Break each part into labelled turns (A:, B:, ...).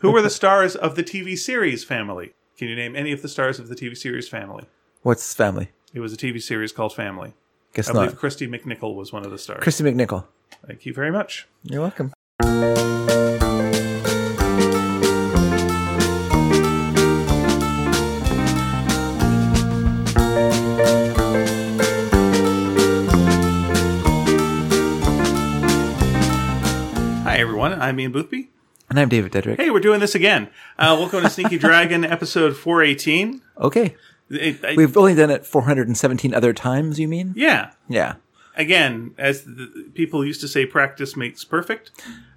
A: Who were the stars of the TV series Family? Can you name any of the stars of the TV series Family?
B: What's family?
A: It was a TV series called Family.
B: Guess
A: I
B: not.
A: believe Christy McNichol was one of the stars.
B: Christy McNichol.
A: Thank you very much.
B: You're welcome.
A: Hi, everyone. I'm Ian Boothby.
B: And I'm David Dedrick.
A: Hey, we're doing this again. Uh, welcome to Sneaky Dragon, episode 418.
B: Okay.
A: It- I-
B: We've only done it 417 other times, you mean?
A: yeah.
B: Yeah.
A: Again, as the people used to say, practice makes perfect.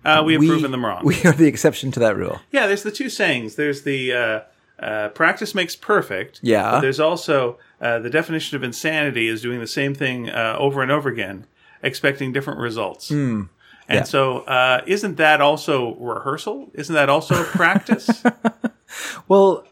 A: Uh, we have proven them wrong.
B: We are the exception to that rule.
A: yeah, there's the two sayings. There's the uh, uh, practice makes perfect.
B: Yeah.
A: But there's also uh, the definition of insanity is doing the same thing uh, over and over again, expecting different results. And
B: Hmm. Yeah.
A: so, uh, isn't that also rehearsal? Isn't that also practice?
B: Well,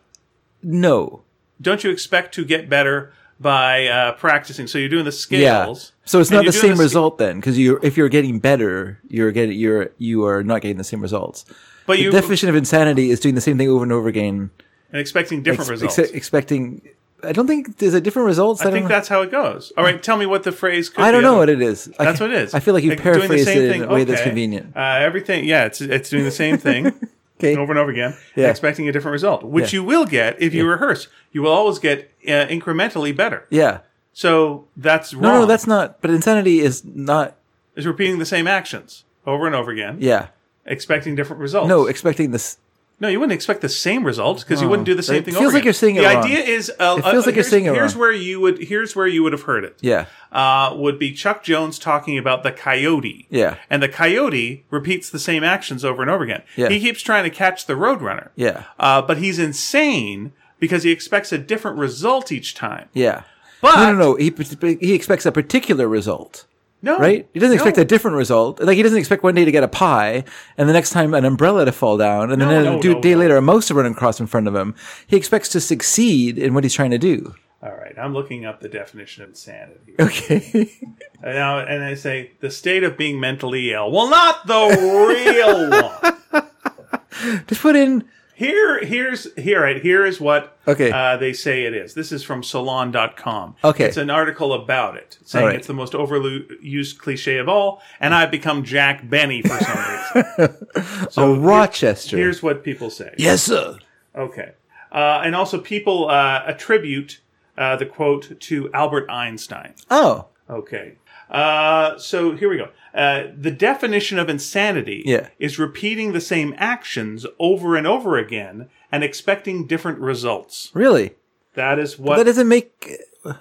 B: no.
A: Don't you expect to get better by uh, practicing? So you're doing the scales.
B: Yeah. So it's
A: and
B: not
A: you're
B: the
A: doing
B: same
A: sc-
B: result then, because you if you're getting better, you're getting you're you are not getting the same results.
A: But
B: the
A: you-
B: definition of insanity is doing the same thing over and over again,
A: and expecting different
B: ex-
A: results.
B: ex- expecting. I don't think there's a different results.
A: I think
B: don't,
A: that's how it goes. All right, tell me what the phrase could
B: I don't
A: be.
B: know what it is.
A: That's what it is.
B: I feel like you
A: doing the
B: paraphrased
A: same
B: it in
A: thing,
B: a way that's
A: okay.
B: convenient.
A: Uh, everything, yeah, it's it's doing the same thing
B: Okay.
A: over and over again,
B: Yeah.
A: expecting a different result, which you will get if you rehearse. You will always get uh, incrementally better.
B: Yeah.
A: So that's wrong.
B: No, no, that's not. But insanity is not.
A: is repeating the same actions over and over again,
B: Yeah.
A: expecting different results.
B: No, expecting this.
A: No, you wouldn't expect the same results because you wouldn't do the same
B: It
A: thing.
B: Oh,
A: over
B: feels like
A: again.
B: you're saying it
A: the
B: wrong.
A: idea is. Uh,
B: It feels
A: uh,
B: like you're
A: here's-
B: saying it
A: Here's
B: wrong.
A: where you would. Here's where you would have heard it.
B: Yeah.
A: Uh, would be Chuck Jones talking about the coyote.
B: Yeah.
A: And the coyote repeats the same actions over and over again.
B: Yeah.
A: He keeps trying to catch the roadrunner.
B: Yeah.
A: Uh, but he's insane because he expects a different result each time.
B: Yeah.
A: But
B: no, no, no. He he expects a particular result.
A: no,
B: right? He doesn't expect
A: no.
B: a different result. Like he doesn't expect one day to get a pie, and the next time an umbrella to fall down, and then
A: no,
B: a du-
A: no,
B: day
A: no.
B: later a mouse to run across in front of him. He expects to succeed in what he's trying to do.
A: All right, I'm looking up the definition of insanity.
B: Okay.
A: And now, and I say the state of being mentally ill. Well, not the real one.
B: Just put in.
A: Here, here's here. Right, here is what
B: Okay.
A: uh, they say it is. This is from Salon.com.
B: Okay.
A: it's an article about it, saying
B: All right.
A: it's the most overused cliche of all, and I've become Jack Benny for some reason.
B: oh, Rochester.
A: Here's what people say.
B: yes, sir.
A: Okay, uh, and also people uh, attribute uh, the quote to Albert Einstein.
B: Oh,
A: Okay. Uh, so here we go. Uh, the definition of insanity
B: Yeah.
A: is repeating the same actions over and over again and expecting different results.
B: really?
A: That is what.
B: That doesn't make.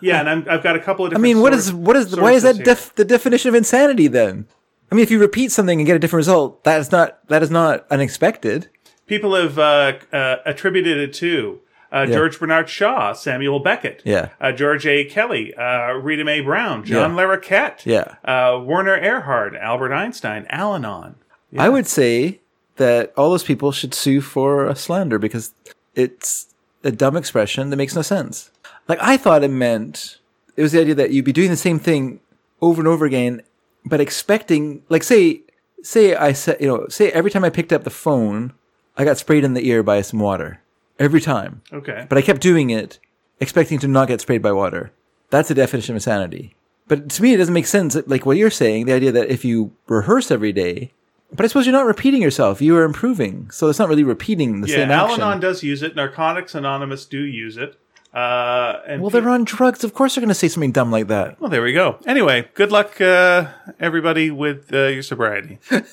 A: yeah, and I'm, I've got a couple of.
B: I
A: Different
B: mean, what is
A: source-
B: what is why is that
A: sources here.
B: def- the definition of insanity then? I mean, if you repeat something and get a different result, that is not that is not unexpected.
A: People have uh, uh, attributed it to uh, George Bernard Shaw, Samuel Beckett,
B: Yeah.
A: uh, George A. Kelly, uh, Rita Mae Brown, John Larroquette,
B: Yeah.
A: uh, Werner Erhard, Albert Einstein, Al-Anon.
B: I would say that all those people should sue for a slander because it's a dumb expression that makes no sense. Like I thought it meant it was the idea that you'd be doing the same thing over and over again, but expecting like say say I said you know say every time I picked up the phone, I got sprayed in the ear by some water every time,
A: Okay.
B: but I kept doing it expecting to not get sprayed by water. That's the definition of insanity. But to me, it doesn't make sense. Like what you're saying, the idea that if you rehearse every day, but I suppose you're not repeating yourself. You are improving, so it's not really repeating the
A: Yeah,
B: same
A: Al
B: action.
A: Anon does use it. Narcotics Anonymous do use it. Uh, and
B: well, they're on drugs. Of course, they're going to say something dumb like that.
A: well, there we go. Anyway, good luck, uh, everybody, with uh, your sobriety.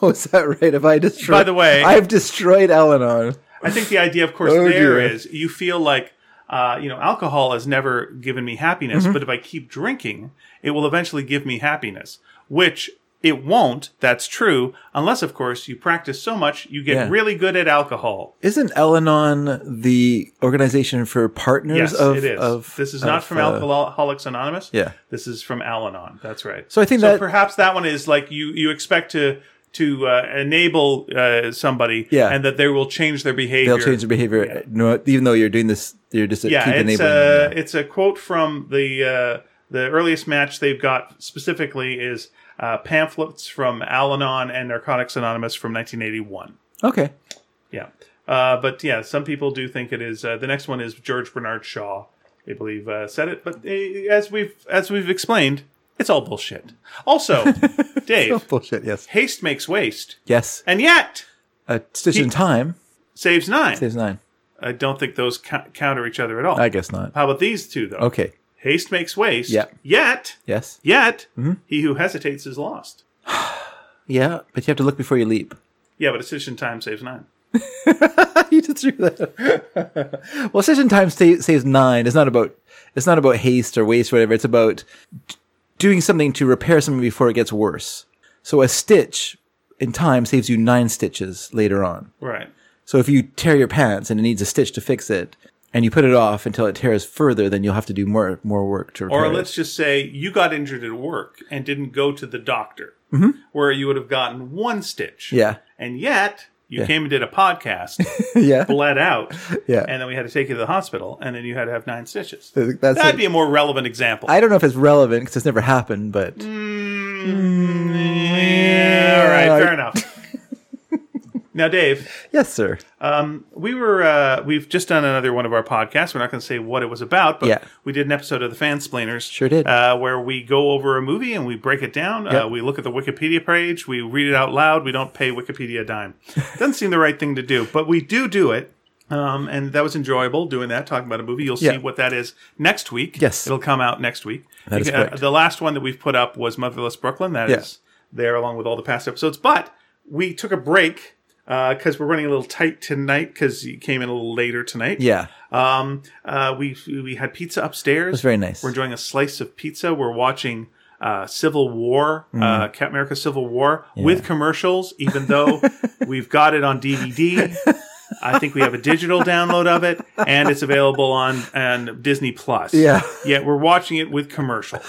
B: Oh, is that right? Have I destroyed?
A: By the way-
B: I've destroyed Al-Anon.
A: I think the idea, of course,
B: Oh,
A: there is
B: dear.
A: you feel like uh, you know alcohol has never given me happiness,
B: Mm-hmm.
A: but if I keep drinking, it will eventually give me happiness, which it won't. That's true, unless of course you practice so much you get
B: Yeah.
A: really good at alcohol.
B: Isn't Al-Anon the organization for partners
A: Yes,
B: of?
A: it is.
B: of-
A: this is
B: of,
A: not from
B: uh,
A: Alcoholics Anonymous.
B: yeah.
A: this is from Al-Anon. That's right.
B: So I think that-
A: perhaps that one is like you you expect to to uh, enable uh, somebody,
B: Yeah.
A: and that they will change their behavior.
B: They'll change their behavior, no, even though you're doing this. You're just
A: yeah,
B: keep
A: it's
B: enabling. them.
A: uh, a it's a quote from the uh, the earliest match they've got specifically is uh, pamphlets from Al Anon and Narcotics Anonymous from 1981.
B: Okay.
A: Yeah. Uh, but yeah, some people do think it is. Uh, the next one is George Bernard Shaw, I believe, uh, said it. But uh, as we've as we've explained, it's all bullshit. Also,
B: Oh,
A: Dave,
B: bullshit. Yes.
A: haste makes waste,
B: Yes.
A: and yet
B: A stitch in time
A: saves nine.
B: saves nine.
A: I don't think those cou- counter each other at all.
B: I guess not.
A: How about these two though?
B: Okay.
A: Haste makes waste.
B: Yeah.
A: Yet,
B: Yes.
A: yet,
B: Mm-hmm.
A: he who hesitates is lost.
B: Yeah, but you have to look before you leap.
A: Yeah, but a decision time saves nine.
B: you just threw that. well, session time sta- saves nine. It's not about it's not about haste or waste or whatever. It's about d- doing something to repair something before it gets worse. So a stitch in time saves you nine stitches later on.
A: Right.
B: So if you tear your pants and it needs a stitch to fix it, and you put it off until it tears further, then you'll have to do more more work to repair
A: Or
B: it.
A: let's just say you got injured at work and didn't go to the doctor, where you would have gotten one stitch.
B: Mm-hmm. Yeah.
A: And yet you came and did a podcast,
B: yeah.
A: bled out,
B: Yeah.
A: and then we had to take you to the hospital, and then you had to have nine stitches.
B: That's
A: That'd
B: it.
A: be a more relevant example.
B: I don't know if it's relevant because it's never happened, but
A: Yeah, all right, fair enough. now, Dave,
B: yes, sir.
A: we were uh, we've just done another one of our podcasts. We're not going to say what it was about, but
B: Yeah.
A: we did an episode of the Fansplainers.
B: Sure did.
A: uh, where we go over a movie and we break it down. Uh, we look at the Wikipedia page. We read it out loud. We don't pay Wikipedia a dime. Doesn't seem the right thing to do, but we do do it. Um, and that was enjoyable doing that, talking about a movie. You'll see
B: Yeah.
A: what that is next week.
B: Yes.
A: it'll come out next week.
B: That is
A: Uh,
B: correct.
A: the last one that we've put up was Motherless Brooklyn. That is
B: Yeah.
A: there along with all the past episodes. But we took a break because we're running a little tight tonight because you came in a little later tonight.
B: Yeah,
A: Um, uh, we we had pizza upstairs.
B: it's very nice.
A: We're enjoying a slice of pizza. We're watching uh, Civil War,
B: Mm.
A: uh, Captain America Civil War with commercials, even though we've got it on DVD. I think we have a digital download of it, and it's available on, on Disney Plus.
B: Yeah.
A: Yet we're watching it with commercials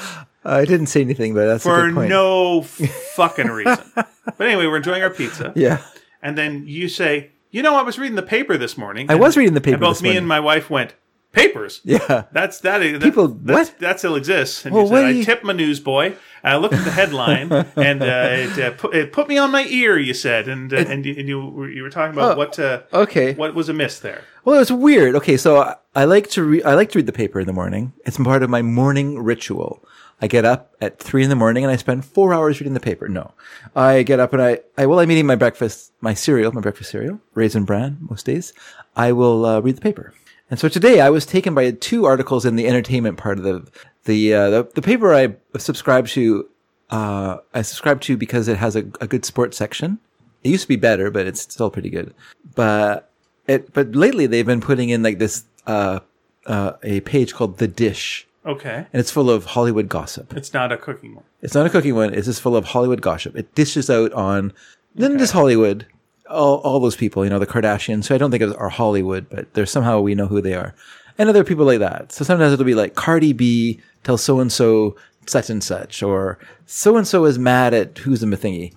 B: I didn't say anything, but that's a
A: for
B: good point.
A: no fucking reason. but anyway, we're enjoying our pizza.
B: yeah,
A: And then you say, you know, I was reading the paper this morning.
B: I was reading the paper.
A: And both
B: this
A: me
B: morning.
A: and my wife went, papers?
B: yeah,
A: That's that. that
B: People-
A: that's-
B: what?
A: that still exists. And
B: Well,
A: you
B: what
A: said,
B: do
A: I
B: you-
A: tipped my newsboy. I looked at the headline, and uh, it, uh, put, it put me on my ear. You said, and uh, and, you, and you were- you were talking about
B: Oh,
A: what uh,
B: okay.
A: what was amiss there.
B: Well, it's weird. Okay, so I, I like to re- I like to read the paper in the morning. It's part of my morning ritual. I get up at three in the morning and I spend four hours reading the paper. No, I get up and I, I well, I'm eating my breakfast, my cereal, my breakfast cereal, raisin bran most days. I will uh, read the paper. And so today I was taken by two articles in the entertainment part of the the uh, the, the paper I subscribe to. Uh, I subscribe to because it has a, a good sports section. It used to be better, but it's still pretty good. But it but lately they've been putting in like this uh, uh, a page called the dish,
A: Okay,
B: and it's full of Hollywood gossip.
A: it's not a cooking one.
B: It's not a cooking one. It's just full of Hollywood gossip. It dishes out on then just Hollywood, all all those people, you know, the Kardashians. who I don't think are Hollywood, but they're somehow we know who they are, and other people like that. So sometimes it'll be like Cardi B tells so and so such and such, or so and so is mad at who's in the thingy.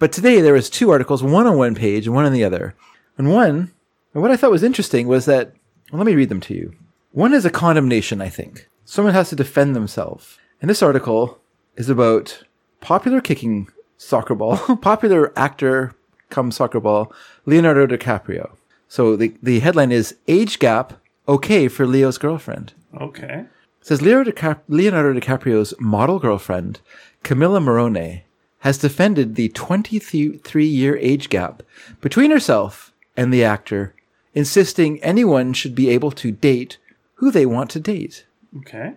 B: But today there was two articles, one on one page and one on the other. And one, and what I thought was interesting was that well, let me read them to you. One is a condemnation, I think. Someone has to defend themselves. And this article is about popular kicking soccer ball, popular actor come soccer ball, Leonardo DiCaprio. So the, the headline is Age Gap Okay for Leo's Girlfriend
A: Okay,
B: says Leonardo, DiCap- Leonardo DiCaprio's model girlfriend, Camilla Morone, has defended the 23 year age gap between herself and the actor, insisting anyone should be able to date who they want to date.
A: okay,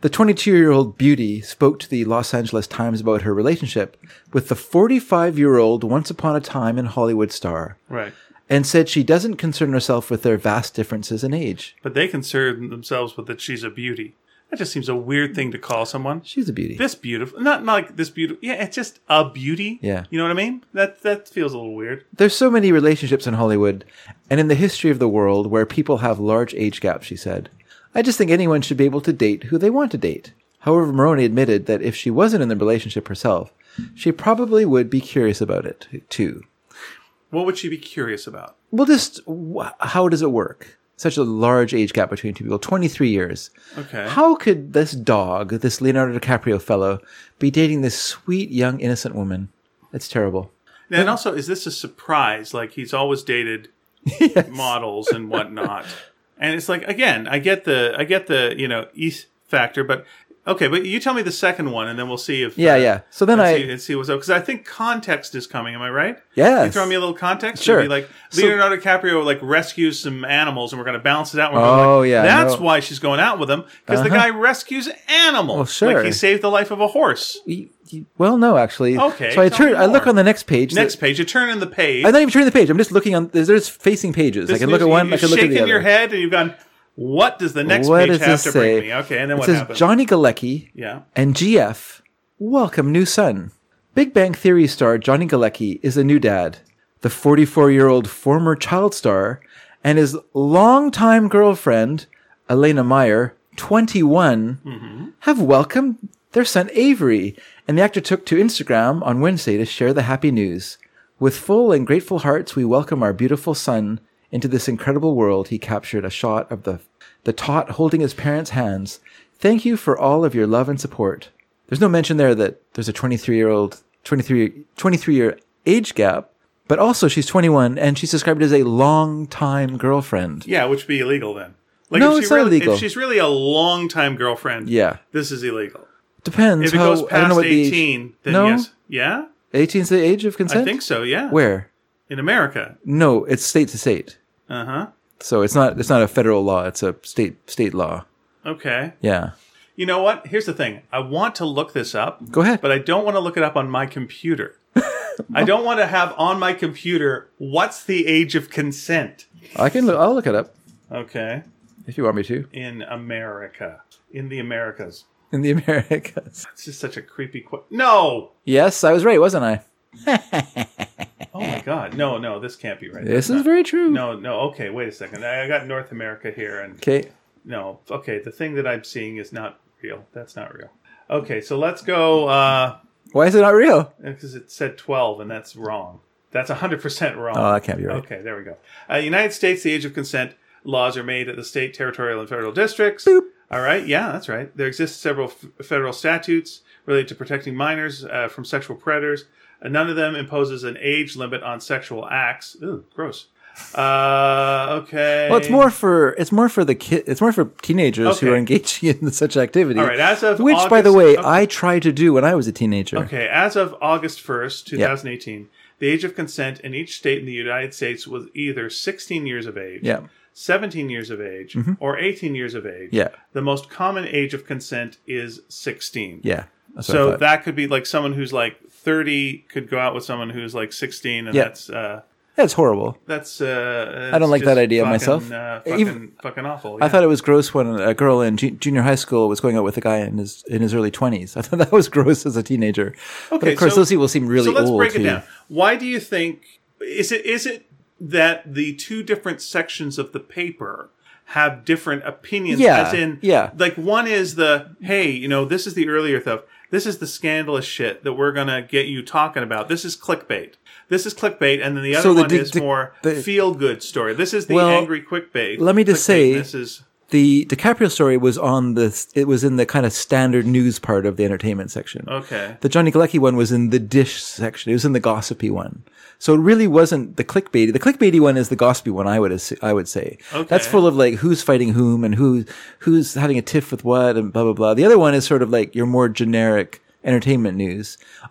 B: The 22 year old beauty spoke to the Los Angeles Times about her relationship with the 45 year old once upon a time in Hollywood star
A: right.
B: and said she doesn't concern herself with their vast differences in age.
A: But they concern themselves with that she's a beauty. That just seems a weird thing to call someone.
B: She's a beauty.
A: This beautiful, not, not like this beautiful. Yeah, it's just a beauty.
B: Yeah.
A: you know what I mean. That that feels a little weird.
B: There's so many relationships in Hollywood and in the history of the world where people have large age gaps, she said. I just think anyone should be able to date who they want to date. However, Maroney admitted that if she wasn't in the relationship herself, she probably would be curious about it, too.
A: What would she be curious about?
B: Well, just wh- how does it work? such a large age gap between two people 23 years.
A: Okay.
B: How could this dog, this Leonardo DiCaprio fellow, be dating this sweet, young, innocent woman? That's terrible.
A: and also, is this a surprise? Like he's always dated models and whatnot, and it's like again, I get the I get the you know east factor, but okay, but you tell me the second one, and then we'll see if uh,
B: Yeah, yeah. So then
A: and see,
B: I,
A: and see what's up because I think context is coming. Am I right?
B: yeah.
A: You throw me a little context.
B: Sure.
A: It'd be like Leonardo DiCaprio like rescues some animals, and we're going to balance it out. and We're gonna,
B: Oh,
A: like,
B: yeah,
A: that's
B: no. Uh-huh.
A: why she's going out with him because the guy rescues animals.
B: Well, sure.
A: like he saved the life of a horse.
B: You- you- well, no, actually.
A: Okay,
B: So I
A: tell
B: turn.
A: me
B: I look
A: more.
B: on the next page.
A: Next page, you turn in the page.
B: I'm not even turning the page. I'm just looking on. There's, there's facing pages. I
A: This
B: can look
A: news-
B: at one.
A: you-
B: I can look at the
A: You've shaken
B: other.
A: your head, and you've gone. What does the next
B: What
A: page
B: does
A: have
B: this
A: to
B: say?
A: bring me? Okay, and then
B: it
A: what
B: says
A: happens?
B: Johnny Galecki
A: yeah.
B: and GF. Welcome, new son. Big Bang Theory star Johnny Galecki is a new dad. The 44 year old former child star and his longtime girlfriend, Elena Meyer, 21, have welcomed their son Avery. And the actor took to Instagram on Wednesday to share the happy news. With full and grateful hearts, we welcome our beautiful son into this incredible world. He captured a shot of the, the tot holding his parents' hands. Thank you for all of your love and support. There's no mention there that there's a 23 year old, 23, 23 year age gap, but also she's 21 and she's described as a long time girlfriend.
A: Yeah, which would be illegal then. Like
B: No,
A: if she
B: it's not
A: really,
B: illegal.
A: If she's really a longtime girlfriend,
B: Yeah.
A: this is illegal.
B: Depends.
A: If it
B: how,
A: goes
B: I don't know
A: past
B: what the age-
A: eighteen, then
B: No?
A: yes, yeah,
B: 18's the age of consent?
A: I think so. Yeah,
B: Where?
A: in America,
B: No, it's state to state.
A: uh huh.
B: So it's not it's not a federal law, it's a state state law.
A: Okay.
B: Yeah.
A: You know what? Here's the thing. I want to look this up,
B: Go ahead.
A: but I don't want to look it up on my computer. I don't want to have on my computer what's the age of consent.
B: I can look, I'll look it up
A: Okay.
B: if you want me to.
A: In America. In the Americas.
B: In the Americas.
A: It's just such a creepy question. No!
B: Yes, I was right, wasn't I?
A: Oh my god. No, no, this can't be right.
B: This is very true.
A: No, no, okay, wait a second. I I got North America here and
B: Okay.
A: no. Okay, the thing that I'm seeing is not real. That's not real. Okay, so let's go uh
B: Why is it not real?
A: because it said 12 and that's wrong that's 100% wrong
B: Oh, that can't be right.
A: okay there we go uh, united states the age of consent laws are made at the state territorial and federal districts
B: Boop.
A: all right yeah that's right there exist several f- federal statutes related to protecting minors uh, from sexual predators Uh, none of them imposes an age limit on sexual acts ooh gross uh, okay
B: Well, it's more for it's more for the kid. It's more for teenagers who
A: Okay.
B: are engaging in such activity.
A: all right as of
B: Which, by the
A: August-
B: way, I tried to do when I was a teenager.
A: Okay, as of August 1st, 2018, the age of consent in each state in the United States was either 16 years of age,
B: Yeah. Mm-hmm.
A: 17 years of age, or 18 years of age.
B: Yeah.
A: The most common age of consent is 16.
B: Yeah. That's what I
A: So
B: thought.
A: that could be like someone who's like 30 could go out with someone who's like 16 and
B: Yeah.
A: that's uh
B: that's horrible.
A: that's uh
B: I don't
A: it's
B: like
A: just
B: that idea
A: fucking,
B: myself.
A: Uh, fucking,
B: Even-
A: fucking awful.
B: I thought it was gross when a girl in ju- junior high school was going out with a guy in his in his early twenties. I thought that was gross as a teenager. but
A: Okay,
B: of course,
A: so-
B: those people seem really
A: so let's
B: old.
A: break
B: too.
A: it down. Why do you think is it is it that the two different sections of the paper have different opinions?
B: Yeah,
A: as in
B: yeah.
A: like one is the hey, you know, this is the earlier stuff. This is the scandalous shit that we're gonna get you talking about. This is clickbait. This is clickbait, and then the other
B: So the
A: one
B: di-
A: is
B: di-
A: more
B: the-
A: feel good story. This is the
B: Well,
A: angry clickbait.
B: let me just
A: clickbait.
B: say-
A: this is
B: The DiCaprio story was on the it was in the kind of standard news part of the entertainment section.
A: okay.
B: The Johnny Galecki one was in the dish section. It was in the gossipy one. So it really wasn't the clickbaity. The clickbaity one is the gossipy one. I would assu- I would say that's
A: Okay.
B: full of like who's fighting whom and who who's having a tiff with what and blah blah blah. The other one is sort of like your more generic entertainment news,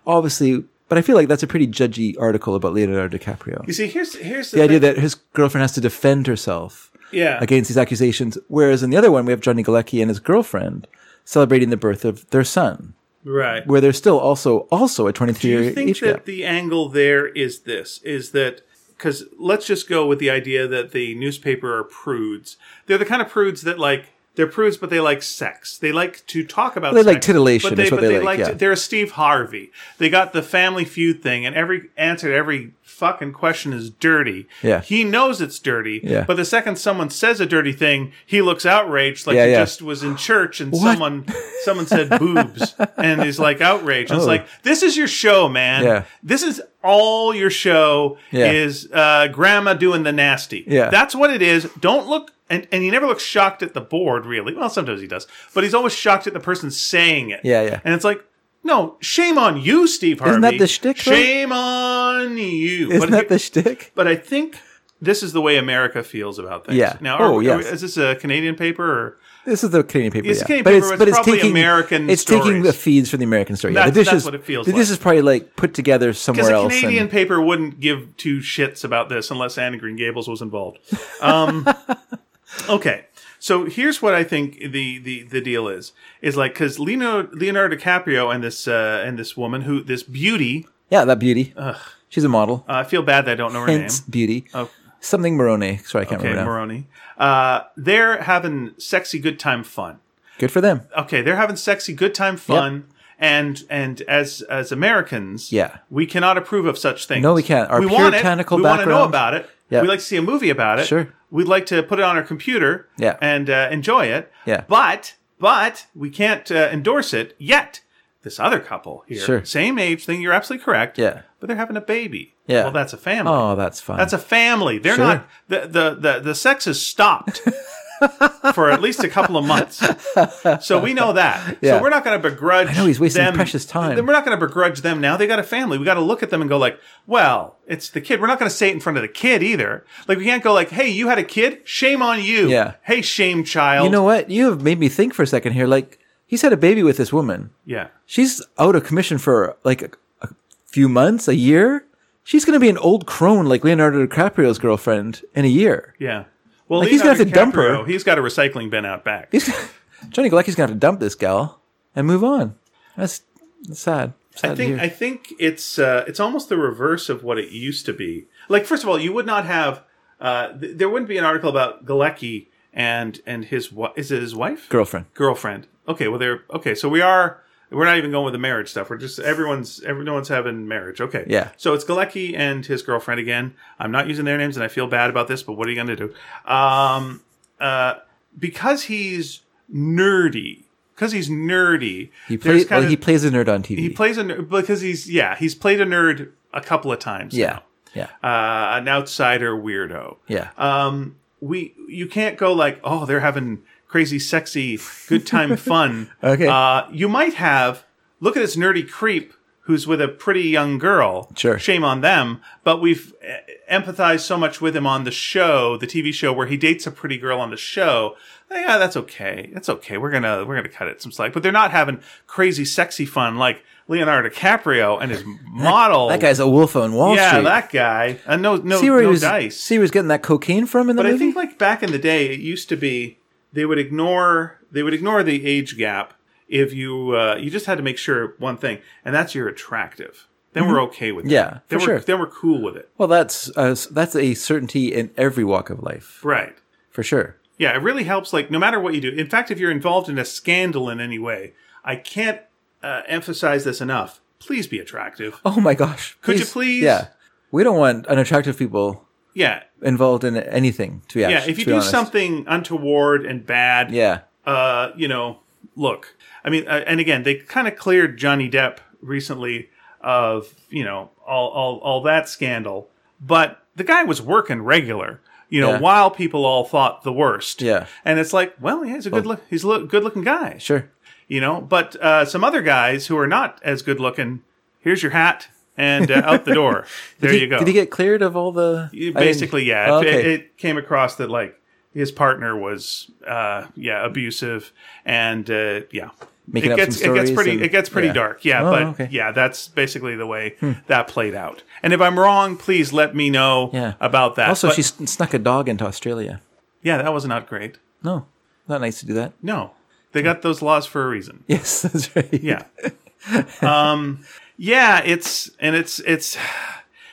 B: obviously. But I feel like that's a pretty judgy article about Leonardo DiCaprio.
A: You see, here's here's the,
B: The idea
A: thing.
B: that his girlfriend has to defend herself
A: yeah.
B: against these accusations, whereas in the other one we have Johnny Galecki and his girlfriend celebrating the birth of their son
A: right.
B: where there's still also also a 23
A: Do
B: year
A: you think
B: age
A: that
B: gap.
A: the angle there is this is that because let's just go with the idea that the newspaper are prudes they're the kind of prudes that like they're prudes but they like sex they like to talk about
B: They like
A: sex,
B: titillation
A: but
B: is what they like,
A: to-
B: yeah.
A: they're a steve harvey they got the family feud thing and every answer to every fucking question is dirty.
B: Yeah.
A: He knows it's dirty.
B: Yeah.
A: But the second someone says a dirty thing, he looks outraged like
B: Yeah,
A: he
B: yeah.
A: just was in church and someone someone said boobs and he's like outraged. And It's
B: Oh.
A: like, this is your show, man.
B: Yeah.
A: This is all your show
B: Yeah.
A: is uh, grandma doing the nasty.
B: Yeah.
A: That's what it is. Don't look and, and he never looks shocked at the board, really. Well, sometimes he does, but he's always shocked at the person saying it.
B: Yeah, yeah.
A: And it's like, no, shame on you, Steve Harvey.
B: that the shtick, though?
A: Shame on you.
B: Isn't
A: but,
B: that the shtick?
A: but I think this is the way America feels about things.
B: Yeah.
A: Now, are,
B: Oh,
A: are-
B: yes.
A: is this a Canadian paper? Or
B: This is the Canadian paper.
A: It's
B: yeah.
A: Canadian
B: but
A: paper,
B: it's,
A: but
B: but
A: it's
B: it's
A: probably
B: taking
A: American
B: It's taking
A: stories.
B: the feeds from the American story. Yeah,
A: That's-
B: this
A: that's
B: is
A: what it feels
B: This
A: like.
B: is probably like put together
A: because
B: somewhere
A: a
B: else. and-
A: Canadian paper wouldn't give two shits about this unless Anna Green Gables was involved. Um, okay. So here's what I think the, the, the deal is is like because Leonardo, Leonardo DiCaprio and this uh, and this woman who this beauty
B: yeah, that beauty. She's a model.
A: uh, I feel bad that I don't know her
B: Hence
A: name Oh.
B: beauty. Something Moroni. Sorry, I can't
A: okay
B: remember now.
A: Moroni uh, they're having sexy good time fun
B: Good for them.
A: okay, they're having sexy, good time, fun, and and as as Americans,
B: Yeah.
A: we cannot approve of such things.
B: No, we can't. Our
A: we want it.
B: puritanical
A: we want to know
B: background.
A: about it.
B: Yeah.
A: We like to see a movie about it.
B: Sure.
A: We'd like to put it on our computer.
B: Yeah.
A: And uh, enjoy it.
B: Yeah.
A: But but we can't uh, endorse it yet. This other couple here,
B: Sure.
A: same age thing. You're absolutely correct.
B: Yeah.
A: But they're having a baby.
B: Yeah.
A: Well, that's a family.
B: Oh, that's fun.
A: That's a family. They're
B: Sure.
A: not the, the the the sex has stopped for at least a couple of months. So we know that.
B: Yeah.
A: So we're not going to begrudge. I
B: know he's wasting precious time.
A: We're not going to begrudge them now. They got a family. We got to look at them and go like, well, it's the kid. We're not going to say it in front of the kid either. Like we can't go like, hey, you had a kid. Shame on you.
B: Yeah.
A: Hey, shame child.
B: you know what? You have made me think for a second here. Like he's had a baby with this woman.
A: Yeah.
B: She's out of commission for like a, a few months, a year. She's going to be an old crone like Leonardo DiCaprio's girlfriend in a year.
A: Yeah. Well,
B: Like, he's gonna
A: Leonardo
B: have to dump her.
A: DiCaprio, He's got a recycling bin out back.
B: Johnny Galecki's going to have to dump this gal and move on. That's, that's sad. Sad
A: I
B: to
A: think
B: hear.
A: I think it's uh, it's almost the reverse of what it used to be. Like, first of all, you would not have uh, th- there wouldn't be an article about Galecki and and his what is it his wife
B: girlfriend.
A: girlfriend. Okay, well they're okay. So we are we're not even going with the marriage stuff. We're just everyone's everyone's having marriage. Okay,
B: Yeah.
A: So it's Galecki and his girlfriend again. I'm not using their names, and I feel bad about this. But what are you going to do? Um, uh, because he's nerdy. Because he's nerdy.
B: He
A: there's
B: plays. Well,
A: kinda-
B: he plays a nerd on TV.
A: he plays a nerd because he's yeah he's played a nerd a couple of times
B: yeah, yeah,
A: now. uh, an outsider weirdo
B: yeah.
A: um we you can't go like oh they're having crazy sexy good time fun
B: Okay.
A: uh you might have look at this nerdy creep who's with a pretty young girl
B: Sure.
A: shame on them but we've eh, empathized so much with him on the show the tv show where he dates a pretty girl on the show yeah that's okay that's okay we're gonna we're gonna cut it some slack but they're not having crazy sexy fun like leonardo dicaprio and his model
B: that guy's a wolf on Wall
A: yeah
B: Street.
A: that guy and no no,
B: see where
A: no
B: he was.
A: dice
B: See where he was getting that cocaine from in the
A: but
B: movie.
A: I think like back in the day, it used to be they would ignore they would ignore the age gap if you uh, you just had to make sure one thing, and that's you're attractive. Then we're okay with it.
B: Mm-hmm. Yeah,
A: then
B: for
A: we're
B: sure.
A: then we're cool with it,
B: well, that's uh, that's a certainty in every walk of life
A: right?
B: for sure.
A: Yeah, it really helps. Like no matter what you do. In fact, if you're involved in a scandal in any way, I can't uh, emphasize this enough. Please be attractive.
B: Oh my gosh!
A: Could you please-
B: Yeah, we don't want unattractive people
A: Yeah,
B: involved in anything. To be
A: yeah.
B: honest,
A: If you
B: to be
A: do
B: honest.
A: something untoward and bad,
B: yeah,
A: uh, you know, look. I mean, uh, and again, they kind of cleared Johnny Depp recently of you know all all all that scandal, but the guy was working regular. You know,
B: Yeah.
A: while people all thought the worst.
B: Yeah.
A: and it's like, well, yeah, he's a good look. He's a look, good looking guy.
B: sure.
A: You know, but uh, some other guys who are not as good looking. Here's your hat and uh, out the door. there
B: Did he-
A: you go.
B: Did he get cleared of all the?
A: You-
B: I didn't-
A: basically yeah it-
B: Oh,
A: it,
B: okay.
A: it came across that like his partner was uh yeah abusive and uh yeah
B: Making
A: it
B: up
A: gets
B: some
A: it gets
B: stories
A: pretty
B: and-
A: it gets pretty
B: yeah.
A: dark yeah
B: Oh,
A: but
B: okay. Hmm.
A: yeah that's basically the way that played out and if i'm wrong please let me know
B: Yeah.
A: about that
B: also,
A: But-
B: she sn- snuck a dog into Australia.
A: yeah that was not great
B: No, not nice to do that.
A: no they got those laws for a reason
B: Yes, that's right.
A: yeah um yeah it's and it's it's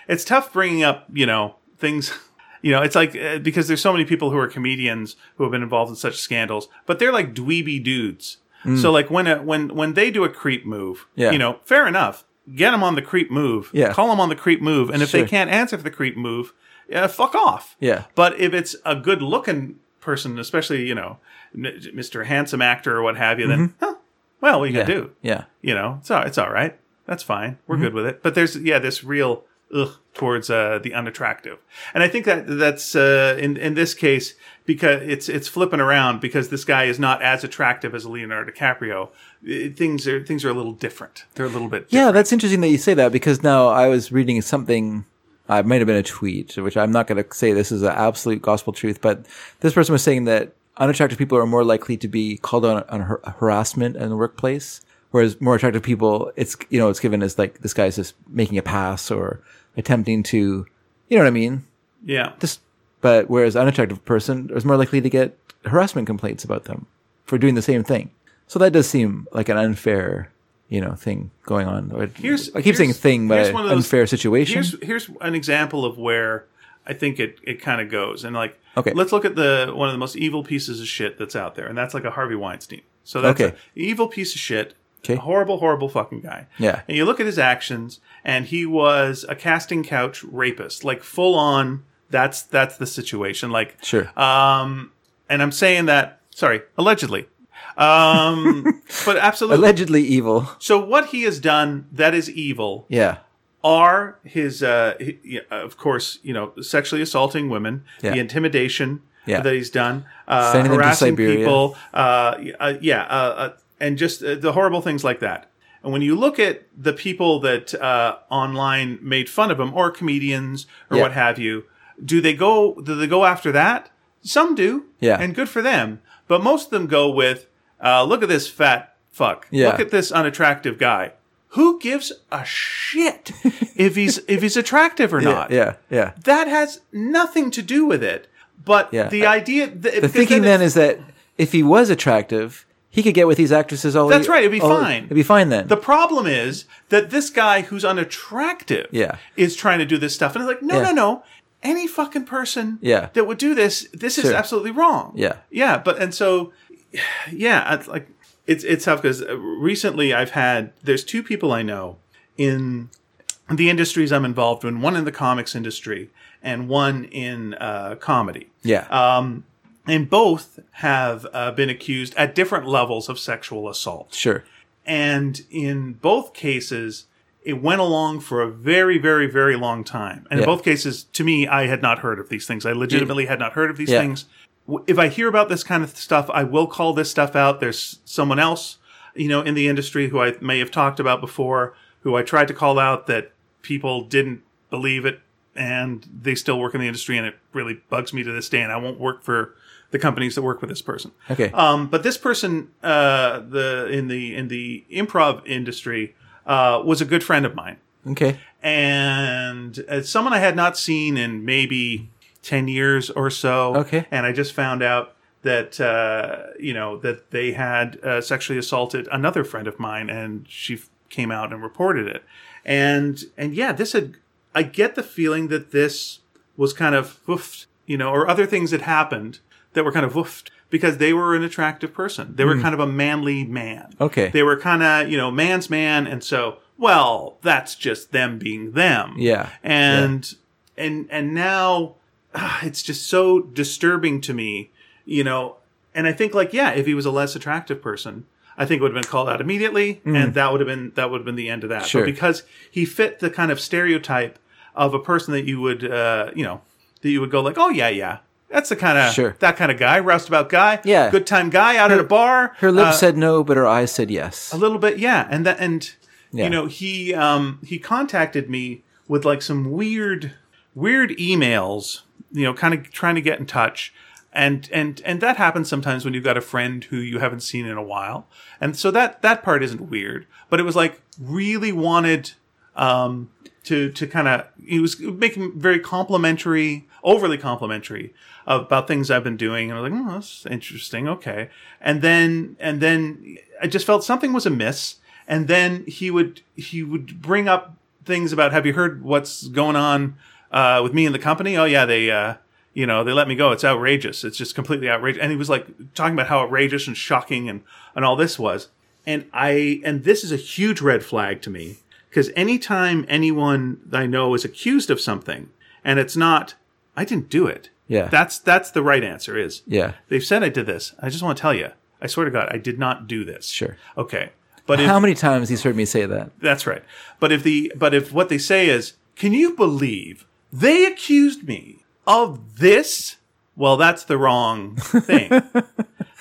A: it's tough bringing up you know things you know it's like uh, because there's so many people who are comedians who have been involved in such scandals but they're like dweeby dudes so like when a when when they do a creep move
B: Mm. Yeah.
A: you know fair enough get them on the creep move.
B: Yeah.
A: Call them on the creep move. And if
B: Sure.
A: they can't answer for the creep move, yeah, fuck off.
B: Yeah.
A: But if it's a good looking person, especially, you know, m- Mr. Handsome actor or what have you, then, huh, well, what you
B: Mm-hmm. Yeah.
A: can do?
B: Yeah.
A: You know, it's all, it's all right. That's fine. We're good with it. But there's, yeah, this real ugh towards uh, the unattractive. And I think that that's uh, in, in this case, because it's, it's flipping around because this guy is not as attractive as Leonardo DiCaprio. It- things are, things are a little different. They're a little bit different.
B: Yeah, that's interesting that you say that because now I was reading something. uh, It might have been a tweet, which I'm not going to say this is an absolute gospel truth, but this person was saying that unattractive people are more likely to be called on on har- harassment in the workplace, whereas more attractive people, it's you know, it's given as like this guy's just making a pass or attempting to, you know what I mean?
A: yeah.
B: Just but whereas unattractive person is more likely to get harassment complaints about them for doing the same thing. So that does seem like an unfair, you know, thing going on. Or-
A: Here's-
B: I keep saying
A: here's-
B: thing, but
A: here's
B: an
A: one of those-
B: unfair situation.
A: Here's here's an example of where I think it it kind of goes. And like,
B: Okay.
A: let's look at the one of the most evil pieces of shit that's out there, and that's like a Harvey Weinstein. So that's
B: Okay.
A: an evil piece of shit.
B: Okay.
A: Horrible, horrible fucking guy.
B: Yeah.
A: And you look at his actions, and he was a casting couch rapist, like full on. That's that's the situation. Like
B: Sure.
A: Um, and I'm saying that sorry, allegedly. Um, but absolutely.
B: Allegedly evil.
A: so what he has done that is evil
B: Yeah.
A: are his, uh, hi- yeah, of course, you know, sexually assaulting women,
B: Yeah.
A: the intimidation
B: Yeah.
A: that he's done, uh,
B: Sending them to
A: harassing
B: Siberia.
A: people, uh, y- uh, yeah, uh, uh, and just uh, the horrible things like that. And when you look at the people that uh, online made fun of him, or comedians, or
B: Yeah.
A: what have you, do they go? Do they go after that? Some do,
B: Yeah.
A: and good for them. But most of them go with, uh, "Look at this fat fuck.
B: Yeah.
A: Look at this unattractive guy." Who gives a shit if he's if he's attractive or not?
B: Yeah. Yeah.
A: That has nothing to do with it. But
B: Yeah.
A: the idea, th-
B: The thinking then is that if he was attractive, he could get with these actresses all.
A: That's
B: he-
A: right, it'd be
B: all-
A: fine.
B: It'd be fine then.
A: the problem is that this guy who's unattractive,
B: Yeah.
A: is trying to do this stuff, and it's like, no,
B: Yeah.
A: no, no. Any fucking person,
B: Yeah.
A: that would do this, this is
B: Sure.
A: absolutely wrong.
B: Yeah.
A: yeah. But and so, yeah, it's like it's it's tough because recently I've had there's two people I know in the industries I'm involved in, one in the comics industry and one in uh, comedy.
B: yeah.
A: Um, and both have uh, been accused at different levels of sexual assault.
B: sure.
A: And in both cases, it went along for a very, very, very long time. And
B: Yeah.
A: in both cases, to me, I had not heard of these things. I legitimately had not heard of these
B: Yeah.
A: things. W- If I hear about this kind of stuff, I will call this stuff out. There's someone else, you know, in the industry who I may have talked about before, who I tried to call out that people didn't believe it and they still work in the industry and it really bugs me to this day and I won't work for the companies that work with this person.
B: Okay.
A: Um, but this person, uh, the in the in the improv industry, uh, was a good friend of mine,
B: okay.
A: and uh, someone I had not seen in maybe ten years or so.
B: Okay.
A: and I just found out that uh, you know that they had uh, sexually assaulted another friend of mine, and she f- came out and reported it. And and yeah, this had I get the feeling that this was kind of woofed, you know, or other things that happened that were kind of woofed because they were an attractive person. They were kind of a manly man.
B: Okay.
A: They were kind of, you know, man's man. And so, well, that's just them being them.
B: Yeah.
A: And, and, and now ah, it's just so disturbing to me, you know, and I think like, yeah, if he was a less attractive person, I think it would have been called out immediately and that would have been, that would have been the end of that.
B: Mm. Sure.
A: But because he fit the kind of stereotype of a person that you would, uh, you know, that you would go like, oh yeah, yeah. That's the kind of
B: Sure.
A: that kind of guy, roustabout guy,
B: Yeah.
A: good time guy out at a bar.
B: Her
A: uh,
B: lips said no, but her eyes said yes.
A: a little bit, yeah. And that, and
B: Yeah.
A: you know, he um he contacted me with like some weird, weird emails. You know, kind of trying to get in touch, and and and that happens sometimes when you've got a friend who you haven't seen in a while, and so that that part isn't weird. But it was like really wanted um to to kind of he was making very complimentary overly complimentary about things i've been doing and i was like oh that's interesting okay and then and then i just felt something was amiss and then he would he would bring up things about have you heard what's going on uh with me and the company oh yeah they uh you know they let me go it's outrageous it's just completely outrageous and he was like talking about how outrageous and shocking and and all this was and i and this is a huge red flag to me Because anytime anyone I know is accused of something and it's not, I didn't do it.
B: Yeah.
A: That's that's the right answer is
B: yeah.
A: they've said I did this. I just want to tell you. I swear to God, I did not do this.
B: Sure.
A: Okay. But if,
B: How many times he's heard me say that?
A: that's right. But if the but if what they say is, can you believe they accused me of this? Well, that's the wrong thing.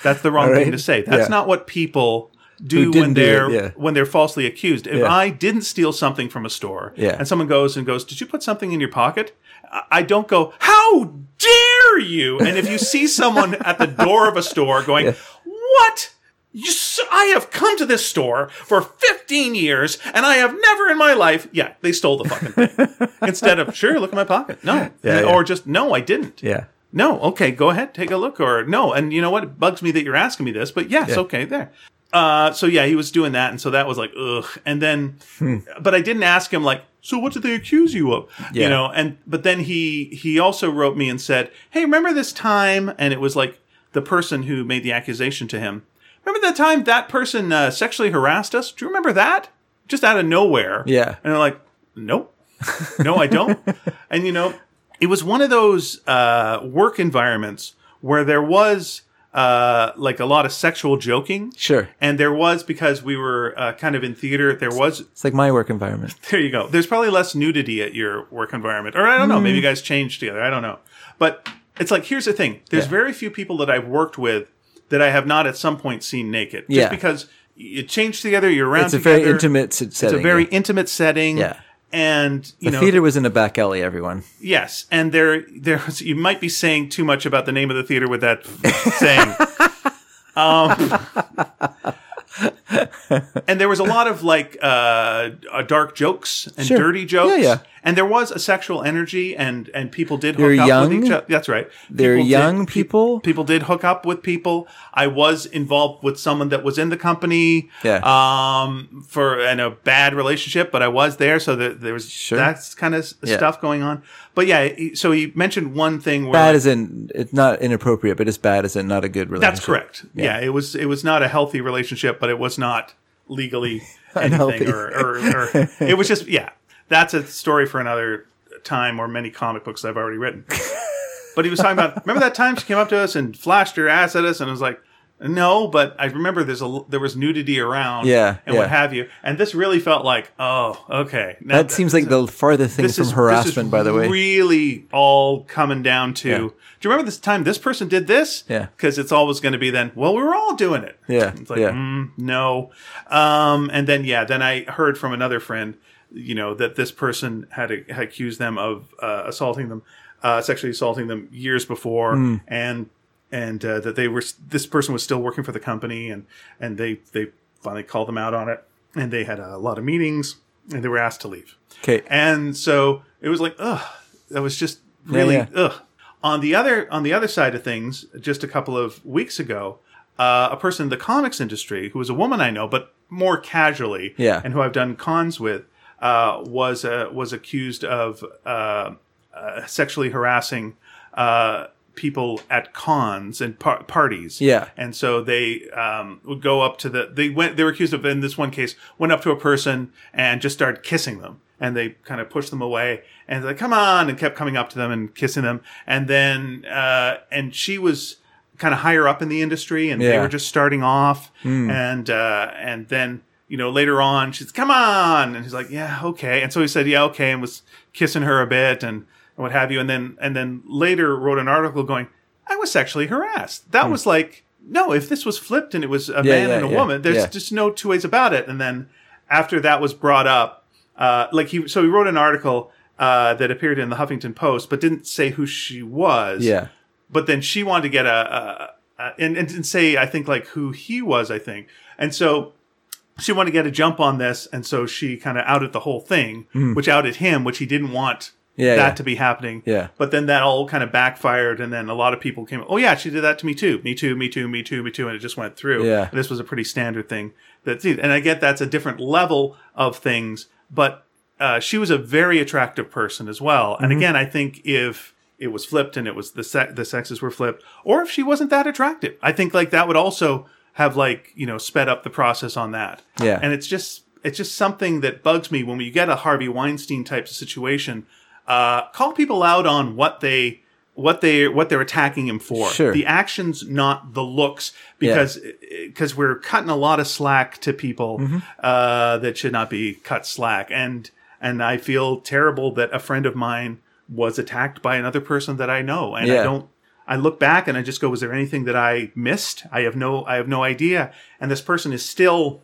A: that's the wrong
B: All
A: thing
B: right.
A: to say. That's
B: Yeah.
A: not what people do
B: Who didn't
A: when
B: do it,
A: they're
B: yeah.
A: when they're falsely accused. If
B: Yeah.
A: I didn't steal something from a store
B: Yeah.
A: and someone goes and goes, "Did you put something in your pocket?" I- I don't go, "How dare you?" And if you see someone at the door of a store going, "What?" You, s- I have come to this store for 15 years and I have never in my life. Yeah, they stole the fucking thing. Instead of, sure, look in my pocket. No.
B: Yeah, yeah.
A: Or just, no, I didn't.
B: Yeah.
A: No, okay, go ahead, take a look, or no, and you know what? It bugs me that you're asking me this, but yes, okay, there. Uh, so yeah, he was doing that, and so that was like, ugh. And then,
B: Hmm.
A: but I didn't ask him like, so what did they accuse you of? You
B: Yeah.
A: know, and but then he he also wrote me and said, hey, remember this time? And it was like the person who made the accusation to him. Remember that time that person uh, sexually harassed us? Do you remember that? Just out of nowhere.
B: Yeah.
A: And they're like, nope. No, I don't. and you know, it was one of those uh, work environments where there was uh, like a lot of sexual joking.
B: Sure.
A: And there was because we were uh, kind of in theater. There was
B: It's like my work environment.
A: there you go. There's probably less nudity at your work environment, or I don't know. Maybe
B: Mm.
A: you guys changed together. I don't know. But it's like here's the thing. There's very few people that I've worked with that I have not at some point seen naked.
B: Yeah.
A: Just because you change together, you're around.
B: It's a
A: together.
B: very intimate s- setting.
A: It's a very intimate setting.
B: Yeah.
A: And you
B: The
A: know,
B: theater was in a back alley, everyone.
A: Yes, and there, there was. You might be saying too much about the name of the theater with that saying. um, and there was a lot of like uh, uh, dark jokes and
B: Sure.
A: dirty jokes.
B: Yeah, yeah.
A: And there was a sexual energy, and and people did hook
B: They're
A: up with
B: young?
A: each other. That's right.
B: They're
A: People did-
B: young
A: pe-
B: people.
A: people did hook up with people. I was involved with someone that was in the company.
B: Yeah.
A: Um, for in a bad relationship, but I was there, so that there was
B: Sure.
A: that's kind of
B: Yeah.
A: stuff going on. But yeah, he- so he mentioned one thing where
B: bad as in it's not inappropriate, but it's bad as in not a good relationship.
A: that's correct. Yeah. it was it was not a healthy relationship, but it was not legally anything
B: Unhealthy.
A: or, or, or it was just yeah. That's a story for another time or many comic books I've already written. But he was talking about remember that time she came up to us and flashed her ass at us and I was like no, but I remember there's a there was nudity around
B: Yeah,
A: and
B: yeah.
A: what have you. And this really felt like, oh, okay. Now
B: That seems like the farthest thing from harassment, by the way.
A: Really, all coming down to.
B: Yeah.
A: Do you remember this time this person did this?
B: Yeah.
A: Because it's always going to be then. Well, we were all doing it.
B: Yeah,
A: It's like
B: yeah.
A: mm, no, um, and then yeah, then I heard from another friend, you know, that this person had, had accused them of uh, assaulting them, uh, sexually assaulting them years before,
B: Hmm.
A: and and uh, that they were this person was still working for the company, and and they they finally called them out on it, and they had a lot of meetings, and they were asked to leave.
B: Okay.
A: And so it was like, ugh, that was just really
B: yeah.
A: ugh. On the other on the other side of things, just a couple of weeks ago, uh, a person in the comics industry who was a woman I know, but more casually,
B: Yeah.
A: and who I've done cons with, uh, was uh, was accused of uh, uh, sexually harassing uh, people at cons and par- parties.
B: Yeah.
A: And so they um, would go up to the they went they were accused of in this one case went up to a person and just started kissing them and they kind of pushed them away and they're like come on and kept coming up to them and kissing them and then uh, and she was kind of higher up in the industry and they
B: Yeah.
A: were just starting off
B: Hmm.
A: and uh, and then you know later on she's come on and he's like yeah okay and so he said yeah okay and was kissing her a bit and what have you and then and then later wrote an article going I was sexually harassed. That was like, no, if this was flipped and it was a man
B: Hmm. yeah,
A: and a
B: yeah,
A: woman, there's
B: yeah.
A: just no two ways about it. And then after that was brought up, uh, like he, so he wrote an article uh, that appeared in the Huffington Post, but didn't say who she was.
B: Yeah.
A: But then she wanted to get a, a, a and, and didn't say, I think, like who he was, I think. And so she wanted to get a jump on this. And so she kind of outed the whole thing, which outed him, which he didn't want
B: Hmm. Yeah,
A: that
B: yeah.
A: to be happening.
B: Yeah.
A: But then that all kind of backfired, and then a lot of people came. Oh yeah, she did that to me too. Me too. Me too. Me too. Me too. And it just went through.
B: Yeah.
A: And this was a pretty standard thing. That's it. And I get that's a different level of things, but uh, she was a very attractive person as well. And
B: Mm-hmm.
A: again, I think if it was flipped and it was the se- the sexes were flipped, or if she wasn't that attractive, I think like that would also have like you know sped up the process on that.
B: Yeah.
A: And it's just it's just something that bugs me when we get a Harvey Weinstein type of situation. Uh, call people out on what they what they what they're attacking him for.
B: Sure.
A: The actions, not the looks, because because we're cutting a lot of slack to people uh, that should not be cut slack. And and I feel terrible that a friend of mine was attacked by another person that I know, and I
B: Yeah.
A: don't I look back and I just go, was there anything that I missed? I have no, I have no idea. And this person is still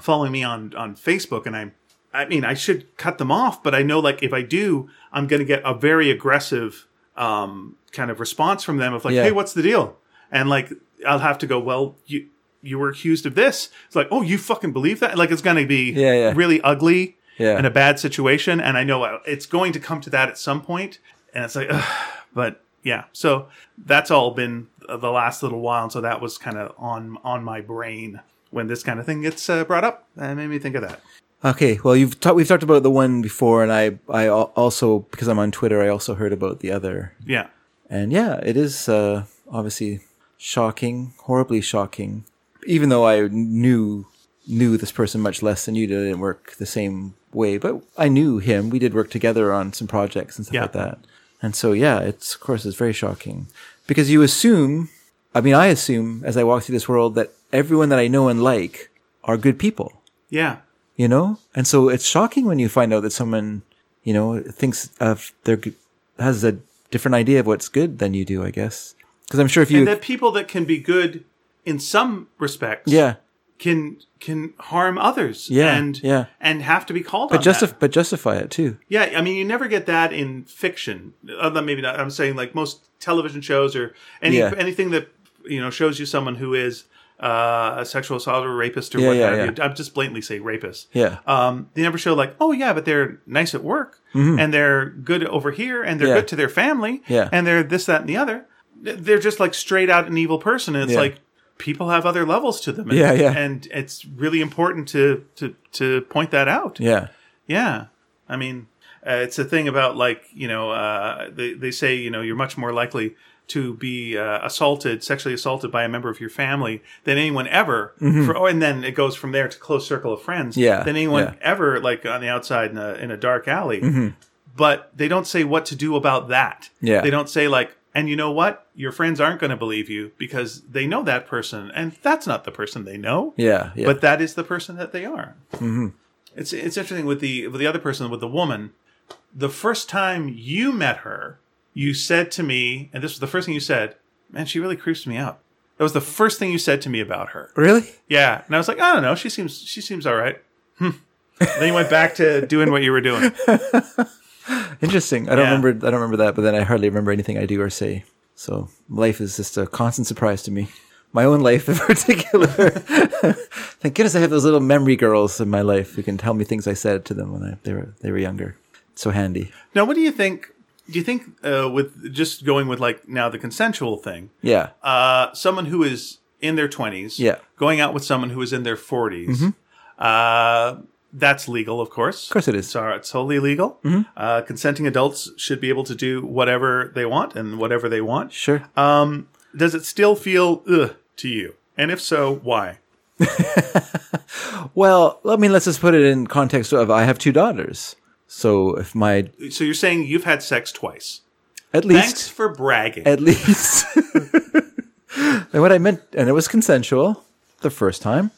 A: following me on on Facebook, and I'm, I mean, I should cut them off, but I know like if I do, I'm going to get a very aggressive um, kind of response from them of like,
B: Yeah.
A: hey, what's the deal? And like, I'll have to go, well, you you were accused of this. It's like, oh, you fucking believe that? Like, it's going to be
B: Yeah, yeah.
A: really ugly
B: Yeah.
A: and a bad situation, and I know it's going to come to that at some point, and it's like, ugh, but yeah, so that's all been the last little while, and so that was kind of on on my brain when this kind of thing gets uh, brought up. That made me think of that.
B: Okay, well, you've talked. We've talked about the one before, and I, I al- also because I'm on Twitter, I also heard about the other,
A: Yeah,
B: and yeah, it is uh, obviously shocking, horribly shocking. Even though I knew knew this person much less than you did, I didn't work the same way, but I knew him. We did work together on some projects and stuff
A: Yeah.
B: like that, and so yeah, it's of course it's very shocking because you assume. I mean, I assume as I walk through this world that everyone that I know and like are good people
A: yeah,
B: you know and so it's shocking when you find out that someone you know thinks of their g- has a different idea of what's good than you do i guess because i'm sure if you
A: and that people that can be good in some respects,
B: yeah
A: can can harm others,
B: Yeah,
A: and
B: yeah.
A: and have to be called.
B: but
A: on
B: justif-
A: that.
B: but justify it too
A: Yeah, I mean, you never get that in fiction. Other than maybe not. I'm saying like most television shows or any
B: Yeah.
A: anything that you know shows you someone who is uh, a sexual assault or rapist or
B: Yeah,
A: what
B: yeah,
A: have
B: yeah.
A: you. I'm just blatantly say rapist.
B: yeah
A: Um, they never show like, oh yeah, but they're nice at work and they're good over here and they're
B: Mm-hmm. Yeah.
A: good to their family
B: Yeah.
A: and they're this, that, and the other. They're just like straight out an evil person, and it's
B: Yeah.
A: like people have other levels to them. And,
B: Yeah, yeah.
A: And it's really important to to to point that out.
B: yeah
A: Yeah, I mean, uh, it's a thing about like you know uh, they they say you know you're much more likely to be uh, assaulted, sexually assaulted by a member of your family than anyone ever. For, oh, and then it goes from there to close circle of friends.
B: Mm-hmm. Yeah,
A: than anyone
B: yeah. Mm-hmm.
A: ever like on the outside in a in a dark alley. But they don't say what to do about that.
B: Yeah.
A: they don't say like. And you know what? Your friends aren't going to believe you because they know that person, and that's not the person they know
B: yeah yeah
A: but that is the person that they are. It's it's interesting with the with the other person with the woman. The first time you met her, you said to me, and this was the first thing you said. Man, she really creeps me out. That was the first thing you said to me about her.
B: really
A: Yeah, and I was like, I don't know. She seems she seems all right. Hmm. then you went back to doing what you were doing.
B: interesting i don't
A: Yeah.
B: remember i don't remember that but then i hardly remember anything i do or say so life is just a constant surprise to me my own life in particular thank goodness i have those little memory girls in my life who can tell me things i said to them when I, they were they were younger so handy
A: Now, what do you think? Do you think uh, with just going with like now the consensual thing?
B: yeah
A: uh, someone who is in their 20s
B: Yeah. Mm-hmm.
A: going out with someone who is in their 40s uh, that's legal of course of
B: course it is. Mm-hmm.
A: it's, all- it's totally legal uh, consenting adults should be able to do whatever they want and whatever they want
B: Sure.
A: um, does it still feel ugh to you and if so why
B: well, I mean, let's just put it in context of I have two daughters. So if my
A: so you're saying you've had sex twice
B: at least
A: thanks for bragging
B: at least and what I meant and it was consensual the first time.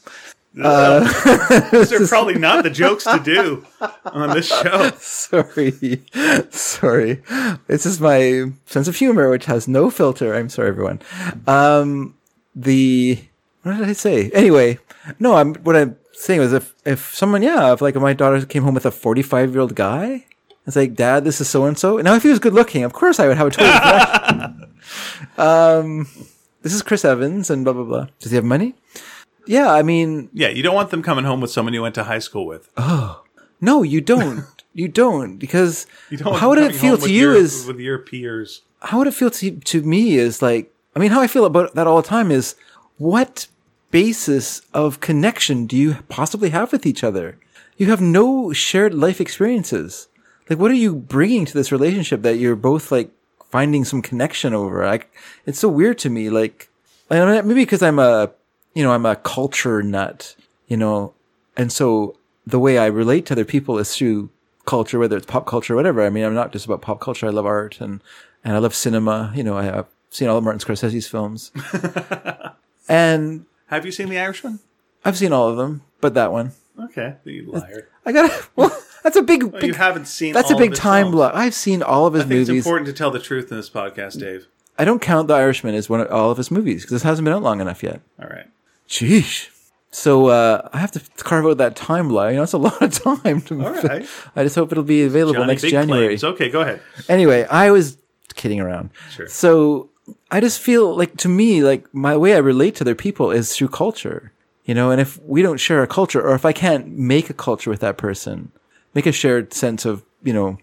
A: those are probably not the jokes to do on this show
B: Sorry. sorry. This is my sense of humor which has no filter. I'm sorry everyone. Um the what did I say? Anyway, no, I'm what I'm saying was if if someone yeah, if like my daughter came home with a 45-year-old guy, it's like, "Dad, this is so and so." Now if he was good looking, of course I would have a total this is Chris Evans and blah blah blah. Does he have money? Yeah, I mean,
A: yeah you don't want them coming home with someone you went to high school with
B: no, you don't. you don't because
A: you don't want
B: how would
A: them
B: it
A: coming
B: feel
A: home
B: to
A: with
B: you
A: your-
B: is
A: with your peers
B: how would it feel to to me is like I mean, how I feel about that all the time is what basis of connection do you possibly have with each other? You have no shared life experiences. Like, what are you bringing to this relationship that you're both like finding some connection over? Like, it's so weird to me. Like, I don't know, maybe because I'm a, you know, I'm a culture nut, you know, and so the way I relate to other people is through culture, whether it's pop culture or whatever. I mean, I'm not just about pop culture. I love art and, and I love cinema. You know, I, I've seen all of Martin Scorsese's films. and
A: Have you seen The Irishman?
B: I've seen all of them, but that one.
A: Okay, you liar.
B: I gotta, well, that's a big,
A: Well,
B: big
A: you haven't seen.
B: that's a
A: all of
B: big
A: his
B: time
A: films.
B: block. I've seen all of his
A: I think it's
B: movies. Mm-hmm.
A: important to tell the truth in this podcast, Dave.
B: I don't count The Irishman as one of all of his movies because this hasn't been out long enough yet.
A: All right.
B: Jeez. So uh, I have to carve out that time block. You know, it's a lot of time. To,
A: All right.
B: I just hope it'll be available
A: Johnny
B: next
A: Big
B: January.
A: Claims. Okay, go ahead.
B: Anyway, I was kidding around.
A: Sure.
B: So I just feel like to me, like my way I relate to other people is through culture. You know, and if we don't share a culture, or if I can't make a culture with that person, make a shared sense of, you know,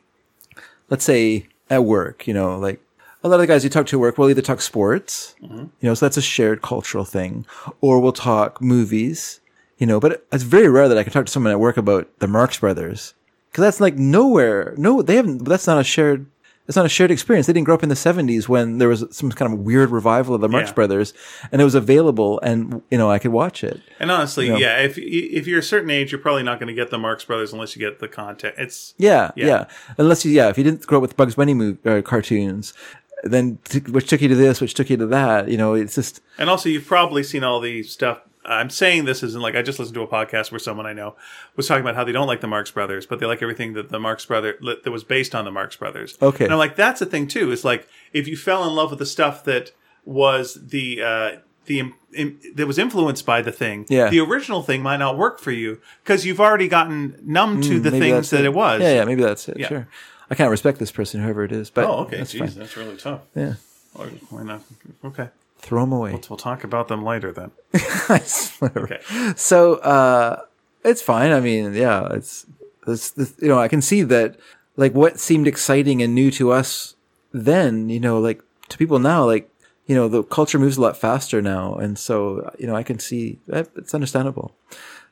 B: let's say at work, you know, like a lot of the guys you talk to at work will either talk sports, you know, so that's a shared cultural thing, or we'll talk movies, you know, but it's very rare that I can talk to someone at work about the Marx Brothers because that's like nowhere. No, they haven't, that's not a shared. It's not a shared experience. They didn't grow up in the '70s when there was some kind of weird revival of the Marx
A: Yeah.
B: Brothers, and it was available, and you know I could watch it.
A: And honestly, yeah, if if you're a certain age, you're probably not going to get the Marx Brothers unless you get the content. It's
B: Yeah,
A: Yeah.
B: yeah, Unless you, yeah, if you didn't grow up with Bugs Bunny movie, uh, cartoons, then t- which took you to this, which took you to that. You know, it's just
A: And also, you've probably seen all the stuff. I'm saying this isn't like I just listened to a podcast where someone I know was talking about how they don't like the Marx Brothers, but they like everything that the Marx Brother that was based on the Marx Brothers.
B: Okay.
A: and I'm like, that's a thing too. It's like if you fell in love with the stuff that was the uh, the im- im- that was influenced by the thing,
B: Yeah.
A: the original thing might not work for you because you've already gotten numb to the
B: Mm, maybe
A: things
B: that's
A: that it, was.
B: yeah, yeah. Maybe that's it.
A: Yeah.
B: Sure. I can't respect this person, whoever it is. But
A: Oh, okay.
B: that's
A: Jeez,
B: fine.
A: that's really tough.
B: Yeah,
A: Or- why not? Okay,
B: throw them away.
A: so we'll talk about them later then.
B: I swear.
A: Okay.
B: So uh, it's fine. I mean, yeah, it's, it's, it's you know I can see that like what seemed exciting and new to us then, you know, like to people now, like you know the culture moves a lot faster now, and so you know I can see that it's understandable,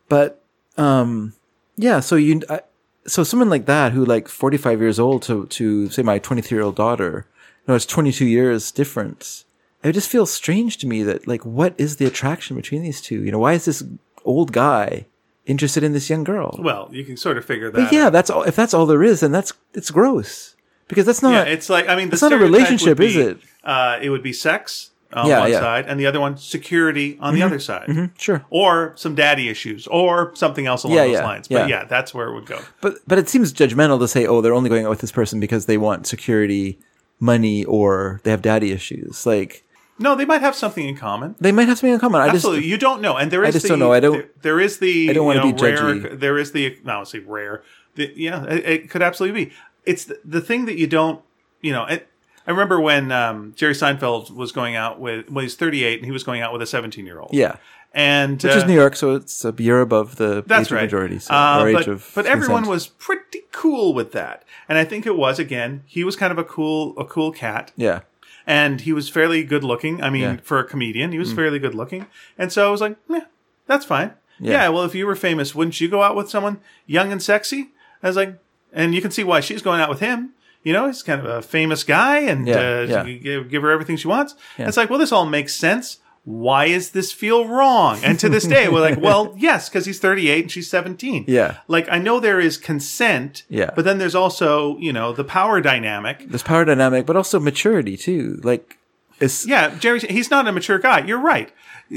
B: but um, yeah. So you I, so someone like that who like forty five years old to to say my twenty three year old daughter, you know, it's twenty two years difference it would just feels strange to me that like what is the attraction between these two you know why is this old guy interested in this young girl
A: Well, you can sort of figure that.
B: but yeah that's all if that's all there is then that's it's gross because that's
A: Yeah,
B: not
A: it's like I mean, the
B: It's not a
A: stereotype would
B: relationship,
A: be,
B: is it?
A: Uh, it would be sex on
B: Yeah,
A: one
B: yeah. Mm-hmm.
A: side, and the other one security on the other side,
B: sure
A: or some daddy issues, or something else along
B: Yeah,
A: those
B: yeah,
A: lines. But
B: yeah.
A: yeah, that's where it would go.
B: but but it seems judgmental to say oh they're only going out with this person because they want security money or they have daddy issues like
A: No, they might have something in common.
B: they might have something in common i just
A: Absolutely, you don't know, and there is
B: just
A: the,
B: don't know. I don't-
A: there- there is the
B: I don't
A: you
B: wanna
A: know,
B: be
A: rare.
B: judgy.
A: There is the no, I say rare. The, yeah, it, it could absolutely be. It's the, the thing that you don't, you know. It, I remember when um, Jerry Seinfeld was going out with when he's 38 and he was going out with a 17 year old.
B: yeah
A: and
B: which is
A: uh,
B: New York, so it's a year above the
A: That's
B: age of
A: right.
B: majority, so,
A: Uh,
B: or
A: but,
B: age of
A: but everyone
B: consent.
A: was pretty cool with that, and I think it was again. He was kind of a cool, a cool cat,
B: yeah,
A: and he was fairly good looking. I mean,
B: Yeah. Mm.
A: for a comedian, he was fairly good looking, and so I was like, yeah, that's fine. Yeah.
B: Yeah.
A: well, if you were famous, wouldn't you go out with someone young and sexy? I was like, and you can see why she's going out with him. You know, he's kind of a famous guy, and
B: Yeah,
A: uh,
B: yeah.
A: you give, give her everything she wants. It's like, well, this all makes sense. Why is this feel wrong? And to this day, we're like, well, yes, because he's 38 and she's 17.
B: Yeah.
A: Like, I know there is consent.
B: Yeah.
A: But then there's also, you know, the power dynamic.
B: there's power dynamic, but also maturity too. Like, it's
A: Yeah. Jerry, he's not a mature guy. You're right.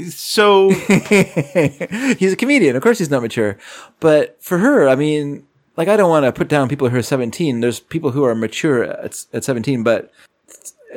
A: So,
B: he's a comedian. Of course, he's not mature. But for her, I mean, like, I don't want to put down people who are 17. There's people who are mature at, at 17, but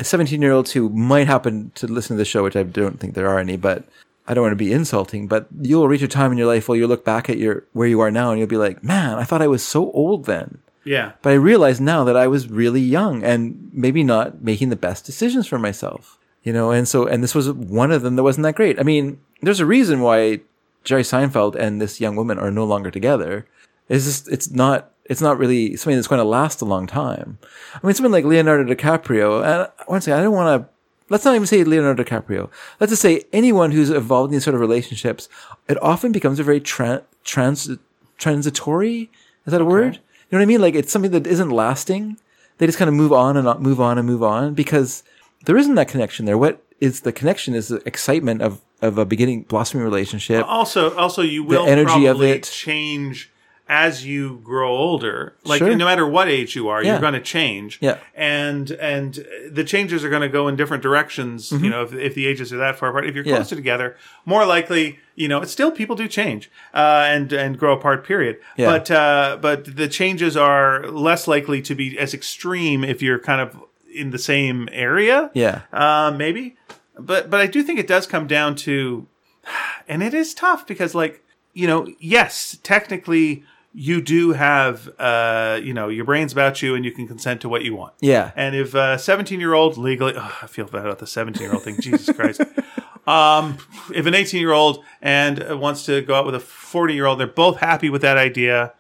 B: 17 year olds who might happen to listen to this show, which I don't think there are any, but I don't want to be insulting. But you'll reach a time in your life where you look back at your where you are now and you'll be like, man, I thought I was so old then.
A: yeah.
B: But I realize now that I was really young and maybe not making the best decisions for myself. You know, and so and this was one of them that wasn't that great. I mean, there's a reason why Jerry Seinfeld and this young woman are no longer together. It's just it's not it's not really something that's going to last a long time. I mean, someone like Leonardo DiCaprio, and once again, I don't want to let's not even say Leonardo DiCaprio. Let's just say anyone who's involved in these sort of relationships, it often becomes a very tra- trans transitory. Is that a word? You know what I mean? Like it's something that isn't lasting. They just kind of move on and on- move on and move on because there isn't that connection there. What is the connection is the excitement of of a beginning blossoming relationship.
A: Also, also, you will
B: energy of
A: probably
B: it.
A: change as you grow older, like
B: Sure.
A: no matter what age you are,
B: Yeah.
A: you're going to change.
B: Yeah.
A: And and the changes are going to go in different directions. You know, if, if the ages are that far apart, if you're
B: Mm-hmm. Yeah.
A: closer together, more likely, you know, it's still people do change uh, and and grow apart. Period.
B: Yeah.
A: But uh, but the changes are less likely to be as extreme if you're kind of in the same area.
B: Yeah.
A: Uh, maybe. But but I do think it does come down to and it is tough because like, you know, yes, technically you do have uh, you know, your brain's about you and you can consent to what you want.
B: Yeah.
A: And if a 17 year old legally, oh, I feel bad about the 17 year old thing. Jesus Christ. Um, if an 18 year old and uh, wants to go out with a 40 year old, they're both happy with that idea.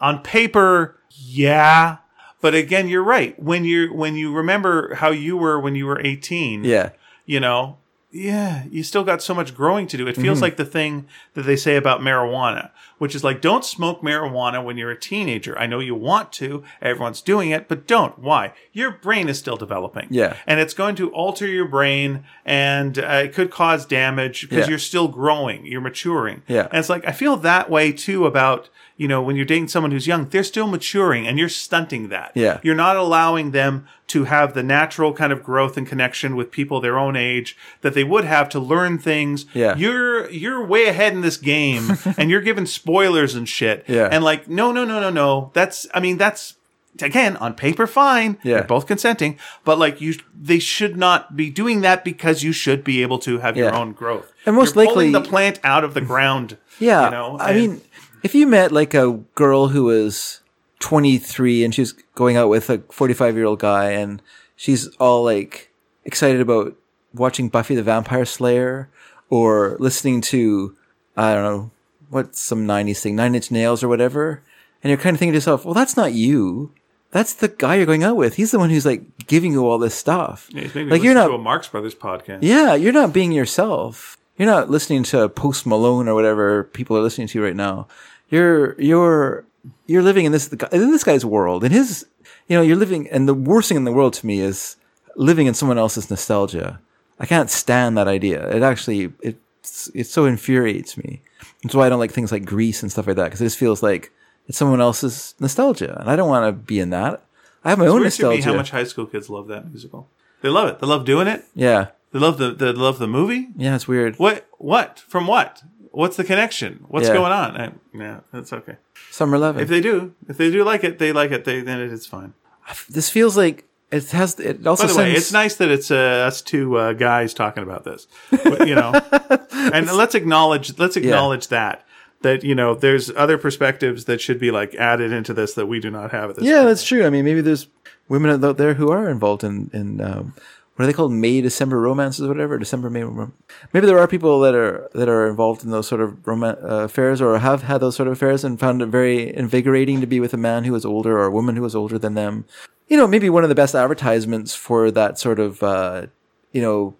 A: On paper, yeah. But again, you're right. When you when you remember how you were when you were 18,
B: Yeah.
A: you know, yeah, you still got so much growing to do. It
B: Mm-hmm.
A: feels like the thing that they say about marijuana, which is like, don't smoke marijuana when you're a teenager. I know you want to, everyone's doing it, but don't. Why? Your brain is still developing.
B: Yeah.
A: And it's going to alter your brain and uh, it could cause damage because
B: Yeah.
A: you're still growing, you're maturing.
B: Yeah.
A: And it's like, I feel that way too about, you know, when you're dating someone who's young, they're still maturing and you're stunting that.
B: Yeah.
A: You're not allowing them to have the natural kind of growth and connection with people their own age that they would have to learn things.
B: Yeah.
A: You're you're way ahead in this game and you're giving spoilers and shit.
B: Yeah.
A: And like, no, no, no, no, no. That's I mean, that's again on paper fine.
B: Yeah.
A: They're both consenting. But like you they should not be doing that because you should be able to have your
B: Yeah.
A: own growth.
B: And most
A: You're pulling
B: likely-
A: the plant out of the ground.
B: Yeah.
A: You know?
B: I
A: and-
B: mean, if you met like a girl who was 23 and she was going out with a 45 year old guy and she's all like excited about watching Buffy the Vampire Slayer or listening to, I don't know, what's some 90s thing, Nine Inch Nails or whatever. And you're kind of thinking to yourself, well, that's not you. That's the guy you're going out with. He's the one who's like giving you all this stuff.
A: it's maybe
B: like you're
A: listen
B: not
A: to a Marx Brothers podcast.
B: yeah, you're not being yourself. You're not listening to Post Malone or whatever people are listening to right now. You're you're you're living in this in this guy's world. In his, you know, you're living. And the worst thing in the world to me is living in someone else's nostalgia. I can't stand that idea. It actually it it so infuriates me. That's why I don't like things like Grease and stuff like that because it just feels like it's someone else's nostalgia, and I don't want to be in that. I have my own
A: Weird to me
B: Oh, nostalgia.
A: how much high school kids love that musical. They love it. They love doing it.
B: yeah,
A: They love the they love the movie.
B: yeah, it's weird.
A: What what from what? What's the connection? What's
B: Yeah.
A: going on? I, yeah, that's okay.
B: Summer Eleven.
A: If they do, if they do like it, they like it. They then it is fine.
B: this feels like it has it also
A: By the way,
B: sends-
A: it's nice that it's uh, us two uh, guys talking about this. But, you know, and let's acknowledge let's acknowledge that that you know there's other perspectives that should be like added into this that we do not have at this.
B: yeah that's true i mean maybe there's women out there who are involved in in um, what are they called may december romances or whatever december may rom- maybe there are people that are that are involved in those sort of roman- uh, affairs or have had those sort of affairs and found it very invigorating to be with a man who is older or a woman who is older than them you know maybe one of the best advertisements for that sort of uh, you know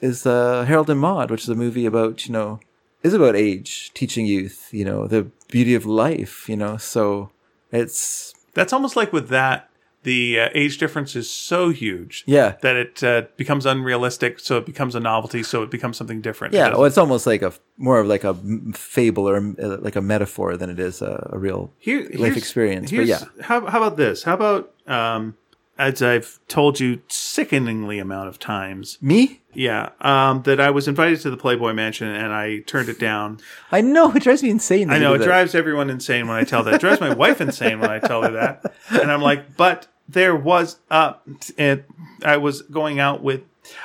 B: is uh, Harold and Maude, which is a movie about you know is about age, teaching youth, you know, the beauty of life, you know. So it's
A: That's almost like with that the uh, age difference is so huge
B: yeah,
A: that it uh, becomes unrealistic. So it becomes a novelty. So it becomes something different. It
B: yeah.
A: doesn't-
B: Well, it's almost like a more of like a m- fable or uh, like a metaphor than it is a, a real.
A: Here- here's-
B: experience, but
A: here's-
B: yeah.
A: How, how about this? How about um, as I've told you sickeningly amount of times,
B: Me,
A: yeah, um, that I was invited to the Playboy Mansion and I turned it down.
B: I know it drives me insane.
A: I know it drives everyone insane when I tell that. It drives my wife insane when I tell her that. And I'm like, but there was uh, and I was going out with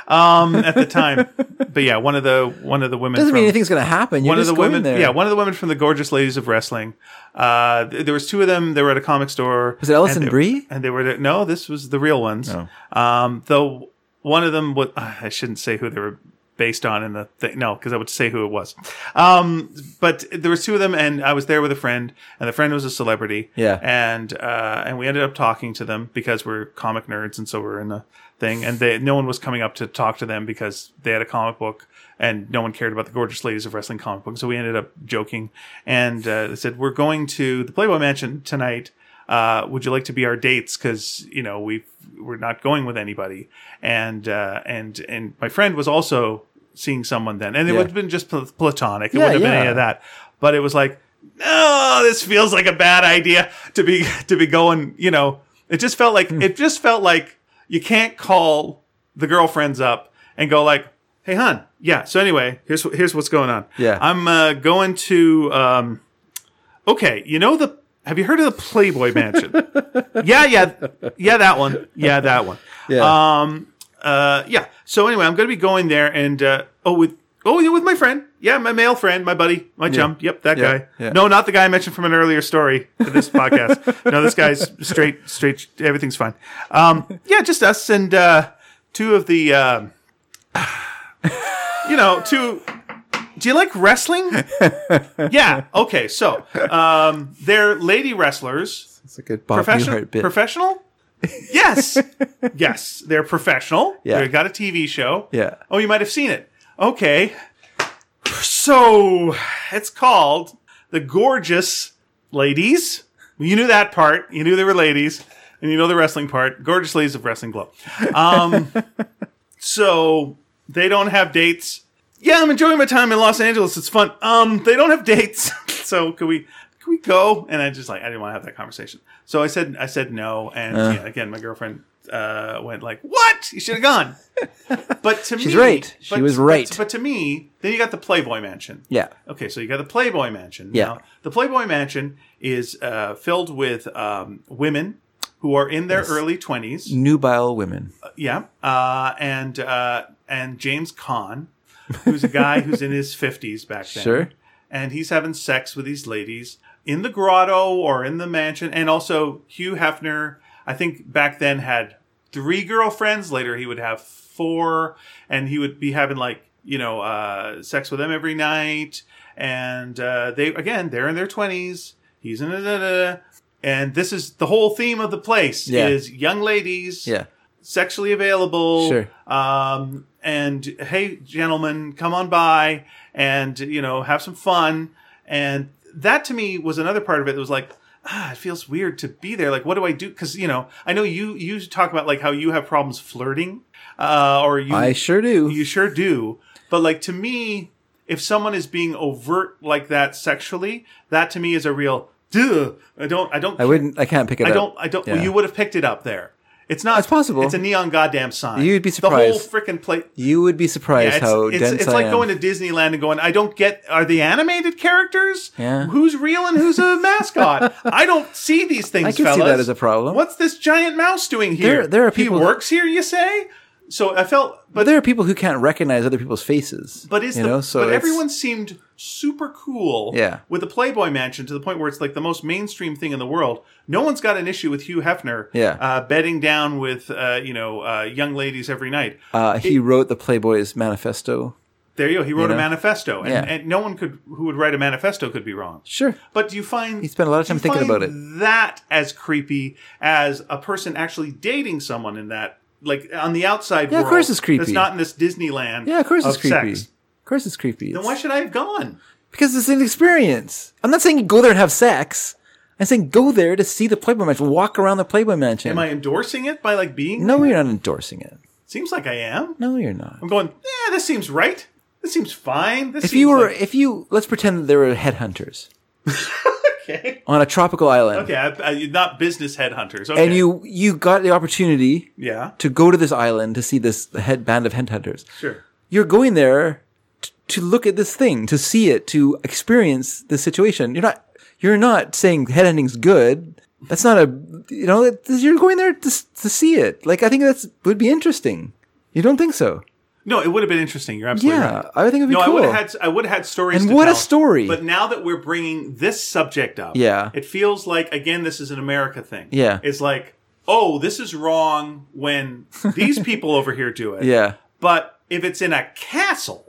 A: um at the time. But yeah, one of the one of the women
B: doesn't
A: from,
B: mean anything's going to happen. You're
A: one of
B: just
A: the
B: going
A: women
B: there.
A: yeah one of the women from the gorgeous ladies of wrestling uh th- there was two of them they were at a comic store
B: Was it Alison
A: and they-
B: Brie? Oh.
A: and they were no this was the real ones um though one of them was i shouldn't say who they were based on in the thing no because i would say who it was um but there was two of them and i was there with a friend and the friend was a celebrity
B: Yeah.
A: and uh and we ended up talking to them because we're comic nerds and so we're in the thing and they no one was coming up to talk to them because they had a comic book and no one cared about the gorgeous ladies of wrestling comic book so we ended up joking and uh, they said we're going to the playboy mansion tonight uh, would you like to be our dates? Because you know we we're not going with anybody, and uh, and and my friend was also seeing someone then, and it
B: Yeah.
A: would have been just pl- platonic. It
B: Yeah,
A: wouldn't have been
B: yeah.
A: any of that, but it was like no, this feels like a bad idea to be to be going. You know, it just felt
B: Hmm.
A: like it just felt like you can't call the girlfriends up and go like, "Hey, hon, yeah." So anyway, here's wh- here's what's going on.
B: Yeah.
A: I'm uh, going to. Um, okay, you know the. Have you heard of the Playboy Mansion? yeah, yeah, yeah, that one. Yeah, that one.
B: Yeah.
A: Um. Uh. Yeah. So anyway, I'm going to be going there, and uh, oh, with oh, yeah, with my friend. Yeah, my male friend, my buddy, my chum. Yep, that
B: Yeah,
A: guy.
B: yeah.
A: No, not the guy I mentioned from an earlier story for this podcast. No, this guy's straight, straight. Everything's fine. Um. Yeah, just us and uh, two of the. Um, you know, two. Do you like wrestling? yeah. Okay. So, um, they're lady wrestlers
B: it's like a Bob
A: professional
B: Newhart bit.
A: professional yes yes they're professional
B: Yeah.
A: they've got a tv show
B: yeah.
A: oh you might have seen it okay so it's called the gorgeous ladies you knew that part you knew they were ladies and you know the wrestling part gorgeous ladies of wrestling glow um, so they don't have dates yeah i'm enjoying my time in los angeles it's fun um they don't have dates so can we can we go and i just like i didn't want to have that conversation so i said i said no and yeah, again my girlfriend uh, went like what you should have gone but to
B: She's
A: me
B: right. She
A: but-
B: was
A: but-
B: right.
A: but to me then you got the playboy mansion
B: Yeah.
A: Okay, so you got the Playboy Mansion.
B: Yeah.
A: Now, the Playboy Mansion is uh, filled with um, women who are in their early twenties.
B: Nubile women.
A: Yeah, uh, and uh, and James Caan, who's a guy who's in his fifties back then.
B: Sure.
A: And he's having sex with these ladies in the grotto or in the mansion, and also Hugh Hefner. I think back then had three girlfriends. Later he would have four, and he would be having like you know uh, sex with them every night. And uh, they again they're in their twenties. He's in da, da, da, da. and this is the whole theme of the place
B: Yeah.
A: is young ladies
B: Yeah.
A: sexually available.
B: Sure.
A: Um, and hey, gentlemen, come on by and, you know, have some fun. And that to me was another part of it that was like, ah, it feels weird to be there. Like, what do I do? Cause, you know, I know you, you talk about like how you have problems flirting, uh, or you,
B: I sure do.
A: you sure do. But like to me, if someone is being overt like that sexually, that to me is a real, duh, I don't, I don't,
B: I wouldn't. I can't pick it
A: I
B: up.
A: don't. I don't.
B: Yeah.
A: you would have picked it up there. It's not.
B: It's possible.
A: It's a neon goddamn sign.
B: You'd be surprised.
A: The whole freaking place.
B: You would be surprised
A: It's,
B: how
A: it's,
B: dense
A: it's
B: I
A: like
B: am.
A: going to Disneyland and going, I don't get, are they animated characters?
B: Yeah.
A: Who's real and who's a mascot? I don't see these things,
B: I can see
A: fellas.
B: that as a problem.
A: What's this giant mouse doing here?
B: There- there are people-
A: He works here, you say? So I felt, but,
B: but there are people who can't recognize other people's faces.
A: but it's
B: you
A: the,
B: know, so
A: but
B: it's-
A: everyone seemed super cool
B: Yeah.
A: with the Playboy Mansion to the point where it's like the most mainstream thing in the world. No one's got an issue with Hugh Hefner
B: Yeah.
A: uh, bedding down with uh, you know uh, young ladies every night.
B: Uh, he wrote the Playboy's manifesto.
A: There you go. He wrote a
B: know?
A: manifesto, and,
B: Yeah.
A: and no one could who would write a manifesto could be wrong.
B: Sure.
A: But do you find he
B: spent a lot of time thinking about it.
A: That as creepy as a person actually dating someone in that, like on the outside.
B: Yeah, of
A: world,
B: course it's creepy.
A: That's not in this Disneyland.
B: Yeah, of course it's
A: of
B: creepy.
A: sex.
B: Of course it's creepy.
A: Then
B: It's-
A: why should I have gone?
B: Because it's an experience. I'm not saying you go there and have sex. I'm saying go there to see the Playboy Mansion, walk around the Playboy Mansion.
A: Am I endorsing it by like being?
B: no, you're not endorsing it.
A: Seems like I am.
B: No, you're not.
A: I'm going. Yeah, this seems right. This seems fine. This
B: If
A: seems
B: you were,
A: like-
B: if you, let's pretend that there were headhunters
A: okay,
B: on a tropical island,
A: okay, I, I, uh, not business headhunters. Okay.
B: and you you got the opportunity
A: yeah,
B: to go to this island to see this head band of headhunters,
A: sure.
B: you're going there t- to look at this thing, to see it, to experience the situation. You're not you're not saying headhunting's good. That's not a you know that- you're going there to s- to see it. Like I think that's would be interesting. You don't think so?
A: No, it would have been interesting. You're absolutely
B: Yeah,
A: right.
B: I think it would be
A: No, I
B: cool.
A: would have had I would have had stories.
B: And
A: to
B: what a
A: tell.
B: story.
A: But now that we're bringing this subject up,
B: Yeah.
A: it feels like again this is an America thing.
B: Yeah.
A: it's like oh, this is wrong when these people over here do it.
B: yeah.
A: but if it's in a castle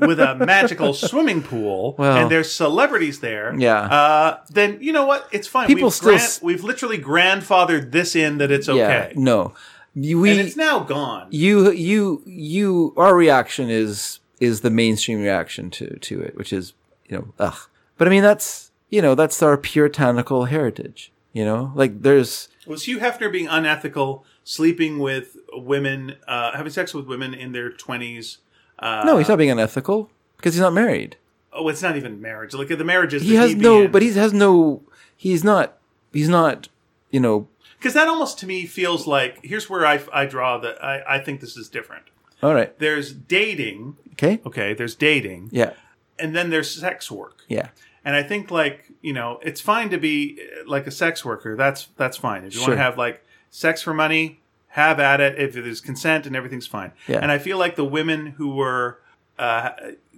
A: with a magical swimming pool
B: Well.
A: and there's celebrities there,
B: Yeah.
A: uh, then you know what? It's fine.
B: People
A: we've
B: still
A: gran-
B: s-
A: we've literally grandfathered this in that it's
B: Yeah.
A: okay,
B: No. You-
A: and
B: We
A: it's now gone.
B: you you you our reaction is is the mainstream reaction to to it, which is you know ugh. But I mean that's you know that's our puritanical heritage. You know, like there's
A: Was Hugh Hefner being unethical, sleeping with women, uh, having sex with women in their twenties? Uh,
B: No, he's not being unethical because he's not married.
A: oh, it's not even marriage. Like the marriage is
B: He has no, but he has no. He's not. He's not. You know.
A: because that almost to me feels like here's where I, I draw that I, I think this is different.
B: All right.
A: There's dating,
B: Okay.
A: okay. There's dating,
B: Yeah.
A: and then there's sex work.
B: Yeah.
A: And I think like you know, it's fine to be uh, like a sex worker. That's that's fine. If you
B: Sure.
A: want to have like sex for money, have at it. If there's consent and everything's fine.
B: Yeah.
A: And I feel like the women who were uh,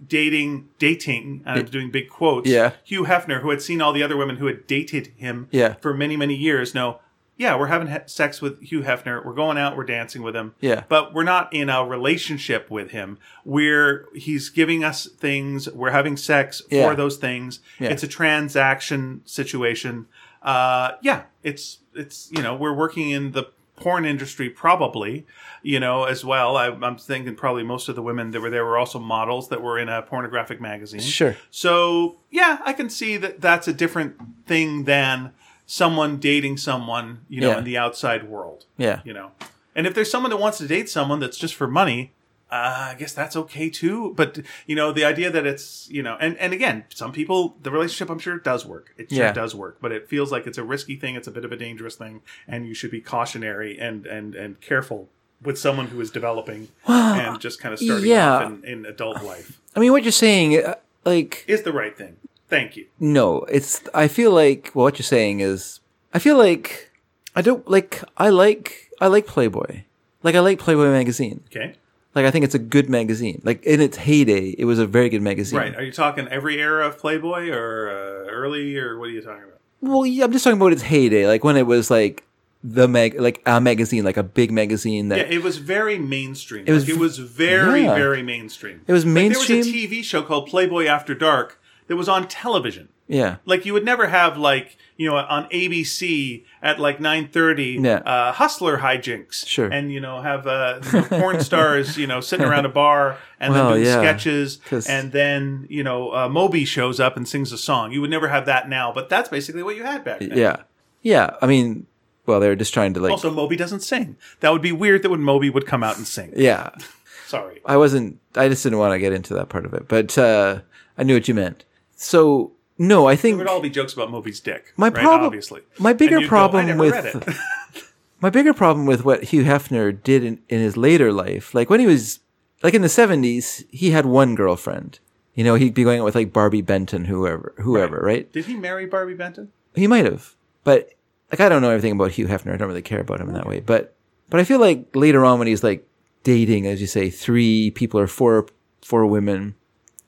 A: dating, dating, and I'm doing big quotes.
B: Yeah.
A: Hugh Hefner, who had seen all the other women who had dated him.
B: Yeah.
A: For many many years, no. Yeah, we're having he- sex with Hugh Hefner. We're going out. We're dancing with him
B: Yeah.
A: but we're not in a relationship with him. We're he's giving us things, we're having sex
B: Yeah.
A: for those things.
B: Yeah.
A: It's a transaction situation. Uh, yeah, it's it's you know we're working in the porn industry probably, you know as well. I, I'm thinking probably most of the women that were there were also models that were in a pornographic magazine.
B: Sure.
A: So yeah, I can see that that's a different thing than someone dating someone you know
B: Yeah.
A: in the outside world
B: Yeah.
A: you know. And if there's someone that wants to date someone that's just for money, uh, I guess that's okay too. But you know, the idea that it's you know, and and again, some people the relationship I'm sure does work. It sure
B: Yeah.
A: does work, but it feels like it's a risky thing. It's a bit of a dangerous thing, and you should be cautionary and and and careful with someone who is developing and just kind of starting
B: yeah.
A: off in, in adult life
B: I mean, what you're saying, uh, like,
A: is the right thing. Thank you.
B: no, it's. I feel like well, what you're saying is, I feel like I don't like. I like. I like Playboy. Like I like Playboy magazine.
A: Okay.
B: Like I think it's a good magazine. Like in its heyday, it was a very good magazine.
A: Right. Are you talking every era of Playboy or uh, early or what are you talking about?
B: Well, yeah, I'm just talking about its heyday, like when it was like the mag, like a magazine, like a big magazine that
A: Yeah, it was very mainstream. It was,
B: was
A: like, it was very,
B: yeah.
A: very mainstream.
B: it was
A: There was a
B: mainstream.
A: TV show called Playboy After Dark that was on television.
B: yeah,
A: Like you would never have like you know on ABC at like nine thirty
B: Yeah.
A: uh, hustler hijinks,
B: Sure.
A: and you know have uh, you know, porn stars you know sitting around a bar and
B: Well,
A: then doing
B: yeah.
A: sketches,
B: 'Cause-
A: and then you know uh, Moby shows up and sings a song. You would never have that now, but that's basically what you had back then.
B: yeah, yeah. I mean, well, they were just trying to like,
A: Also, Moby doesn't sing. That would be weird. That when Moby would come out and sing.
B: yeah.
A: Sorry.
B: I wasn't. I just didn't want to get into that part of it, but uh, I knew what you meant. So no, I
A: It
B: think
A: would all be jokes about Moby's dick.
B: My
A: right?
B: problem-
A: obviously.
B: my bigger
A: And you'd go,
B: problem
A: I never
B: with-
A: read it.
B: my bigger problem with what Hugh Hefner did in, in his later life, like when he was like in the seventies, he had one girlfriend. You know, he'd be going out with like Barbie Benton, whoever, whoever, right?
A: Did he marry Barbie Benton?
B: He might have, but like I don't know everything about Hugh Hefner. I don't really care about him in that way. But but I feel like later on when he's like dating, as you say, three people or four four women,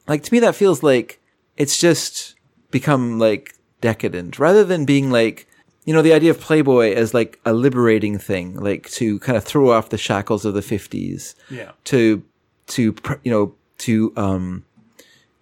B: like to me that feels like it's just become like decadent rather than being like you know the idea of Playboy as like a liberating thing, like to kind of throw off the shackles of the fifties
A: Yeah.
B: to to pr- you know to um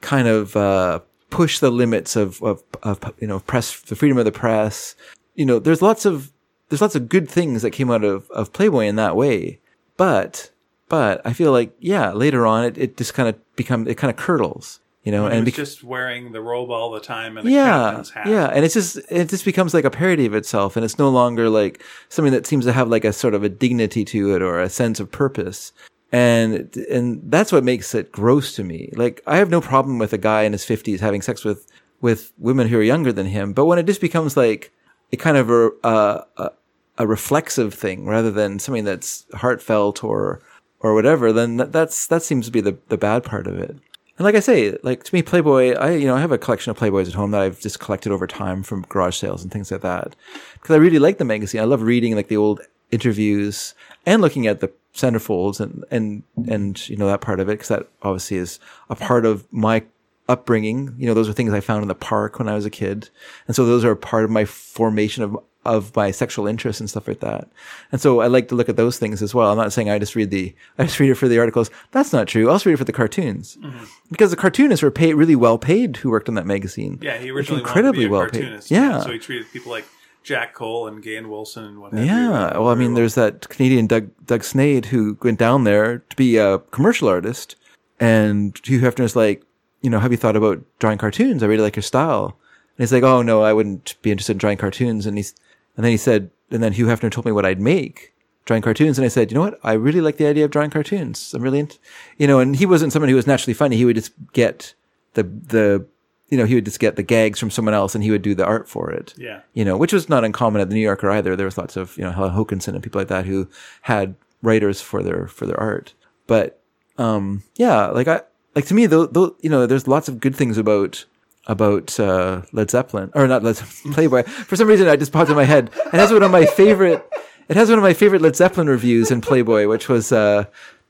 B: kind of uh push the limits of of, of you know press the freedom of the press you know there's lots of there's lots of good things that came out of of playboy in that way but but i feel like yeah later on it, it just kind of become it kind of curdles you know
A: And
B: and
A: he
B: bec-
A: was just wearing the robe all the time and a
B: yeah
A: captain's hat.
B: yeah and it's just it just becomes like a parody of itself and it's no longer like something that seems to have like a sort of a dignity to it or a sense of purpose and and that's what makes it gross to me like i have no problem with a guy in his 50s having sex with with women who are younger than him but when it just becomes like a kind of uh, a a, a, a reflexive thing rather than something that's heartfelt or or whatever then that, that's that seems to be the the bad part of it and like I say, like to me, Playboy, I you know I have a collection of Playboys at home that I've just collected over time from garage sales and things like that because I really like the magazine. I love reading like the old interviews and looking at the centerfolds and and and you know that part of it because that obviously is a part of my upbringing. You know, those are things I found in the park when I was a kid, and so those are part of my formation of of my sexual interests and stuff like that. And so I like to look at those things as well. I'm not saying I just read the I just read it for the articles. That's not true. I also read it for the cartoons
A: Mm-hmm.
B: because the cartoonists were paid really well paid who worked on that magazine.
A: Yeah, he originally
B: incredibly
A: wanted to be a
B: well-paid.
A: cartoonist.
B: Yeah.
A: So he treated people like Jack Cole and Gan Wilson and whatnot.
B: Yeah. Well, I mean, there's that Canadian Doug Doug Snade who went down there to be a commercial artist, and Hugh Hefner's like, you know, have you thought about drawing cartoons? I really like your style. And he's like, oh no, I wouldn't be interested in drawing cartoons. And he's, and then he said, and then Hugh Hefner told me what I'd make drawing cartoons, and I said, you know what, I really like the idea of drawing cartoons. I'm really, int-, you know, and he wasn't someone who was naturally funny. He would just get the the you know he would just get the gags from someone else and he would do the art for it
A: Yeah.
B: you know which was not uncommon at the new yorker either there was lots of you know helen hokinson and people like that who had writers for their for their art but um yeah like i like to me though, though you know there's lots of good things about about uh led zeppelin or not led Zeppelin, playboy for some reason i just popped in my head it has one of my favorite it has one of my favorite led zeppelin reviews in playboy which was uh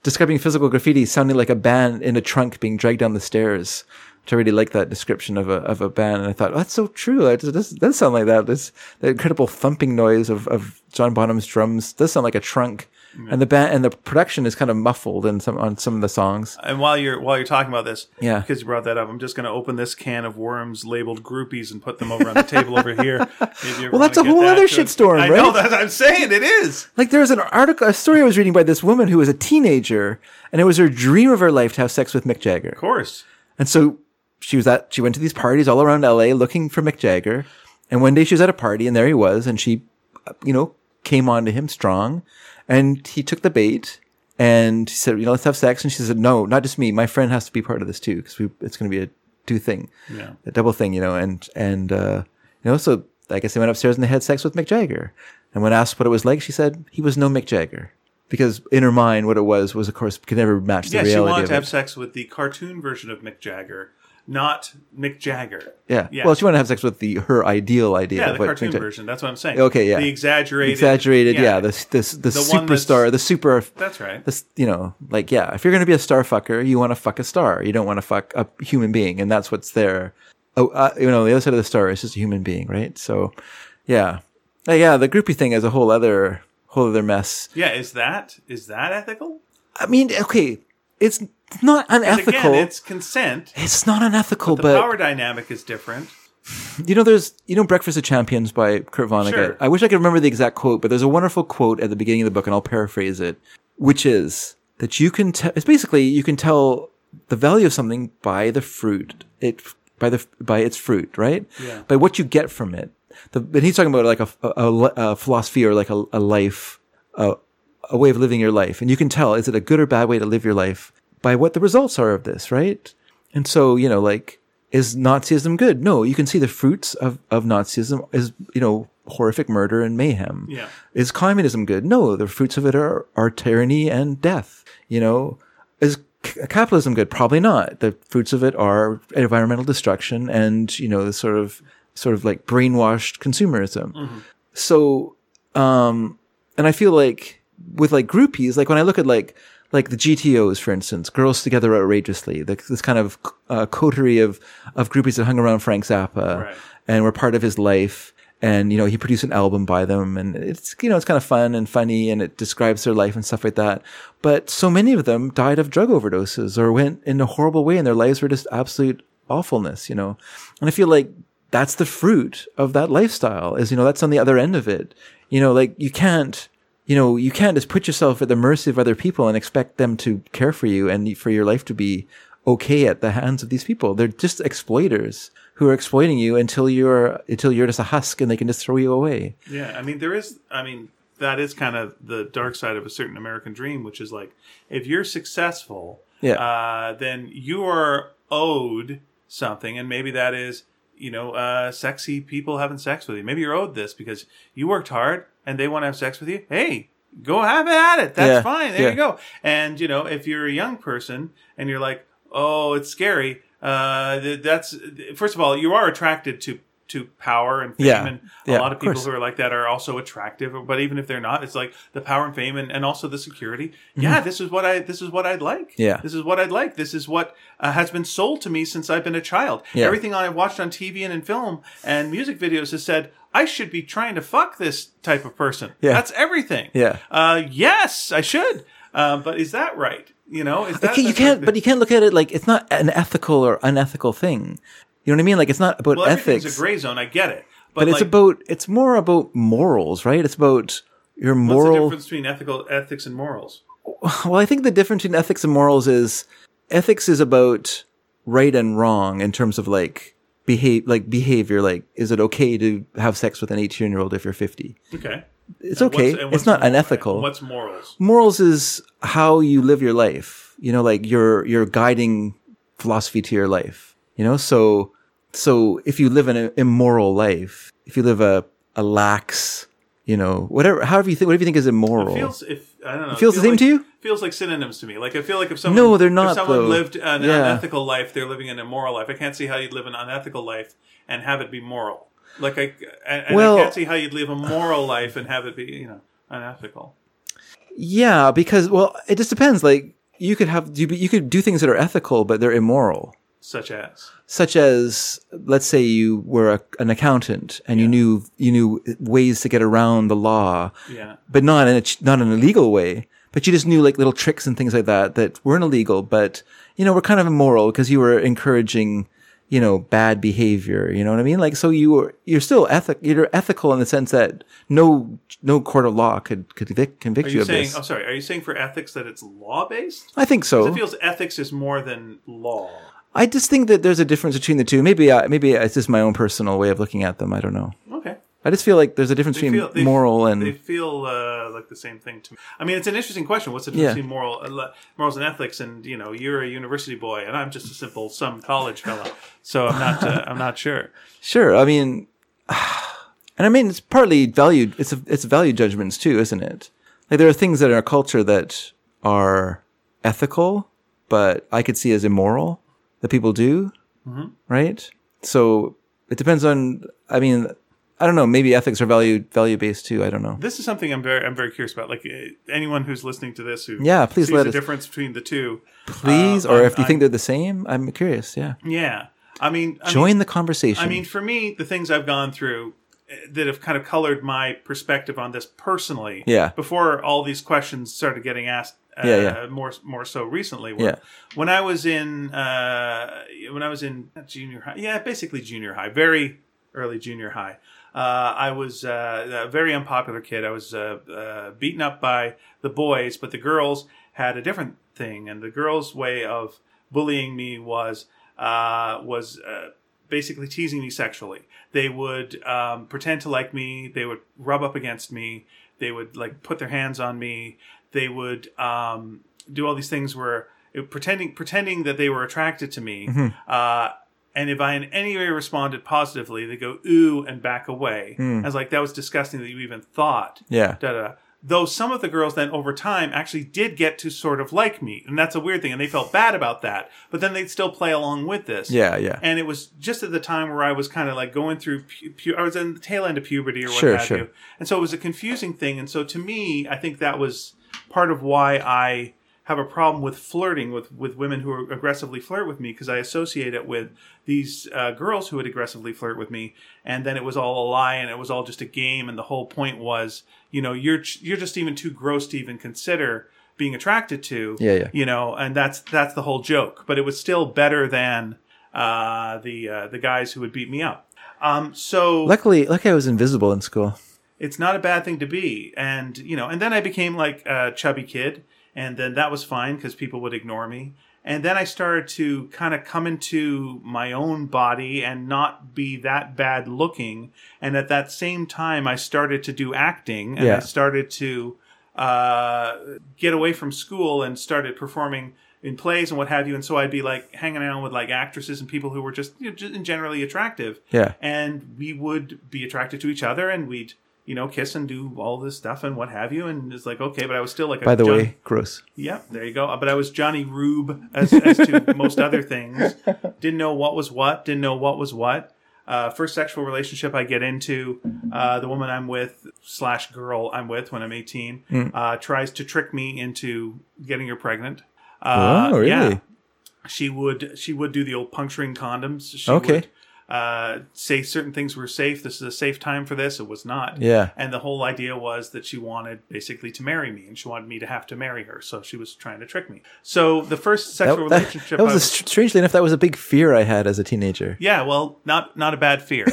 B: describing physical graffiti sounding like a band in a trunk being dragged down the stairs which I really like that description of a of a band, and I thought, oh, that's so true. It does, it does sound like that. This the incredible thumping noise of, of John Bonham's drums does sound like a trunk, and the band and the production is kind of muffled in some on some of the songs.
A: And while you're while you're talking about this,
B: Yeah.
A: because you brought that up, I'm just going to open this can of worms labeled groupies and put them over on the table over here. If you ever
B: Well, that's
A: wanna get
B: a whole
A: that
B: other
A: to it.
B: shitstorm,
A: I know
B: right?
A: that I'm saying it is.
B: Like there was an article, a story I was reading by this woman who was a teenager, and it was her dream of her life to have sex with Mick Jagger.
A: Of course.
B: And so she was at she went to these parties all around LA looking for Mick Jagger. And one day she was at a party and there he was and she you know came on to him strong and he took the bait and he said, "You know, let's have sex." And she said, "No, not just me. My friend has to be part of this too because it's going to be a two thing."
A: Yeah.
B: a double thing, you know, and and uh, you know, so I guess they went upstairs and they had sex with Mick Jagger. And when asked what it was like, she said he was no Mick Jagger because in her mind, what it was was, of course, could never match the
A: Yes, you
B: reality
A: wanted
B: of
A: to
B: it.
A: have sex with the cartoon version of Mick Jagger, not Mick Jagger.
B: yeah.
A: Yeah.
B: well, she wanted to have sex with the her ideal idea.
A: Yeah,
B: of
A: the
B: what
A: cartoon
B: Mick Jagger,
A: version. That's what I'm saying.
B: Okay, yeah.
A: The exaggerated.
B: exaggerated. Yeah, the this the,
A: one that's-
B: superstar, the super.
A: that's right.
B: This, you know, like yeah, if you're going to be a star fucker, you want to fuck a star. You don't want to fuck a human being, and that's what's there. Oh, uh, you know, the other side of the star is just a human being, right? So, yeah, Uh, yeah. The groupie thing is a whole other whole other mess.
A: Yeah, is that is that ethical?
B: I mean, okay, it's not
A: 'Cause
B: unethical.
A: Again,
B: it's,
A: it's consent.
B: not unethical,
A: The
B: but
A: power dynamic is different.
B: you know, there's you know, Breakfast of Champions by Kurt Vonnegut.
A: Sure.
B: I wish I could remember the exact quote, but there's a wonderful quote at the beginning of the book, and I'll paraphrase it, which is that you can tell. It's basically you can tell the value of something by the fruit it by the by its fruit, right?
A: Yeah.
B: By what you get from it. The, and he's talking about like a, a, a philosophy or like a, a life, a, a way of living your life, and you can tell is it a good or bad way to live your life by what the results are of this, right? And so, you know, like, is Nazism good? No, you can see the fruits of, of Nazism is, you know, horrific murder and mayhem.
A: Yeah.
B: Is communism good? No, the fruits of it are, are tyranny and death. You know, is c- capitalism good? Probably not. The fruits of it are environmental destruction and, you know, the sort of, sort of like brainwashed consumerism. So, um, and I feel like with like groupies, like when I look at like like the GTOs, for instance, girls together outrageously, the, this kind of uh, coterie of of groupies that hung around Frank Zappa
A: Right.
B: and were part of his life. And you know, he produced an album by them, and it's you know it's kind of fun and funny, and it describes their life and stuff like that. But so many of them died of drug overdoses or went in a horrible way, and their lives were just absolute awfulness, you know. And I feel like that's the fruit of that lifestyle is you know that's on the other end of it you know like you can't you know you can't just put yourself at the mercy of other people and expect them to care for you and for your life to be okay at the hands of these people they're just exploiters who are exploiting you until you're until you're just a husk and they can just throw you away
A: Yeah, I mean there is I mean that is kind of the dark side of a certain American dream, which is like if you're successful,
B: Yeah.
A: uh, then you are owed something, and maybe that is you know uh, sexy people having sex with you. Maybe you're owed this because you worked hard and they want to have sex with you. Hey. Go have at it. That's
B: Yeah,
A: fine. There
B: yeah.
A: you go. And you know, if you're a young person and you're like, "Oh, it's scary," uh, th- that's first of all, you are attracted to to power and fame,
B: Yeah,
A: and a
B: yeah,
A: lot of
B: of
A: people
B: course.
A: who are like that are also attractive but even if they're not it's like the power and fame and, and also the security yeah this is what i this is what i'd like
B: Mm-hmm. Yeah.
A: this is what i'd like this is what uh, has been sold to me since i've been a child
B: Yeah.
A: everything i've watched on tv and in film and music videos has said i should be trying to fuck this type of person
B: Yeah.
A: that's everything
B: Yeah.
A: uh, yes i should uh, but is that right you know is that
B: Okay, you
A: that's
B: can't
A: right?
B: but you can't look at it like it's not an ethical or unethical thing you know what i mean like it's not about
A: well everything's
B: ethics
A: a gray zone i get it
B: but it's
A: like,
B: about it's more about morals right it's about your
A: what's the
B: moral
A: difference between ethical ethics and morals
B: Well, I think the difference between ethics and morals is ethics is about right and wrong in terms of like behave like behavior like is it okay to have sex with an 18 year old if you're 50
A: okay
B: it's
A: And
B: okay
A: what's- and
B: it's
A: what's
B: not
A: moral-
B: unethical
A: What's morals?
B: morals is how you live your life you know like your your guiding philosophy to your life You know, so so if you live an immoral life, if you live a a lax, you know, whatever, however you think, whatever you think is immoral,
A: It feels if I don't know. It
B: feels the
A: feel
B: same to
A: like-
B: you?
A: Feels like synonyms to me. Like I feel like if someone
B: No, they're
A: If
B: not,
A: someone
B: though.
A: lived an
B: Yeah.
A: unethical life, they're living an immoral life. I can't see how you'd live an unethical life and have it be moral. Like I and, and
B: Well-
A: I can't see how you'd live a moral life and have it be you know unethical.
B: yeah, because well, it just depends. Like you could have you, you could do things that are ethical, but they're immoral.
A: Such as
B: such as let's say you were a, an accountant and you knew you knew ways to get around the law
A: yeah,
B: but not in a ch- not in a legal way but you just knew like little tricks and things like that that weren't illegal but you know were kind of immoral because you were encouraging you know bad behavior you know what i mean like so you were you're still ethic you're ethical in the sense that no no court of law could could convict, convict
A: are
B: you
A: you
B: of
A: saying?
B: this
A: Oh, sorry. Are you saying for ethics that it's law based?
B: i think so
A: It feels ethics is more than law.
B: i just think that there's a difference between the two maybe I, maybe it's just my own personal way of looking at them i don't know
A: Okay.
B: I just feel like there's a difference between
A: feel- they-
B: moral and
A: They feel uh, like the same thing to me. I mean, it's an interesting question. What's the difference
B: Yeah.
A: between moral, uh, le- morals and ethics? And you know, you're a university boy, and I'm just a simple some college fellow. So I'm not. Uh, I'm not sure.
B: sure. I mean, and I mean it's partly valued. It's a, it's value judgments too, isn't it? Like there are things that in our culture that are ethical, but I could see as immoral that people do,
A: Mm-hmm.
B: right? So it depends on. I mean, I don't know. Maybe ethics are value value based too. I don't know.
A: This is something I'm very. I'm very curious about. Like uh, anyone who's listening to this, who
B: Yeah, please
A: sees
B: let
A: the
B: us-
A: difference between the two.
B: Please,
A: uh,
B: or
A: I'm-
B: if you
A: I'm-
B: think they're the same, I'm curious. Yeah,
A: Yeah. I mean, I mean,
B: join the conversation.
A: I mean, for me, the things I've gone through eh, that have kind of colored my perspective on this personally.
B: Yeah.
A: Before all these questions started getting asked. Uh,
B: Yeah, yeah.
A: More, more so recently. were-
B: Yeah.
A: When I was in, uh, when I was in junior high, yeah, basically junior high, very early junior high. Uh, I was uh, a very unpopular kid. I was uh, uh, beaten up by the boys, but the girls had a different thing, and the girls' way of bullying me was uh, was uh, basically teasing me sexually. They would um, pretend to like me. They would rub up against me. They would like put their hands on me. They would um, do all these things where it, pretending pretending that they were attracted to me.
B: Mm-hmm.
A: Uh, and if I in any way responded positively, they go ooh and back away.
B: Hmm.
A: I was like, that was disgusting that you even thought
B: yeah,
A: da, da, da. Though some of the girls then over time actually did get to sort of like me, and that's a weird thing, and they felt bad about that. But then they'd still play along with this.
B: yeah, yeah.
A: And it was just at the time where I was kind of like going through, pu- pu- I was in the tail end of puberty or what
B: Sure,
A: have
B: sure.
A: you. And so it was a confusing thing. And so to me, I think that was part of why I have a problem with flirting with, with women who are aggressively flirt with me because I associate it with these uh, girls who would aggressively flirt with me. And then it was all a lie and it was all just a game. And the whole point was, you know, you're, ch- you're just even too gross to even consider being attracted to
B: Yeah, yeah.
A: you know, and that's that's the whole joke. But it was still better than uh, the uh, the guys who would beat me up. Um, so
B: Luckily, luckily, I was invisible in school.
A: it's not a bad thing to be, and you know, and then I became like a chubby kid, and then that was fine because people would ignore me. And then I started to kind of come into my own body and not be that bad looking. And at that same time, I started to do acting, and
B: Yeah.
A: I started to uh, get away from school and started performing in plays and what have you. And so I'd be like hanging out with like actresses and people who were just you know, just generally attractive.
B: Yeah.
A: And we would be attracted to each other and we'd, you know, kiss and do all this stuff and what have you. And it's like, okay, but I was still like, a
B: By the
A: Johnny-
B: way, gross.
A: yeah, there you go. Uh, But I was Johnny Rube as, as to most other things. Didn't know what was what. Didn't know what was what. Uh, first sexual relationship I get into, uh, the woman I'm with slash girl I'm with when I'm 18
B: Hmm.
A: uh, tries to trick me into getting her pregnant. Uh,
B: oh, really?
A: Yeah, she would she would do the old puncturing condoms. She
B: Okay.
A: Would, uh, say certain things were safe. This is a safe time for this. It was not.
B: Yeah.
A: And the whole idea was that she wanted basically to marry me, and she wanted me to have to marry her. So she was trying to trick me. So the first
B: That,
A: sexual
B: that-
A: relationship
B: that was
A: I
B: a, str- strangely enough, that was a big fear I had as a teenager.
A: yeah, well, not not a bad fear.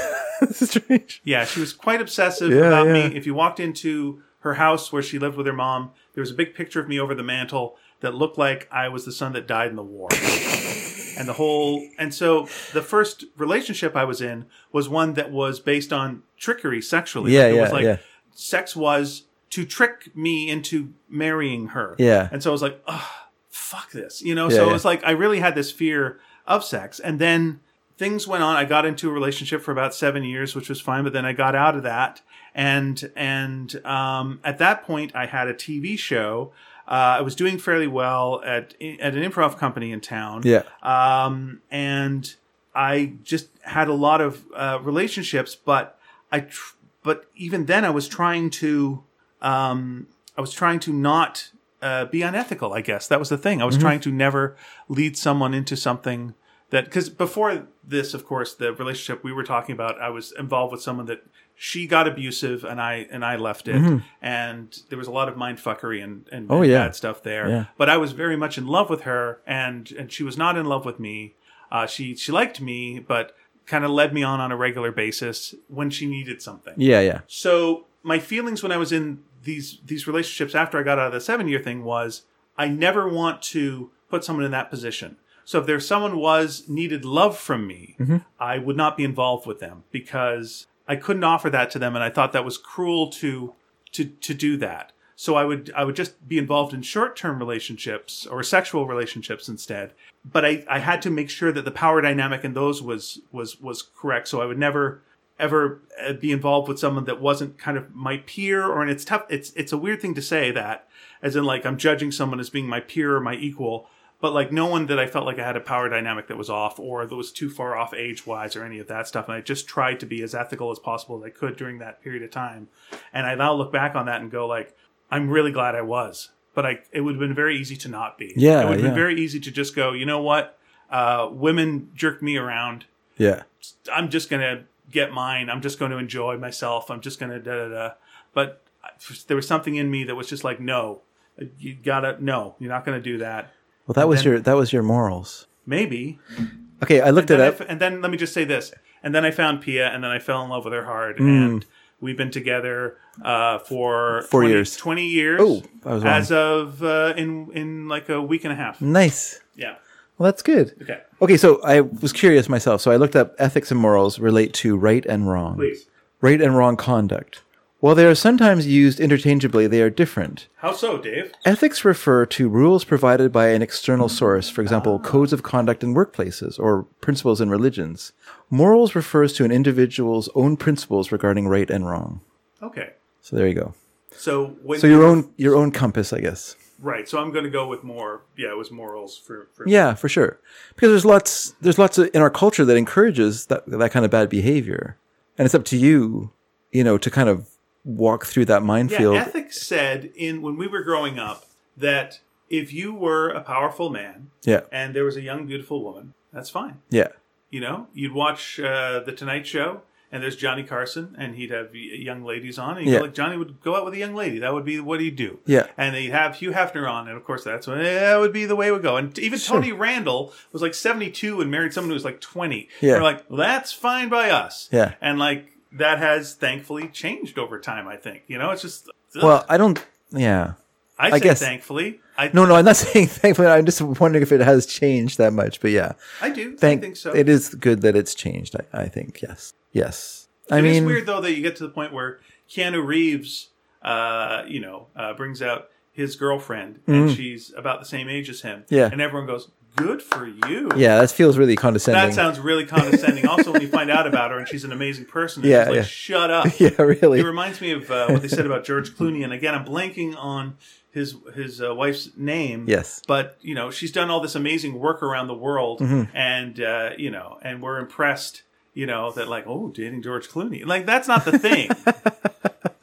B: Strange.
A: Yeah, she was quite obsessive
B: Yeah,
A: about
B: yeah.
A: me. If you walked into her house where she lived with her mom, there was a big picture of me over the mantle that looked like I was the son that died in the war. and the whole and so the first relationship I was in was one that was based on trickery sexually.
B: Yeah,
A: it was
B: yeah,
A: like
B: yeah.
A: sex was to trick me into marrying her.
B: Yeah.
A: And so I was like, oh, fuck this. You know,
B: Yeah,
A: so
B: yeah.
A: it was like I really had this fear of sex. And then things went on. I got into a relationship for about seven years, which was fine, but then I got out of that. And and um, at that point, I had a TV show. Uh, I was doing fairly well at at an improv company in town.
B: Yeah.
A: Um, and I just had a lot of uh, relationships, but I tr- but even then, I was trying to um, I was trying to not uh, be unethical. I guess that was the thing. I
B: Mm-hmm.
A: was trying to never lead someone into something that because before this, of course, the relationship we were talking about, I was involved with someone that she got abusive and I and I left it, and there was a lot of mind fuckery and and,
B: Mm-hmm. Oh,
A: and
B: yeah.
A: bad stuff there.
B: Yeah.
A: But I was very much in love with her, and and she was not in love with me. Uh, she she liked me, but kind of led me on on a regular basis when she needed something.
B: Yeah, yeah.
A: So my feelings when I was in these these relationships after I got out of the seven year thing was I never want to put someone in that position. So if there's someone was needed love from me, I would not be involved with them because I couldn't offer that to them, and I thought that was cruel to to to do that. So I would I would just be involved in short term relationships or sexual relationships instead. But I, I had to make sure that the power dynamic in those was was was correct. So I would never ever uh, be involved with someone that wasn't kind of my peer or and it's tough it's it's a weird thing to say that as in like I'm judging someone as being my peer or my equal but like no one that I felt like I had a power dynamic that was off or that was too far off age wise or any of that stuff and I just tried to be as ethical as possible as I could during that period of time and I now look back on that and go like I'm really glad I was but I it would have been very easy to not be
B: Yeah,
A: it would have
B: yeah.
A: been very easy to just go you know what uh women jerked me around
B: Yeah.
A: I'm just gonna get mine. I'm just going to enjoy myself. I'm just gonna da da da. But I- there was something in me that was just like, no, you gotta no, you're not gonna do that.
B: Well, that was
A: then-
B: your that was your morals.
A: Maybe.
B: Okay, I looked it
A: Then I
B: up.
A: f- and then let me just say this. And then I found Pia, and then I fell in love with her hard,
B: Hmm.
A: and we've been together uh, for
B: Four years.
A: twenty years.
B: Oh, I was Hmm. wrong.
A: as of uh, in in like a week and a half.
B: nice.
A: Yeah.
B: Well, that's good.
A: Okay.
B: Okay, so I was curious myself, so I looked up ethics and morals relate to right and wrong.
A: Please.
B: Right and wrong conduct. While they are sometimes used interchangeably, they are different.
A: How so, Dave?
B: Ethics refer to rules provided by an external source, for example,
A: Ah.
B: codes of conduct in workplaces or principles in religions. Morals refers to an individual's own principles regarding right and wrong.
A: Okay.
B: So there you go.
A: So when
B: So your own your own compass, I guess.
A: right. So I'm going to go with more. Yeah, it was morals for, for
B: Yeah, for sure. Because there's lots there's lots of, in our culture that encourages that that kind of bad behavior, and it's up to you, you know, to kind of walk through that minefield.
A: Yeah, ethics said in when we were growing up that if you were a powerful man
B: yeah,
A: and there was a young beautiful woman, that's fine.
B: yeah,
A: You know, you'd watch uh, the Tonight Show and there's Johnny Carson and he'd have y- young ladies on and you'd
B: Yeah.
A: go like Johnny would go out with a young lady. That would be what he'd do.
B: Yeah.
A: And they'd have Hugh Hefner on and of course that's when eh, that would be the way it would go. And even Tony Randall was like 72 and married someone who was like 20.
B: Yeah.
A: They're like that's fine by us.
B: Yeah.
A: And like that has thankfully changed over time, I think. You know, it's just ugh.
B: Well, I don't. Yeah.
A: I,
B: I
A: say
B: guess-
A: thankfully. I
B: No, no, I'm not saying thankfully. I'm just wondering if it has changed that much. But yeah,
A: I do.
B: thank.
A: I think so.
B: It is good that it's changed. I, I think yes, yes. I
A: It is
B: mean,
A: weird though that you get to the point where Keanu Reeves, uh, you know, uh, brings out his girlfriend and she's about the same age as him.
B: Mm. Yeah.
A: and everyone goes, "Good for you."
B: yeah, that feels really
A: That
B: condescending.
A: sounds really condescending. also, when you find out about her and she's an amazing person, and
B: Yeah,
A: she's like,
B: yeah.
A: "Shut up."
B: yeah, really.
A: It reminds me of uh, what they said about George Clooney, and again, I'm blanking on his his uh, wife's name.
B: Yes.
A: but you know, she's done all this amazing work around the world,
B: Mm-hmm.
A: and uh, you know, and we're impressed. You know that like, oh, dating George Clooney, like that's not the thing.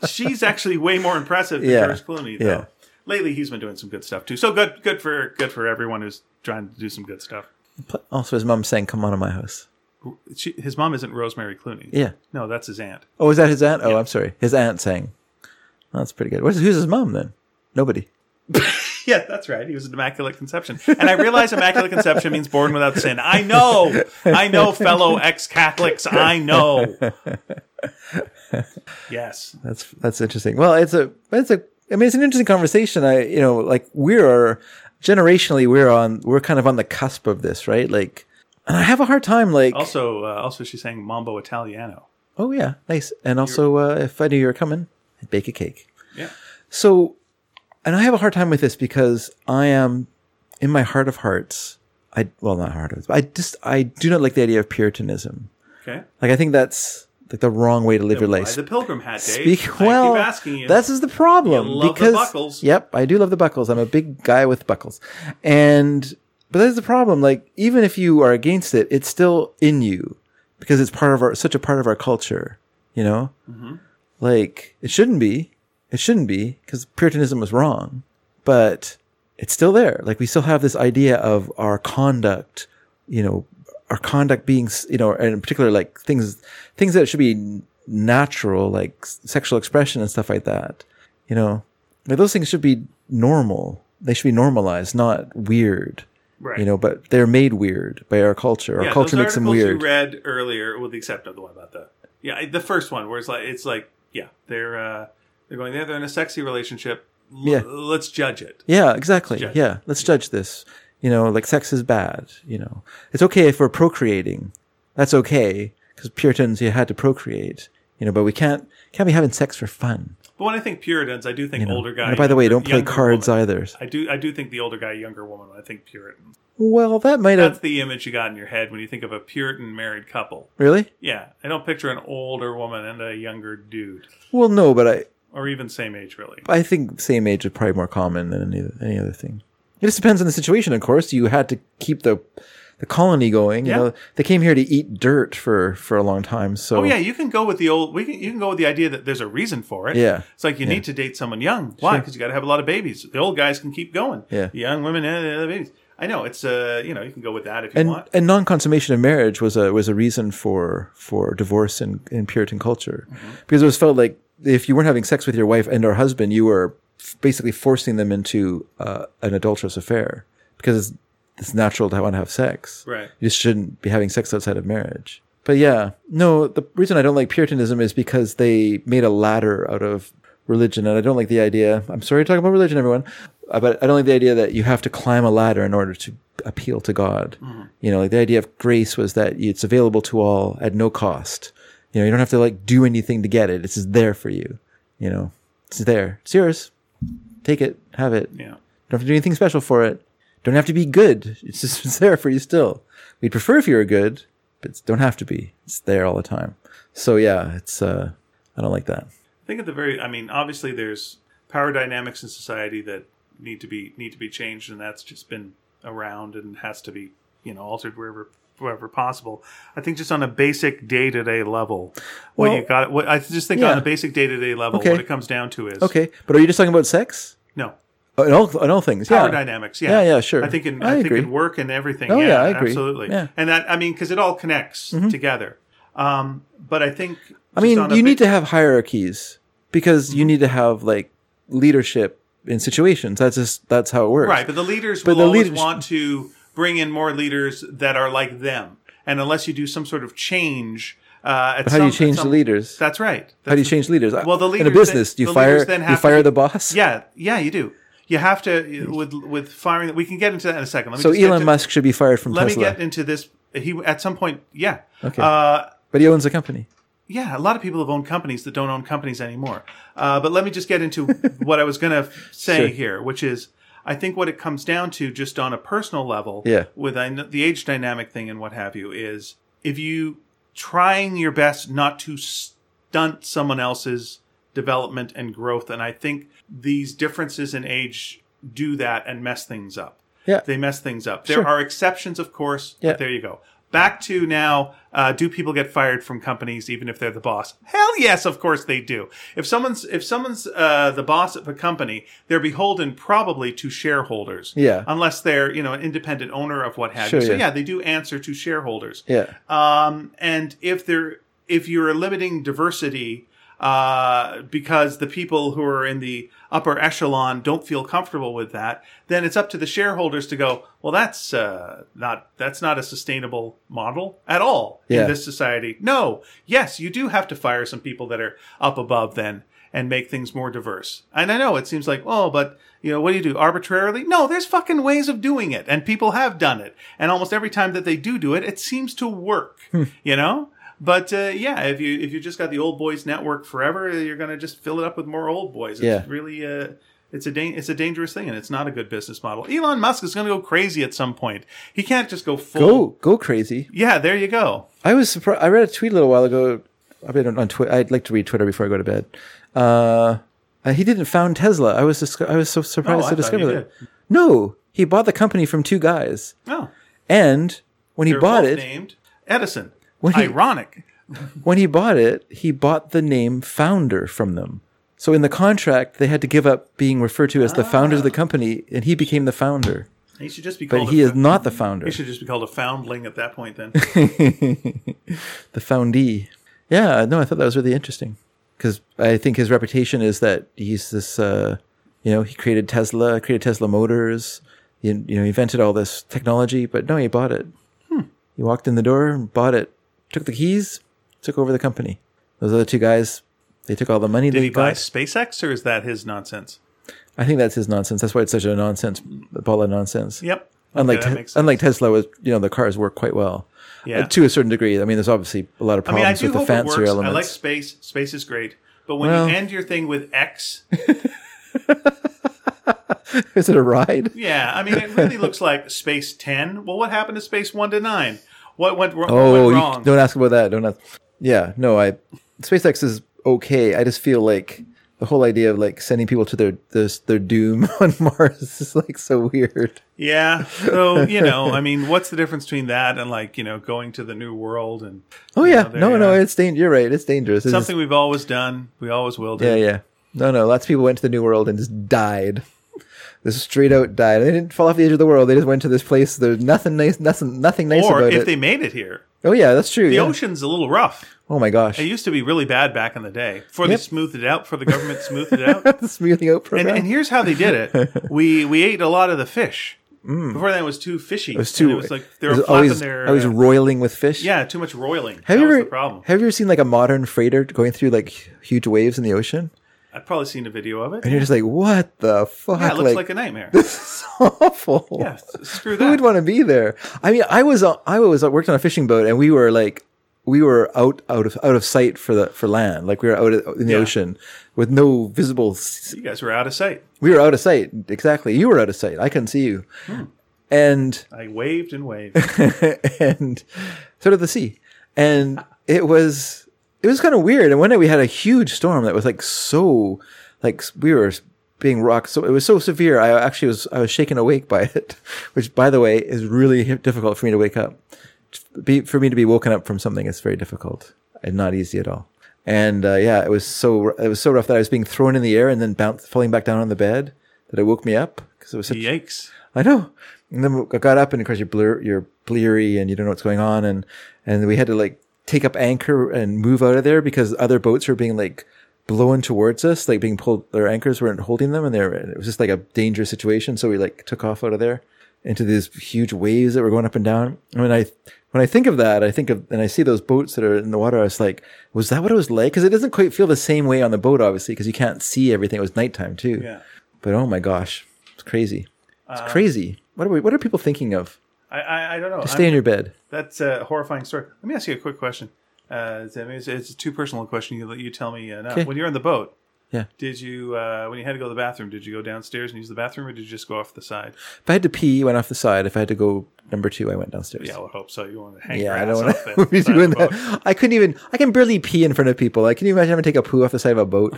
A: she's actually way more impressive than
B: Yeah.
A: George Clooney. Though.
B: Yeah.
A: Lately, he's been doing some good stuff too. So good, good for good for everyone who's trying to do some good stuff.
B: But Also, his mom saying, "Come on to my house."
A: She, his mom isn't Rosemary Clooney.
B: Yeah.
A: no, that's his aunt.
B: Oh, is that his aunt? Oh, I'm sorry, his aunt saying. That's pretty good. Where's, who's his mom then? Nobody.
A: Yeah, that's right. He was an immaculate conception. And I realize immaculate conception means born without sin. I know. I know, fellow ex Catholics. I know. Yes.
B: That's that's interesting. Well, it's a it's a I mean it's an interesting conversation. I you know like we are generationally we're on we're kind of on the cusp of this, right? Like, and I have a hard time like
A: Also, uh, also, she's saying Mambo Italiano.
B: oh yeah nice and also uh, if I knew you were coming, I'd bake a cake.
A: Yeah.
B: So, and I have a hard time with this because I am in my heart of hearts. I well not hard oaths, but I just I do not like the idea of Puritanism.
A: Okay.
B: Like I think that's like the wrong way to live your
A: Why
B: life.
A: the pilgrim hat, Dave?
B: Speak
A: I
B: well.
A: keep asking you.
B: This is the problem
A: You love the
B: because
A: buckles.
B: yep, I do love the buckles. I'm a big guy with buckles, and but that's the problem. Like even if you are against it, it's still in you because it's part of our such a part of our culture. You know,
A: Mm-hmm.
B: like it shouldn't be. It shouldn't be because Puritanism was wrong, but it's still there. Like we still have this idea of our conduct. You know, our conduct being s- you know, and in particular like things things that should be natural, like s- sexual expression and stuff like that. You know, like those things should be normal. They should be normalized, not weird.
A: right.
B: You know, but they're made weird by our culture. Our
A: yeah,
B: culture
A: those
B: makes them
A: articles
B: weird.
A: You read earlier, with the exception of the one about the yeah, I- the first one where it's like it's like yeah, they're uh, they're going yeah, they're in a sexy relationship. L-
B: Yeah.
A: let's judge it.
B: Yeah, exactly.
A: Judge.
B: Yeah, let's judge this. You know, like sex is bad. You know, it's okay if we're procreating. That's okay because Puritans you had to procreate. You know, but we can't can't be having sex for fun.
A: But when I think Puritans, I do think older guy.
B: And by the way,
A: younger-
B: don't play
A: younger
B: cards uh,
A: woman.
B: either.
A: I do I do think the older guy, younger woman. When I think Puritan,
B: Well, that might
A: that's
B: have
A: the image you got in your head when you think of a Puritan married couple.
B: really.
A: Yeah, I don't picture an older woman and a younger dude,
B: Well, no, but I
A: or even same age really.
B: I think same age is probably more common than any any other thing. It just depends on the situation, of course. You had to keep the the colony going. You
A: Yeah.
B: know, they came here to eat dirt for for a long time. So
A: Oh yeah, you can go with the old. We can you can go with the idea that there's a reason for it.
B: Yeah.
A: it's like you need to date someone young. Why? Because you got to have a lot of babies. The old guys can keep going.
B: Yeah.
A: the young women and the babies. I know it's uh you know you can go with that if you
B: and
A: want.
B: and non consummation of marriage was a was a reason for for divorce in, in Puritan culture
A: Mm-hmm.
B: because it was felt like if you weren't having sex with your wife and or husband, you were f- basically forcing them into uh, an adulterous affair because it's, it's natural to want to have sex.
A: Right.
B: You just shouldn't be having sex outside of marriage. But yeah, no, the reason I don't like Puritanism is because they made a ladder out of religion, and I don't like the idea. I'm sorry to talk about religion, everyone, uh, but I don't like the idea that you have to climb a ladder in order to appeal to God. You know, like the idea of grace was that it's available to all at no cost. You know, you don't have to like do anything to get it. It's just there for you. You know, it's there. It's yours. Take it. Have it.
A: Yeah.
B: Don't have to do anything special for it. Don't have to be good. It's just it's there for you still. We'd prefer if you were good, but it's- don't have to be. It's there all the time. So yeah, it's uh I don't like that.
A: I think at the very. I mean, obviously there's power dynamics in society that need to be need to be changed, and that's just been around and has to be you know altered wherever wherever possible. I think just on a basic day to day level, what
B: Well,
A: you got. What I just think
B: yeah.
A: on a basic day to day level,
B: Okay.
A: what it comes down to is
B: Okay, but are you just talking about sex?
A: no.
B: Oh, in all in all things, yeah.
A: power dynamics. Yeah,
B: Yeah, yeah, sure.
A: I think in
B: I
A: I, think
B: agree.
A: in work and everything.
B: Oh,
A: yeah,
B: yeah, I agree.
A: absolutely.
B: Yeah. Mm-hmm.
A: And that I mean because it all connects together. Um, but I think
B: I mean, you need to have hierarchies because you need to have like leadership in situations. That's just that's how it works.
A: right, but the leaders
B: But
A: will
B: the
A: always
B: leaders-
A: want to bring in more leaders that are like them, and unless you do some sort of change, uh, at
B: How do
A: some-
B: you
A: at
B: change
A: some-
B: the leaders?
A: That's right.
B: how do you change leaders?
A: Well, the
B: in a
A: leaders
B: business,
A: then-
B: you
A: the
B: fire
A: leaders then
B: you
A: have
B: fire
A: to-
B: the boss.
A: yeah, yeah, you do. You have to with with firing. We can get into that in a second. Let me
B: So
A: just get
B: Elon
A: to-
B: Musk should be fired from
A: Let
B: Tesla,
A: me get into this. He at some point, yeah.
B: Okay.
A: Uh,
B: but he owns a company.
A: yeah, a lot of people have owned companies that don't own companies anymore. Uh, but let me just get into what I was going to say
B: Sure.
A: here, which is I think what it comes down to, just on a personal level,
B: Yeah.
A: with I kn- the age dynamic thing and what have you, is if you trying your best not to stunt someone else's development and growth, and I think these differences in age do that and mess things up
B: Yeah.
A: they mess things up. There
B: Sure.
A: are exceptions, of course,
B: Yeah.
A: but there you go. Back to now, uh, do people get fired from companies even if they're the boss? Hell yes, of course they do. If someone's if someone's uh, the boss of a company, they're beholden probably to shareholders.
B: Yeah.
A: Unless they're you know an independent owner of what have
B: Sure,
A: you. So
B: yeah.
A: yeah. they do answer to shareholders.
B: Yeah.
A: Um, and if they're if you're limiting diversity uh, because the people who are in the upper echelon don't feel comfortable with that, then it's up to the shareholders to go. Well, that's uh, not that's not a sustainable model at all
B: Yeah.
A: in this society. No, yes, you do have to fire some people that are up above then and make things more diverse. And I know it seems like, oh, but you know, what do you do arbitrarily? No, there's fucking ways of doing it, and people have done it. And almost every time that they do do it, it seems to work.
B: Hmm.
A: you know. But uh, yeah, if you if you just got the old boys network forever, you're gonna just fill it up with more old boys. It's
B: Yeah.
A: really uh, It's a dan- it's a dangerous thing, and it's not a good business model. Elon Musk is going to go crazy at some point. He can't just go full.
B: Go go crazy.
A: Yeah, there you go.
B: I was surprised. I read a tweet a little while ago. I've been on Twitter. I'd like to read Twitter before I go to bed. Uh, uh, he didn't found Tesla. I was disco- I was so surprised
A: Oh, I
B: to
A: thought
B: discover
A: he
B: that. No, he bought the company from two guys,
A: No,
B: and when he
A: They're
B: bought
A: both
B: it,
A: named Edison.
B: What do you-
A: Ironic.
B: when he bought it, he bought the name founder from them. So in the contract, they had to give up being referred to as the founders of
A: Ah.
B: the company, and he became the founder.
A: He should just be
B: But
A: called.
B: he
A: a,
B: is not the founder,
A: He should just be called a foundling at that point. Then
B: the foundee. Yeah, no, I thought that was really interesting because I think his reputation is that he's this. Uh, you know, he created Tesla, created Tesla Motors. You, you know, he invented all this technology, but no, he bought it.
A: Hmm.
B: He walked in the door and bought it, took the keys, took over the company. Those other two guys, they took all the money.
A: did
B: they
A: he buy
B: got.
A: SpaceX or is that his nonsense?
B: I think that's his nonsense. That's why it's such a nonsense a ball of nonsense.
A: Yep. Okay,
B: Unlike
A: that
B: Te-
A: makes sense.
B: unlike Tesla, was you know the cars work quite well.
A: Yeah.
B: Uh, to a certain degree. I mean, there's obviously a lot of
A: I mean,
B: problems
A: I do
B: with the
A: hope it
B: fancier
A: works.
B: elements.
A: I like space. Space is great. But when
B: Well-
A: you end your thing with X,
B: Is it a ride?
A: yeah, I mean, it really looks like Space 10. Well, what happened to Space 1 to 9? What went, wr- what
B: Oh,
A: went
B: you-
A: wrong?
B: don't ask about that. Don't ask. Yeah, no. I SpaceX is okay. I just feel like the whole idea of like sending people to their their, their doom on Mars is like so weird.
A: Yeah. So, you know, I mean, what's the difference between that and like, you know, going to the new world and
B: Oh
A: you
B: yeah,
A: know, there
B: no,
A: you
B: no.
A: are.
B: It's dangerous. You're right. It's dangerous. It's
A: something we've always done, we always will do.
B: Yeah, yeah. No, no. Lots of people went to the New World and just died. Just straight out died. They didn't fall off the edge of the world. They just went to this place. There's nothing nice, nothing, nothing nice
A: or
B: about
A: if
B: it.
A: they made it here.
B: oh yeah, that's true.
A: The
B: yeah.
A: ocean's a little rough.
B: Oh my
A: It
B: gosh,
A: used to be really bad back in the day. Before they
B: Yep.
A: smoothed it out, before the government smoothed it out.
B: the smoothing out program.
A: And, and here's how they did it. We we ate a lot of the fish. Before that, it was too fishy. It
B: was too.
A: It was like they
B: Mm. it
A: were
B: was
A: flapping
B: always,
A: their.
B: always
A: uh,
B: roiling with fish.
A: yeah, too much roiling.
B: Have
A: that
B: you
A: was
B: ever?
A: the problem.
B: Have you ever seen like a modern freighter going through like huge waves in the ocean?
A: I've probably seen a video of it.
B: And you're just like, what the fuck?
A: yeah, it looks like, a nightmare.
B: this is awful.
A: yeah, s- screw
B: Who would
A: that.
B: want to be there? I mean, I was on- I was uh, worked on a fishing boat, and we were like we were out out of out of sight for the for land, like we were out in the
A: Yeah.
B: ocean with no visible. s-
A: You guys were out of sight.
B: We were out of sight. Exactly, you were out of sight. I couldn't see you,
A: Hmm.
B: and
A: I waved and waved.
B: and so did the sea, and it was it was kind of weird. And one day we had a huge storm that was like so like we were being rocked. So it was so severe. I actually was I was shaken awake by it, which by the way is really difficult for me to wake up. Be, for me to be woken up from something is very difficult and not easy at all. And uh, yeah, it was so it was so rough that I was being thrown in the air and then bounce, falling back down on the bed that it woke me up because it was such
A: Yikes!
B: I know. And then I got up, and of course you're blur, you're bleary, and you don't know what's going on, and and we had to like take up anchor and move out of there because other boats were being like blown towards us, like being pulled. Their anchors weren't holding them, and they were, it was just like a dangerous situation. So we like took off out of there into these huge waves that were going up and down. I mean, I when I think of that, I think of and I see those boats that are in the water. I was like, was that what it was like? Because it doesn't quite feel the same way on the boat, obviously, because you can't see everything. It was nighttime too.
A: Yeah,
B: But oh my gosh, it's crazy. It's
A: Uh,
B: crazy. What are we, what are people thinking of?
A: I I, I don't know.
B: Stay
A: I'm-
B: in your bed.
A: that's a horrifying story. Let me ask you a quick question. Uh, it's, I mean, it's, it's a too personal question. You you tell me uh, now.
B: Okay.
A: When you're on the boat,
B: Yeah.
A: Did you uh, when you had to go to the bathroom? Did you go downstairs and use the bathroom, or did you just go off the side?
B: If I had to pee, went off the side. If I had to go number two, I went downstairs.
A: Yeah, I would hope so. You want to hang
B: Yeah,
A: your
B: I
A: ass
B: don't
A: off
B: want to
A: that
B: be
A: side
B: doing
A: of the boat.
B: that. I couldn't even. I can barely pee in front of people. Like, can you imagine having to take a poo off the side of a boat?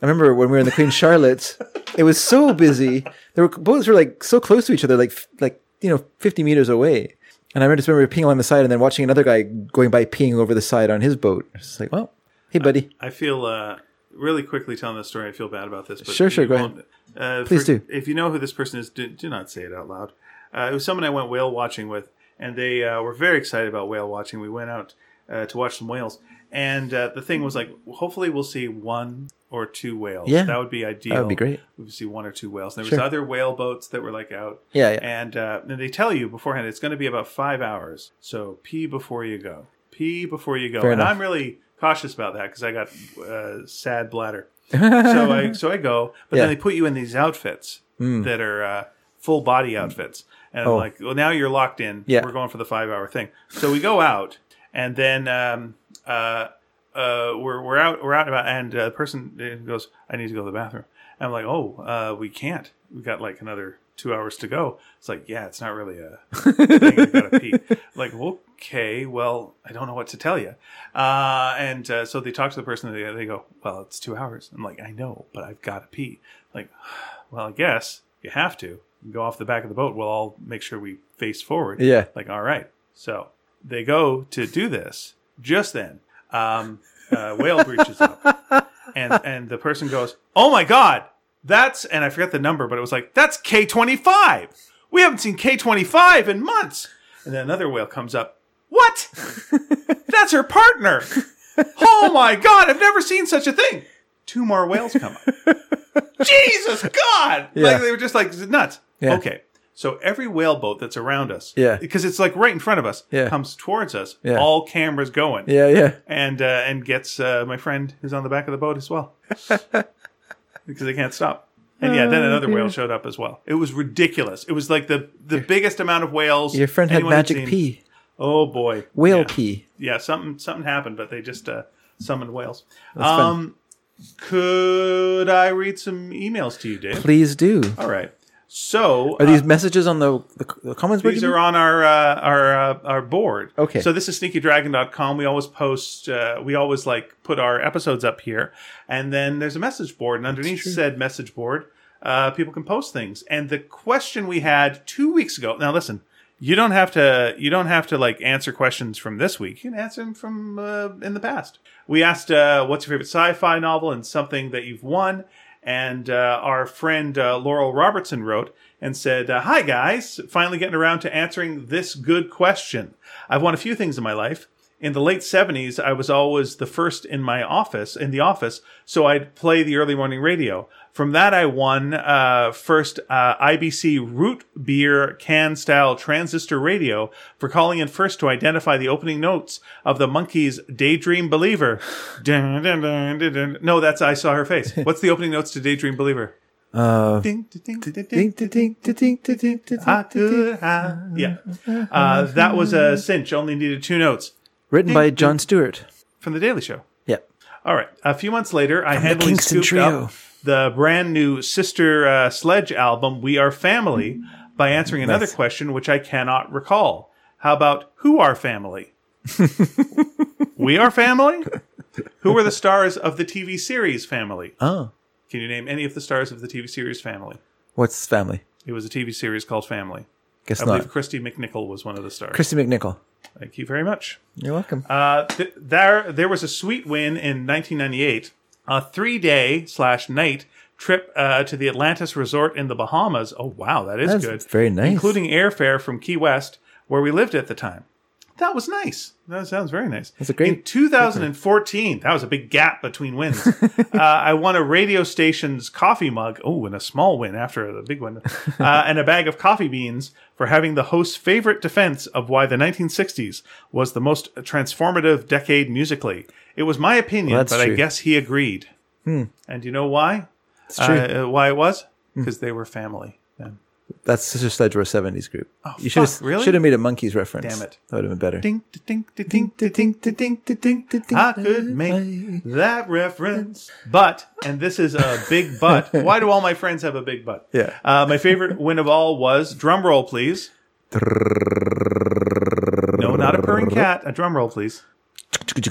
B: I remember when we were in the Queen Charlotte's, it was so busy. There were boats were like so close to each other, like f- like you know, fifty meters away. And I remember just remember peeing on the side, and then watching another guy going by peeing over the side on his boat. It's just like, well, hey buddy,
A: I feel uh, really quickly telling this story. I feel bad about this. But
B: Sure, sure,
A: you
B: go
A: won't- Uh,
B: Please
A: for-
B: do.
A: If you know who this person is, do, do not say it out loud. Uh, it was someone I went whale watching with, and they uh, were very excited about whale watching. We went out uh, to watch some whales, and uh, the thing was like, hopefully we'll see one or two whales.
B: Yeah.
A: that would be ideal.
B: that would be great.
A: We would see one or two whales. And there
B: Sure.
A: was other whale boats that were like out.
B: Yeah, yeah.
A: And, uh, and they tell you beforehand it's going to be about five hours. So pee before you go. Pee before you go.
B: Fair
A: and
B: enough.
A: I'm really cautious about that because I got uh, sad bladder. so I so I go, but
B: Yeah. Hmm.
A: then they put you in these outfits that are uh, full body outfits, and
B: Oh.
A: I'm like, well, now you're locked in.
B: Yeah.
A: we're going for the five hour thing. So we go out, and then um, uh, uh, we're we're out we're out and about, and uh, the person uh, goes, I need to go to the bathroom. I'm like, oh, uh, we can't. We got like another two hours to go. It's like, yeah, it's not really a thing. I gotta pee. Like, okay, well, I don't know what to tell you. Uh, and uh, so they talk to the person. They, they go, well, it's two hours. I'm like, I know, but I've got to pee. Like, well, I guess you have to go off the back of the boat. We'll all make sure we face forward.
B: Yeah.
A: Like, all right. So they go to do this. Just then, um, uh, whale breaches up, and and the person goes, "Oh my god, that's!" And I forget the number, but it was like, "That's K twenty five. We haven't seen K twenty five in months." And then another whale comes up. What? that's her partner. Oh my god, I've never seen such a thing. Two more whales come up. Jesus God!
B: Yeah.
A: Like they were just like nuts.
B: Yeah.
A: Okay. So every whale boat that's around us,
B: Yeah.
A: because it's like right in front of us,
B: Yeah.
A: comes towards us,
B: Yeah.
A: all cameras going,
B: Yeah, yeah.
A: and uh, and gets uh, my friend who's on the back of the boat as well, because they can't stop. And yeah, then another
B: Uh,
A: whale showed up as well. It was ridiculous. It was like the the biggest amount of whales.
B: Your friend had
A: anyone
B: magic
A: seen.
B: pee,
A: Oh boy,
B: whale
A: yeah.
B: pee.
A: Yeah, something something happened, but they just uh, summoned whales.
B: fun.
A: Um, could I read some emails to you, Dave?
B: Please do.
A: All right. So
B: Are
A: uh,
B: these messages on the the, the comments? board,
A: these
B: you
A: are on our uh, our uh, our board.
B: Okay.
A: So this is sneakydragon.com. We always post uh, we always like put our episodes up here and then there's a message board and underneath said message board uh, people can post things. And the question we had 2 weeks ago. Now listen, you don't have to you don't have to like answer questions from this week. You can answer them from uh, in the past. We asked uh, what's your favorite sci-fi novel and something that you've won and uh, our friend uh, Laurel Robertson wrote and said, uh, Hi, guys. Finally getting around to answering this good question. I've won a few things in my life. In the late 70s, I was always the first in my office, in the office, so I'd play the early morning radio. From that, I won uh, first uh, IBC root beer can style transistor radio for calling in first to identify the opening notes of the Monkeys' Daydream Believer. Dun, dun, dun, dun, dun. No, that's I Saw Her Face. What's the opening notes to Daydream Believer?
B: Uh,
A: Ding, ding, ding, ding,
B: ding, ding, ding, ding, ding, ding, ding, ding,
A: I
B: ding, ding.
A: could have- Yeah. Uh, that was a cinch. Only needed two notes
B: Written by John Stewart.
A: from The Daily Show.
B: Yeah.
A: All right. A few months later, I handily
B: Kingston
A: scooped
B: Trio.
A: up the brand new Sister uh, Sledge album, We Are Family, by answering another
B: Mm, Nice.
A: question which I cannot recall. How about Who Are Family? we Are Family? Who are the stars of the TV series Family?
B: Oh,
A: Can you name any of the stars of the TV series Family?
B: what's his family?
A: It was a TV series called Family.
B: Guess
A: I
B: not.
A: believe Christy McNichol was one of the stars.
B: Christy McNichol.
A: Thank you very much.
B: You're welcome.
A: Uh, th- there, there was a sweet win in 1998. A three-day slash night trip uh, to the Atlantis Resort in the Bahamas. Oh wow, that is
B: That's
A: good.
B: very nice.
A: including airfare from Key West, where we lived at the time. That was nice. That sounds very nice.
B: That's a great-
A: In 2014, that was a big gap between wins. uh, I won a radio station's coffee mug. Oh, and a small win after the big one, uh, and a bag of coffee beans for having the host's favorite defense of why the 1960s was the most transformative decade musically. It was my opinion,
B: Well, that's
A: but I
B: true.
A: guess he agreed. And you know why?
B: It's true. Hmm.
A: Uh, why it was? Because they were family. Then.
B: That's Sister Sledge were a 70s group. Oh, you should
A: fuck,
B: have
A: really?
B: should have made a monkeys reference.
A: Damn it.
B: That would have been better.
A: Ding, ding, ding, ding, ding, ding, ding, ding, ding, ding, ding. I could make that reference. But, and this is a big but. Why do all my friends have a big butt?
B: Yeah.
A: Uh, my favorite win of all was drum roll, please. No, not a purring cat. A drum roll, please. In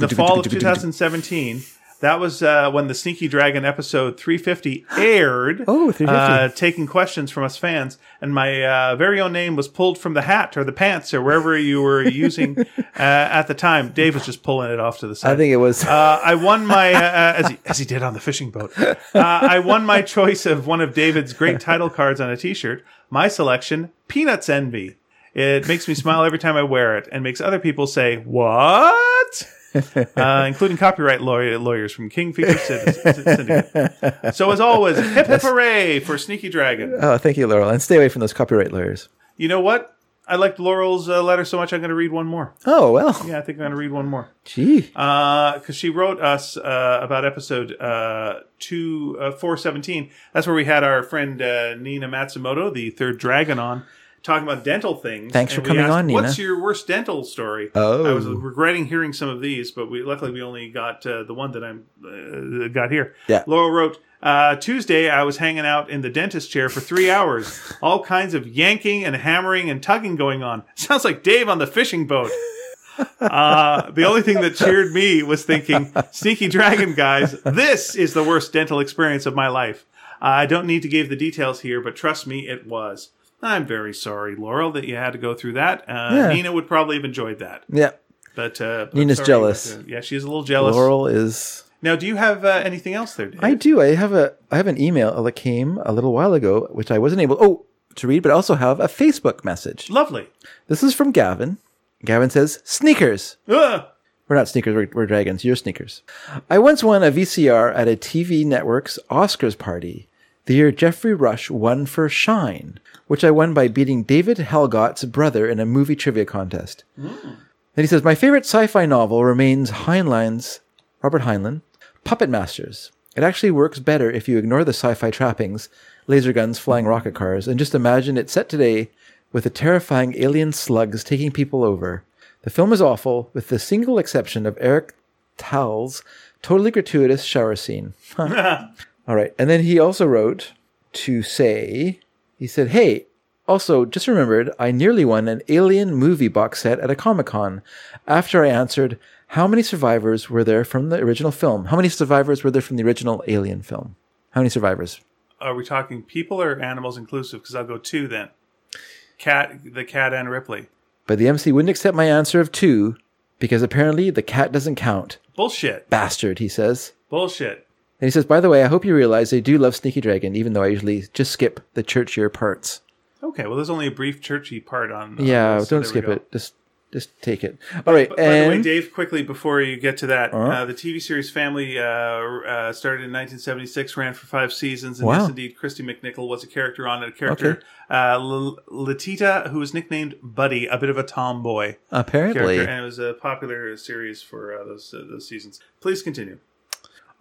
A: the fall of 2017, that was uh, when the Sneaky Dragon episode 350 aired.
B: Oh, 350.
A: Uh, taking questions from us fans, and my uh, very own name was pulled from the hat or the pants or wherever you were using uh, at the time. Dave was just pulling it off to the side.
B: I think it was.
A: Uh, I won my uh, uh, as he, as he did on the fishing boat. Uh, I won my choice of one of David's great title cards on a T-shirt. My selection: Peanuts Envy. It makes me smile every time I wear it, and makes other people say "What?" Uh, including copyright lawyer, lawyers from King Feature Synd- Syndicate. So, as always, hip hip hooray for Sneaky Dragon.
B: oh, thank you, Laurel. And stay away from those copyright lawyers.
A: You know what? I liked Laurel's uh, letter so much, I'm going to read one more.
B: Oh, well.
A: Yeah, Uh, I think I'm going to read one more.
B: Gee.
A: because she wrote us uh, about episode uh, two uh, four seventeen. That's where we had our friend uh, Nina Matsumoto, the third dragon, on talking about dental things.
B: Thanks
A: and
B: for
A: we
B: coming
A: asked,
B: on, Nina."
A: What's your worst dental story?
B: Oh.
A: I was regretting hearing some of these, but we luckily we only got uh, the one that I'm uh, got here.
B: Yeah.
A: Laurel wrote. Uh, Tuesday, I was hanging out in the dentist chair for three hours. All kinds of yanking and hammering and tugging going on. Sounds like Dave on the fishing boat. Uh, the only thing that cheered me was thinking, sneaky dragon guys, this is the worst dental experience of my life. I don't need to give the details here, but trust me, it was. I'm very sorry, Laurel, that you had to go through that. Uh,
B: Yeah.
A: Nina would probably have enjoyed that,
B: Yeah.
A: but uh, I'm
B: Nina's
A: sorry,
B: jealous.
A: but, uh, yeah, she's a little jealous.
B: Laurel is.
A: Now, do you have uh, anything else there, Dave?
B: I do. I have a. I have an email that came a little while ago, which I wasn't able. Oh, to read, but I also have a Facebook message.
A: Lovely.
B: This is from Gavin. Gavin says, "Sneakers."
A: Ugh.
B: We're not sneakers, we're, we're dragons. You're sneakers. I once won a VCR at a TV network's Oscars party, the year Jeffrey Rush won for Shine, which I won by beating David Helgott's brother in a movie trivia contest. Then he says, My favorite sci fi novel remains Heinlein's, Robert Heinlein, Puppet Masters. It actually works better if you ignore the sci fi trappings, laser guns, flying rocket cars, and just imagine it set today with the terrifying alien slugs taking people over. The film is awful, with the single exception of Eric Towles' totally gratuitous shower scene. All right. And then he also wrote to say, he said, Hey, also, just remembered, I nearly won an alien movie box set at a Comic Con after I answered, How many survivors were there from the original film? How many survivors were there from the original alien film? How many survivors?
A: Are we talking people or animals inclusive? Because I'll go two then. Cat, the cat, and Ripley.
B: But the MC wouldn't accept my answer of two because apparently the cat doesn't count.
A: Bullshit.
B: Bastard, he says.
A: Bullshit.
B: And he says, By the way, I hope you realize they do love Sneaky Dragon, even though I usually just skip the churchier parts.
A: Okay, well, there's only a brief churchy part on. on
B: Yeah,
A: this, Uh, so there
B: don't
A: we
B: skip
A: go.
B: it. Just just take it. All right,
A: But
B: and
A: by the way, Dave, quickly before you get to that, uh
B: Uh-huh.
A: the TV series Family uh, uh, started in 1976, ran for five seasons, and
B: Wow.
A: yes, indeed, Christy McNichol was a character on it. A character, uh, L- Letita, who was nicknamed Buddy, a bit of a tomboy
B: apparently,
A: character, and it was a popular series for uh, those uh, those seasons. Please continue.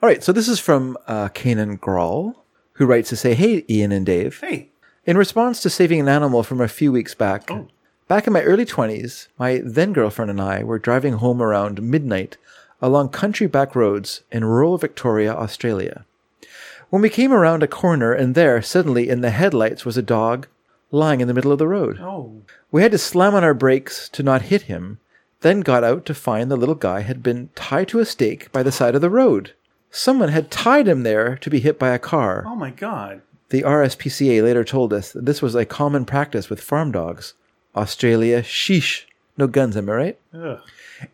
B: all right. So this is from uh, Kanan Grawl, who writes to say, "Hey, Ian and Dave,
A: Hey,
B: in response to saving an animal from a few weeks back."
A: Oh.
B: Back in my early 20s, my then girlfriend and I were driving home around midnight along country back roads in rural Victoria, Australia. When we came around a corner, and there, suddenly in the headlights, was a dog lying in the middle of the road.
A: oh,
B: We had to slam on our brakes to not hit him, then got out to find the little guy had been tied to a stake by the side of the road. Someone had tied him there to be hit by a car.
A: oh my God.
B: The RSPCA later told us that this was a common practice with farm dogs. Australia, sheesh. No guns, am I right?
A: Ugh.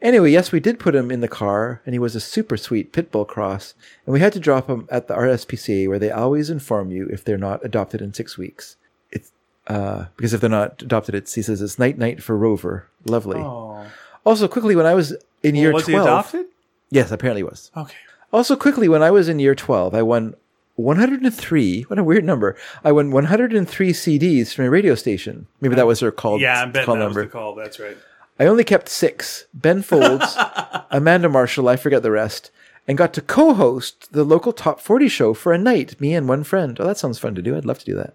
B: Anyway, yes, we did put him in the car, and he was a super sweet pit bull cross, and we had to drop him at the RSPCA, where they always inform you if they're not adopted in six weeks. It's uh, because if they're not adopted, it's, he says it's night night for Rover. Lovely.
A: Oh,
B: Also, quickly, when I was in year
A: was he
B: twelve,
A: adopted?
B: yes, apparently he was.
A: Okay.
B: Also, quickly, when I was in year 12, I won 103. What a weird number. I won 103 CDs from a radio station. Maybe that was their call,
A: Uh, Yeah, I'm betting
B: call
A: that
B: number.
A: was the call. That's right.
B: I only kept six Ben Folds, Amanda Marshall, I forget the rest, and got to co host the local Top 40 show for a night, me and one friend. Oh, that sounds fun to do. I'd love to do that.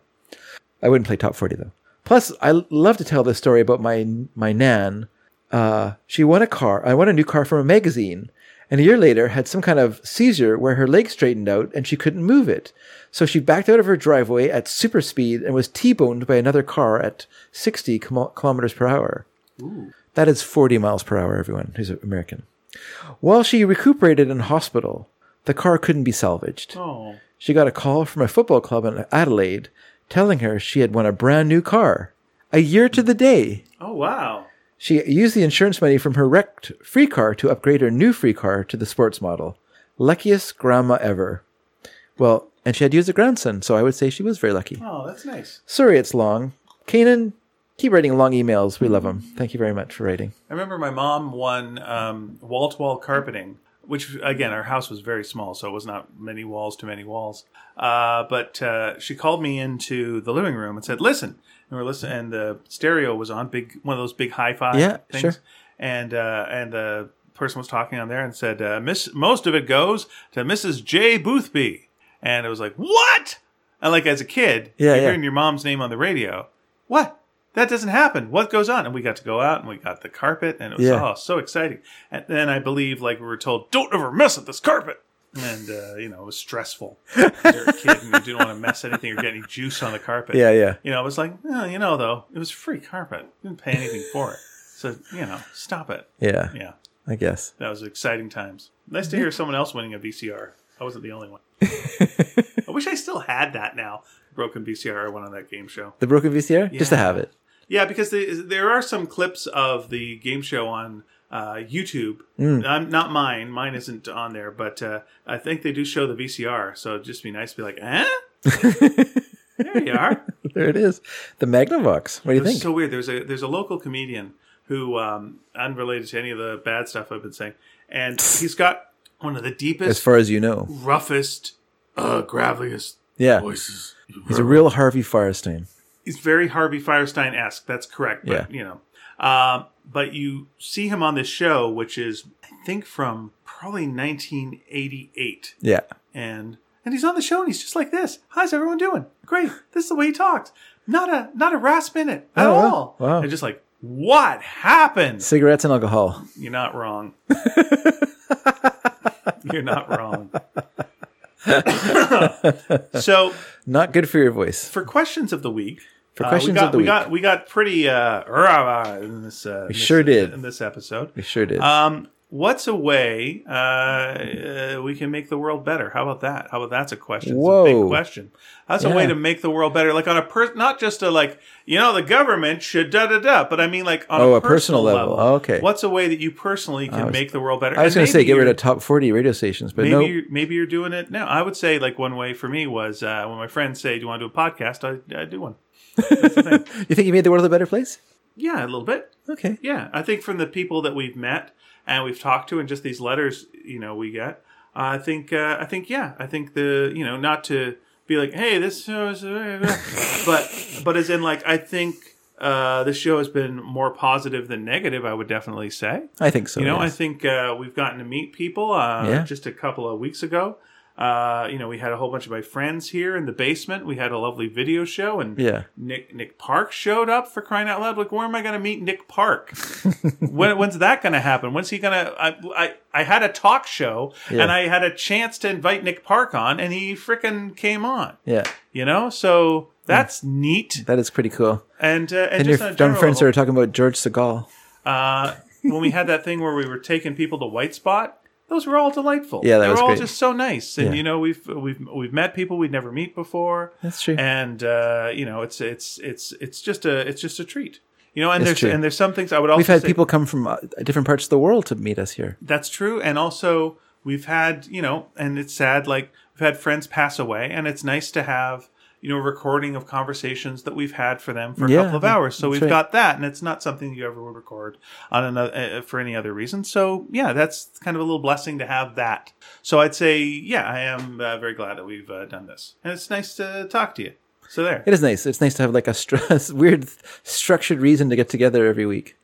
B: I wouldn't play Top 40, though. Plus, I l- love to tell this story about my my nan. Uh, she won a car. I won a new car from a magazine, and a year later had some kind of seizure where her leg straightened out and she couldn't move it. So she backed out of her driveway at super speed and was t-boned by another car at 60 kilo- kilometers per hour. That is 40 miles per hour, everyone who's American. While she recuperated in hospital, the car couldn't be salvaged.
A: Oh,
B: She got a call from a football club in Adelaide telling her she had won a brand new car. A year to the day.
A: oh wow.
B: She used the insurance money from her wrecked free car to upgrade her new free car to the sports model. Luckiest grandma ever. Well, and she had used a grandson, so I would say she was very lucky.
A: Oh, that's nice.
B: Sorry it's long. Kanan, keep writing long emails. We love them. Thank you very much for writing.
A: I remember my mom won wall to wall carpeting, which again, our house was very small, so it was not many walls to many walls. Uh, but uh, she called me into the living room and said, "Listen," and we're listening, and the stereo was on big, one of those big hi-fi
B: Yeah,
A: things,
B: sure.
A: and uh, and the person was talking on there and said, uh, "Miss, most of it goes to Mrs. J. Boothby," and it was like, "What?" And like as a kid,
B: Yeah,
A: you're
B: yeah.
A: hearing your mom's name on the radio. What? that doesn't happen. What goes on? And we got to go out and we got the carpet and it was
B: Yeah.
A: oh, so exciting. And then I believe like we were told, don't ever mess with this carpet. And uh, you know, it was stressful. You're a kid and you didn't want to mess anything or get any juice on the carpet.
B: Yeah, yeah.
A: You know, it was like, oh, you know, though, it was free carpet. You didn't pay anything for it. So, you know, stop it.
B: Yeah,
A: Yeah.
B: I guess.
A: That was exciting times. Nice to hear someone else winning a VCR. I wasn't the only one. I wish I still had that now. Broken VCR I went on that game show.
B: The broken VCR? Just to
A: Yeah.
B: have it.
A: Yeah, because the, there are some clips of the game show on uh, YouTube.
B: Mm.
A: Um, not mine. Mine isn't on there, but uh, I think they do show the VCR. So it'd just be nice to be like, eh? there you are.
B: There it is. The Magnavox. What do you
A: It's
B: think?
A: so weird. There's a there's a local comedian who, um, unrelated to any of the bad stuff I've been saying, and he's got one of the
B: as
A: deepest,
B: far as you know.
A: roughest, uh, graveliest
B: Yeah.
A: voices. you've
B: He's a
A: ever-
B: real Harvey Firestein.
A: He's very Harvey Firestein esque. That's correct. But, You know, um, but you see him on this show, which is I think from probably 1988
B: Yeah.
A: and and he's on the show and he's just like this. How's everyone doing? Great. This is the way he talks. Not a not a rasp in it at
B: Oh, wow.
A: all.
B: Wow.
A: And just like, what happened?
B: Cigarettes and alcohol.
A: You're not wrong. You're not wrong. so
B: Not good for your voice.
A: for questions of the week.
B: For
A: uh,
B: questions
A: we got,
B: of the
A: we
B: week.
A: got we got pretty uh rah, rah, in this uh we
B: sure did.
A: in this episode.
B: We sure did.
A: Um what's a way uh, uh we can make the world better? How about that? How about that's a question? It's a
B: Whoa.
A: big question. That's a way
B: Yeah.
A: to make the world better like on a person not just a like, you know, the government should da da da, but I mean like on
B: Oh,
A: a,
B: a personal level. Okay.
A: What's a way that you personally can make the world better?
B: I was
A: And
B: going to say
A: maybe
B: get rid
A: you're-
B: of top 40 radio stations, but
A: Maybe
B: no.
A: you're, maybe you're doing it now. I would say like one way for me was uh, when my friends say, "Do you want to do a podcast?" I, I do one.
B: You think you made the world a better place?
A: Yeah, a little bit.
B: Okay.
A: Yeah, I think from the people that we've met and we've talked to, and just these letters, you know, we get. I think, uh, I think, yeah, I think the, you know, not to be like, hey, this show is, but, but as in, like, I think uh, the show has been more positive than negative. I would definitely say.
B: I think so.
A: You know, I
B: Oh, yes.
A: think uh, we've gotten to meet people uh,
B: Yeah.
A: just a couple of weeks ago. Uh, you know, we had a whole bunch of my friends here in the basement. We had a lovely video show, and
B: Yeah.
A: Nick Nick Park showed up for crying out loud. Like, where am I going to meet Nick Park? when, when's that going to happen? When's he going to? I, I I had a talk show,
B: Yeah.
A: and I had a chance to invite Nick Park on, and he freaking came on.
B: Yeah.
A: You know, so that's neat.
B: That is pretty cool.
A: And uh, and,
B: Hmm. And
A: just
B: your
A: on a
B: dumb
A: general
B: friends
A: level,
B: are talking about George Segal.
A: uh, when we had that thing where we were taking people to White Spot. Those were all delightful.
B: Yeah, that
A: they
B: was
A: were all
B: great.
A: just so nice, and
B: Yeah.
A: you know we've we've we've met people we'd never meet before,
B: That's true.
A: and uh, you know it's it's it's it's just a it's just a treat, you know. And
B: It's
A: there's
B: true.
A: and there's some things I would also
B: We've had
A: say-
B: people come from uh, different parts of the world to meet us here.
A: that's true, and also we've had you know, and it's sad like we've had friends pass away, and it's nice to have you know a recording of conversations that we've had for them for a
B: Yeah,
A: couple of hours. So
B: that's
A: we've
B: right.
A: got that, and it's not something you ever would record on another uh, for any other reason. So yeah, that's kind of a little blessing to have that. So I'd say yeah, I am uh, very glad that we've uh, done this, and it's nice to talk to you. So there.
B: It is nice. It's nice to have like a str- weird structured reason to get together every week.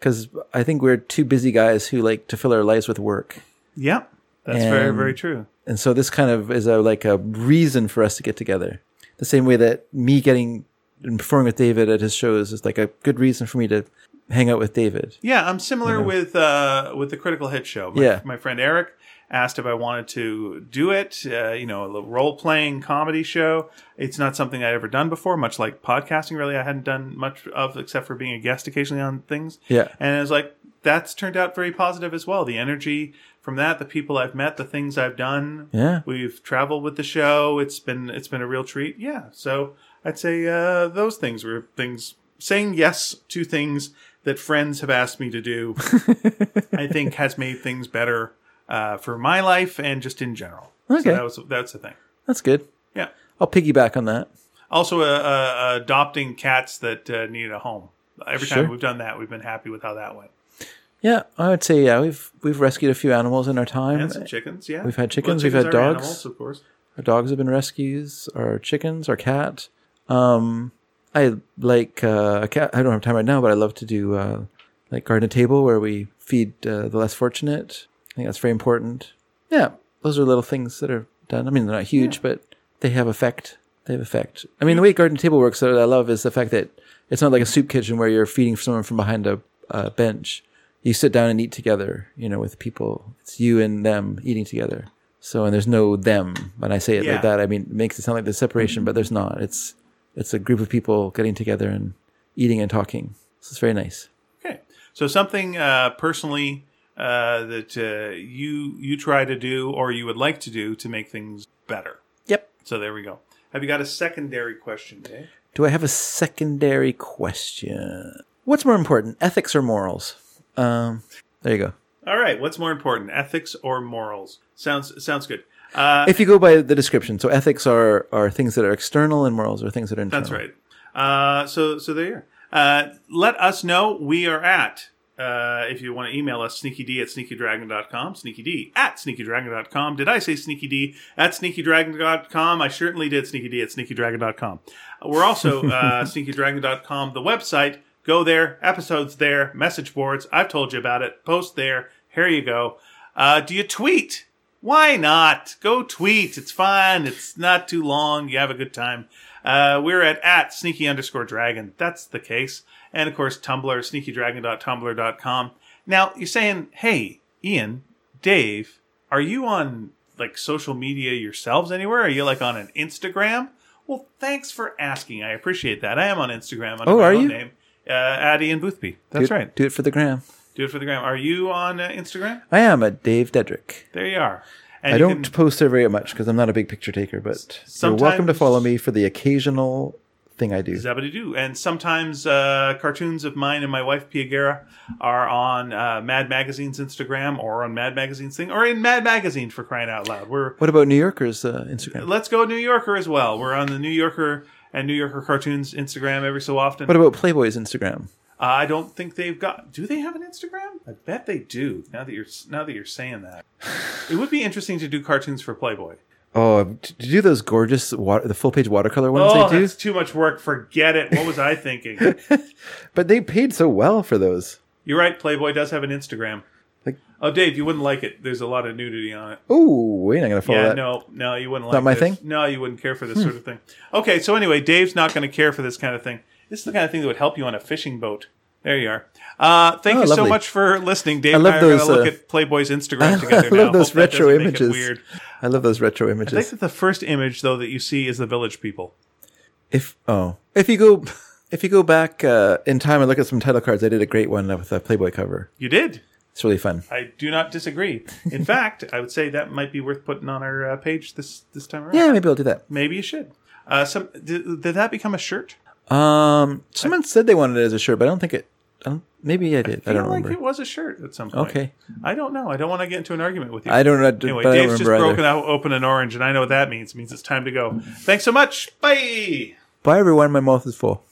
B: Because I think we're two busy guys who like to fill our lives with work,
A: Yeah, that's very
B: And-
A: very true.
B: and so this kind of is a like a reason for us to get together. The same way that me getting and performing with David at his shows is like a good reason for me to hang out with David.
A: Yeah, I'm similar with uh, with the Critical Hit show. My,
B: Yeah.
A: my friend Eric asked if I wanted to do it. Uh, you know, a role playing comedy show. It's not something I'd ever done before. Much like podcasting, really, I hadn't done much of except for being a guest occasionally on things.
B: Yeah.
A: and it was like that's turned out very positive as well. The energy from that, the people I've met, the things I've done.
B: Yeah.
A: We've traveled with the show. It's been it's been a real treat. Yeah. So I'd say uh, those things were things saying yes to things that friends have asked me to do. I think has made things better uh, for my life and just in general.
B: Okay.
A: So that was that's the thing.
B: That's good.
A: Yeah.
B: I'll piggyback on that.
A: Also, uh, uh, adopting cats that uh, needed a home. Every
B: Sure.
A: time we've done that, we've been happy with how that went.
B: Yeah, I would say yeah. We've we've rescued a few animals in our time.
A: And some chickens, yeah.
B: We've had
A: Well,
B: chickens, we've had
A: are
B: dogs.
A: animals, of course.
B: Our dogs have been rescues. Our chickens, our cat. Um, I like uh, a cat. I don't have time right now, but I love to do uh, like garden table where we feed uh, the less fortunate. I think that's very important. Yeah, those are little things that are done. I mean, they're not huge, but they have effect. They have effect. I mean, the way garden table works that I love is the fact that it's not like a soup kitchen where you're feeding someone from behind a, a bench. You sit down and eat together, you know, with people. It's you and them eating together. So, and there's no them. When I say it
A: Yeah.
B: like that, I mean, it makes it sound like there's separation, but there's not. It's, it's a group of people getting together and eating and talking. So it's very nice.
A: Okay. So something uh, personally uh, that uh, you you try to do or you would like to do to make things better.
B: Yep.
A: So there we go. Have you got a secondary question, Dave?
B: Do I have a secondary question? What's more important, ethics or morals? Um, there you go.
A: All right. What's more important, ethics or morals? Sounds sounds good. Uh,
B: If you go by the description, so ethics are are things that are external, and morals are things that are internal.
A: That's right. Uh, so so there you are. Uh, let us know. We are at, uh, if you want to email us, sneakyd at sneakydragon.com, sneakyd at sneakydragon.com. Did I say sneakyd at sneakydragon.com? I certainly did sneakyd at sneakydragon.com. We're also uh, sneakydragon.com, the website. Go there, episodes there, message boards. I've told you about it. Post there. Here you go. Uh, do you tweet? Why not? Go tweet. It's fun. It's not too long. You have a good time. Uh, we're at, at sneaky underscore dragon. That's the case. And of course, Tumblr, sneakydragon.tumblr.com. Now, you're saying, hey, Ian, Dave, are you on like social media yourselves anywhere? Are you like on an Instagram? Well, thanks for asking. I appreciate that. I am on Instagram under
B: Oh,
A: my
B: are
A: own
B: you?
A: name, uh, at Ian Boothby.
B: Do
A: That's
B: it-
A: right.
B: Do it for the gram.
A: Do it for the gram. Are you on uh, Instagram?
B: I am a Dave Dedrick.
A: There you are. And
B: I
A: you
B: don't
A: can-
B: post there very much because I'm not a big picture taker, but you're welcome to
A: sometimes-
B: follow me for the occasional thing I do.
A: Zabadoo doo. And sometimes uh, cartoons of mine and my wife Pia Guerra are on uh, Mad Magazine's Instagram or on Mad Magazine's thing or in Mad Magazine for crying out loud. We're
B: What about New Yorkers uh, Instagram?
A: let's go New Yorker as well. We're on the New Yorker and New Yorker cartoons Instagram every so often. Uh,
B: What about Playboy's Instagram?
A: I don't think they've got. Do they have an Instagram? I bet they do. Now that you're now that you're saying that, it would be interesting to do cartoons for Playboy.
B: Oh, to to do those gorgeous water, the full page watercolor ones
A: Oh,
B: they do,
A: that's too much work. Forget it. What was I thinking?
B: but they paid so well for those.
A: You're right. Playboy does have an Instagram.
B: Like-
A: oh, Dave, you wouldn't like it. There's a lot of nudity on it.
B: Oh, wait, I'm gonna follow
A: yeah,
B: that.
A: no, no, you wouldn't like
B: Not my
A: this.
B: thing? Hmm.
A: No, you wouldn't care for this sort of thing. Okay, so anyway, Dave's not going to care for this kind of thing. This is the kind of thing that would help you on a fishing boat. There you are. Uh, thank
B: Oh,
A: you so
B: lovely.
A: much for listening, Dave.
B: I
A: and
B: love
A: I are going
B: those,
A: to look
B: uh,
A: at Playboy's Instagram together.
B: I
A: now.
B: love those
A: Hope that doesn't
B: retro
A: make it
B: images.
A: Weird.
B: I love those retro
A: I think
B: images.
A: that the first image though that you see is the village people.
B: If oh, if you go, if you go back uh, in time and look at some title cards, I did a great one uh, with a Playboy cover.
A: You did.
B: It's really fun.
A: I do not disagree. In fact, I would say that might be worth putting on our uh, page this this time around.
B: Yeah, maybe I'll do that.
A: Maybe you should. Uh, some did, did that become a shirt?
B: Um, someone said they wanted it as a shirt, but I don't think it. I don't, maybe I did. I, don't
A: feel like
B: remember.
A: it was a shirt at some point.
B: Okay.
A: I don't know. I don't want to get into an argument with you.
B: I don't know,
A: Anyway,
B: but I don't
A: Dave's just
B: remember either.
A: broken out open an orange, and I know what that means. It means it's time to go. Thanks so much. Bye.
B: Bye, everyone. My mouth is full.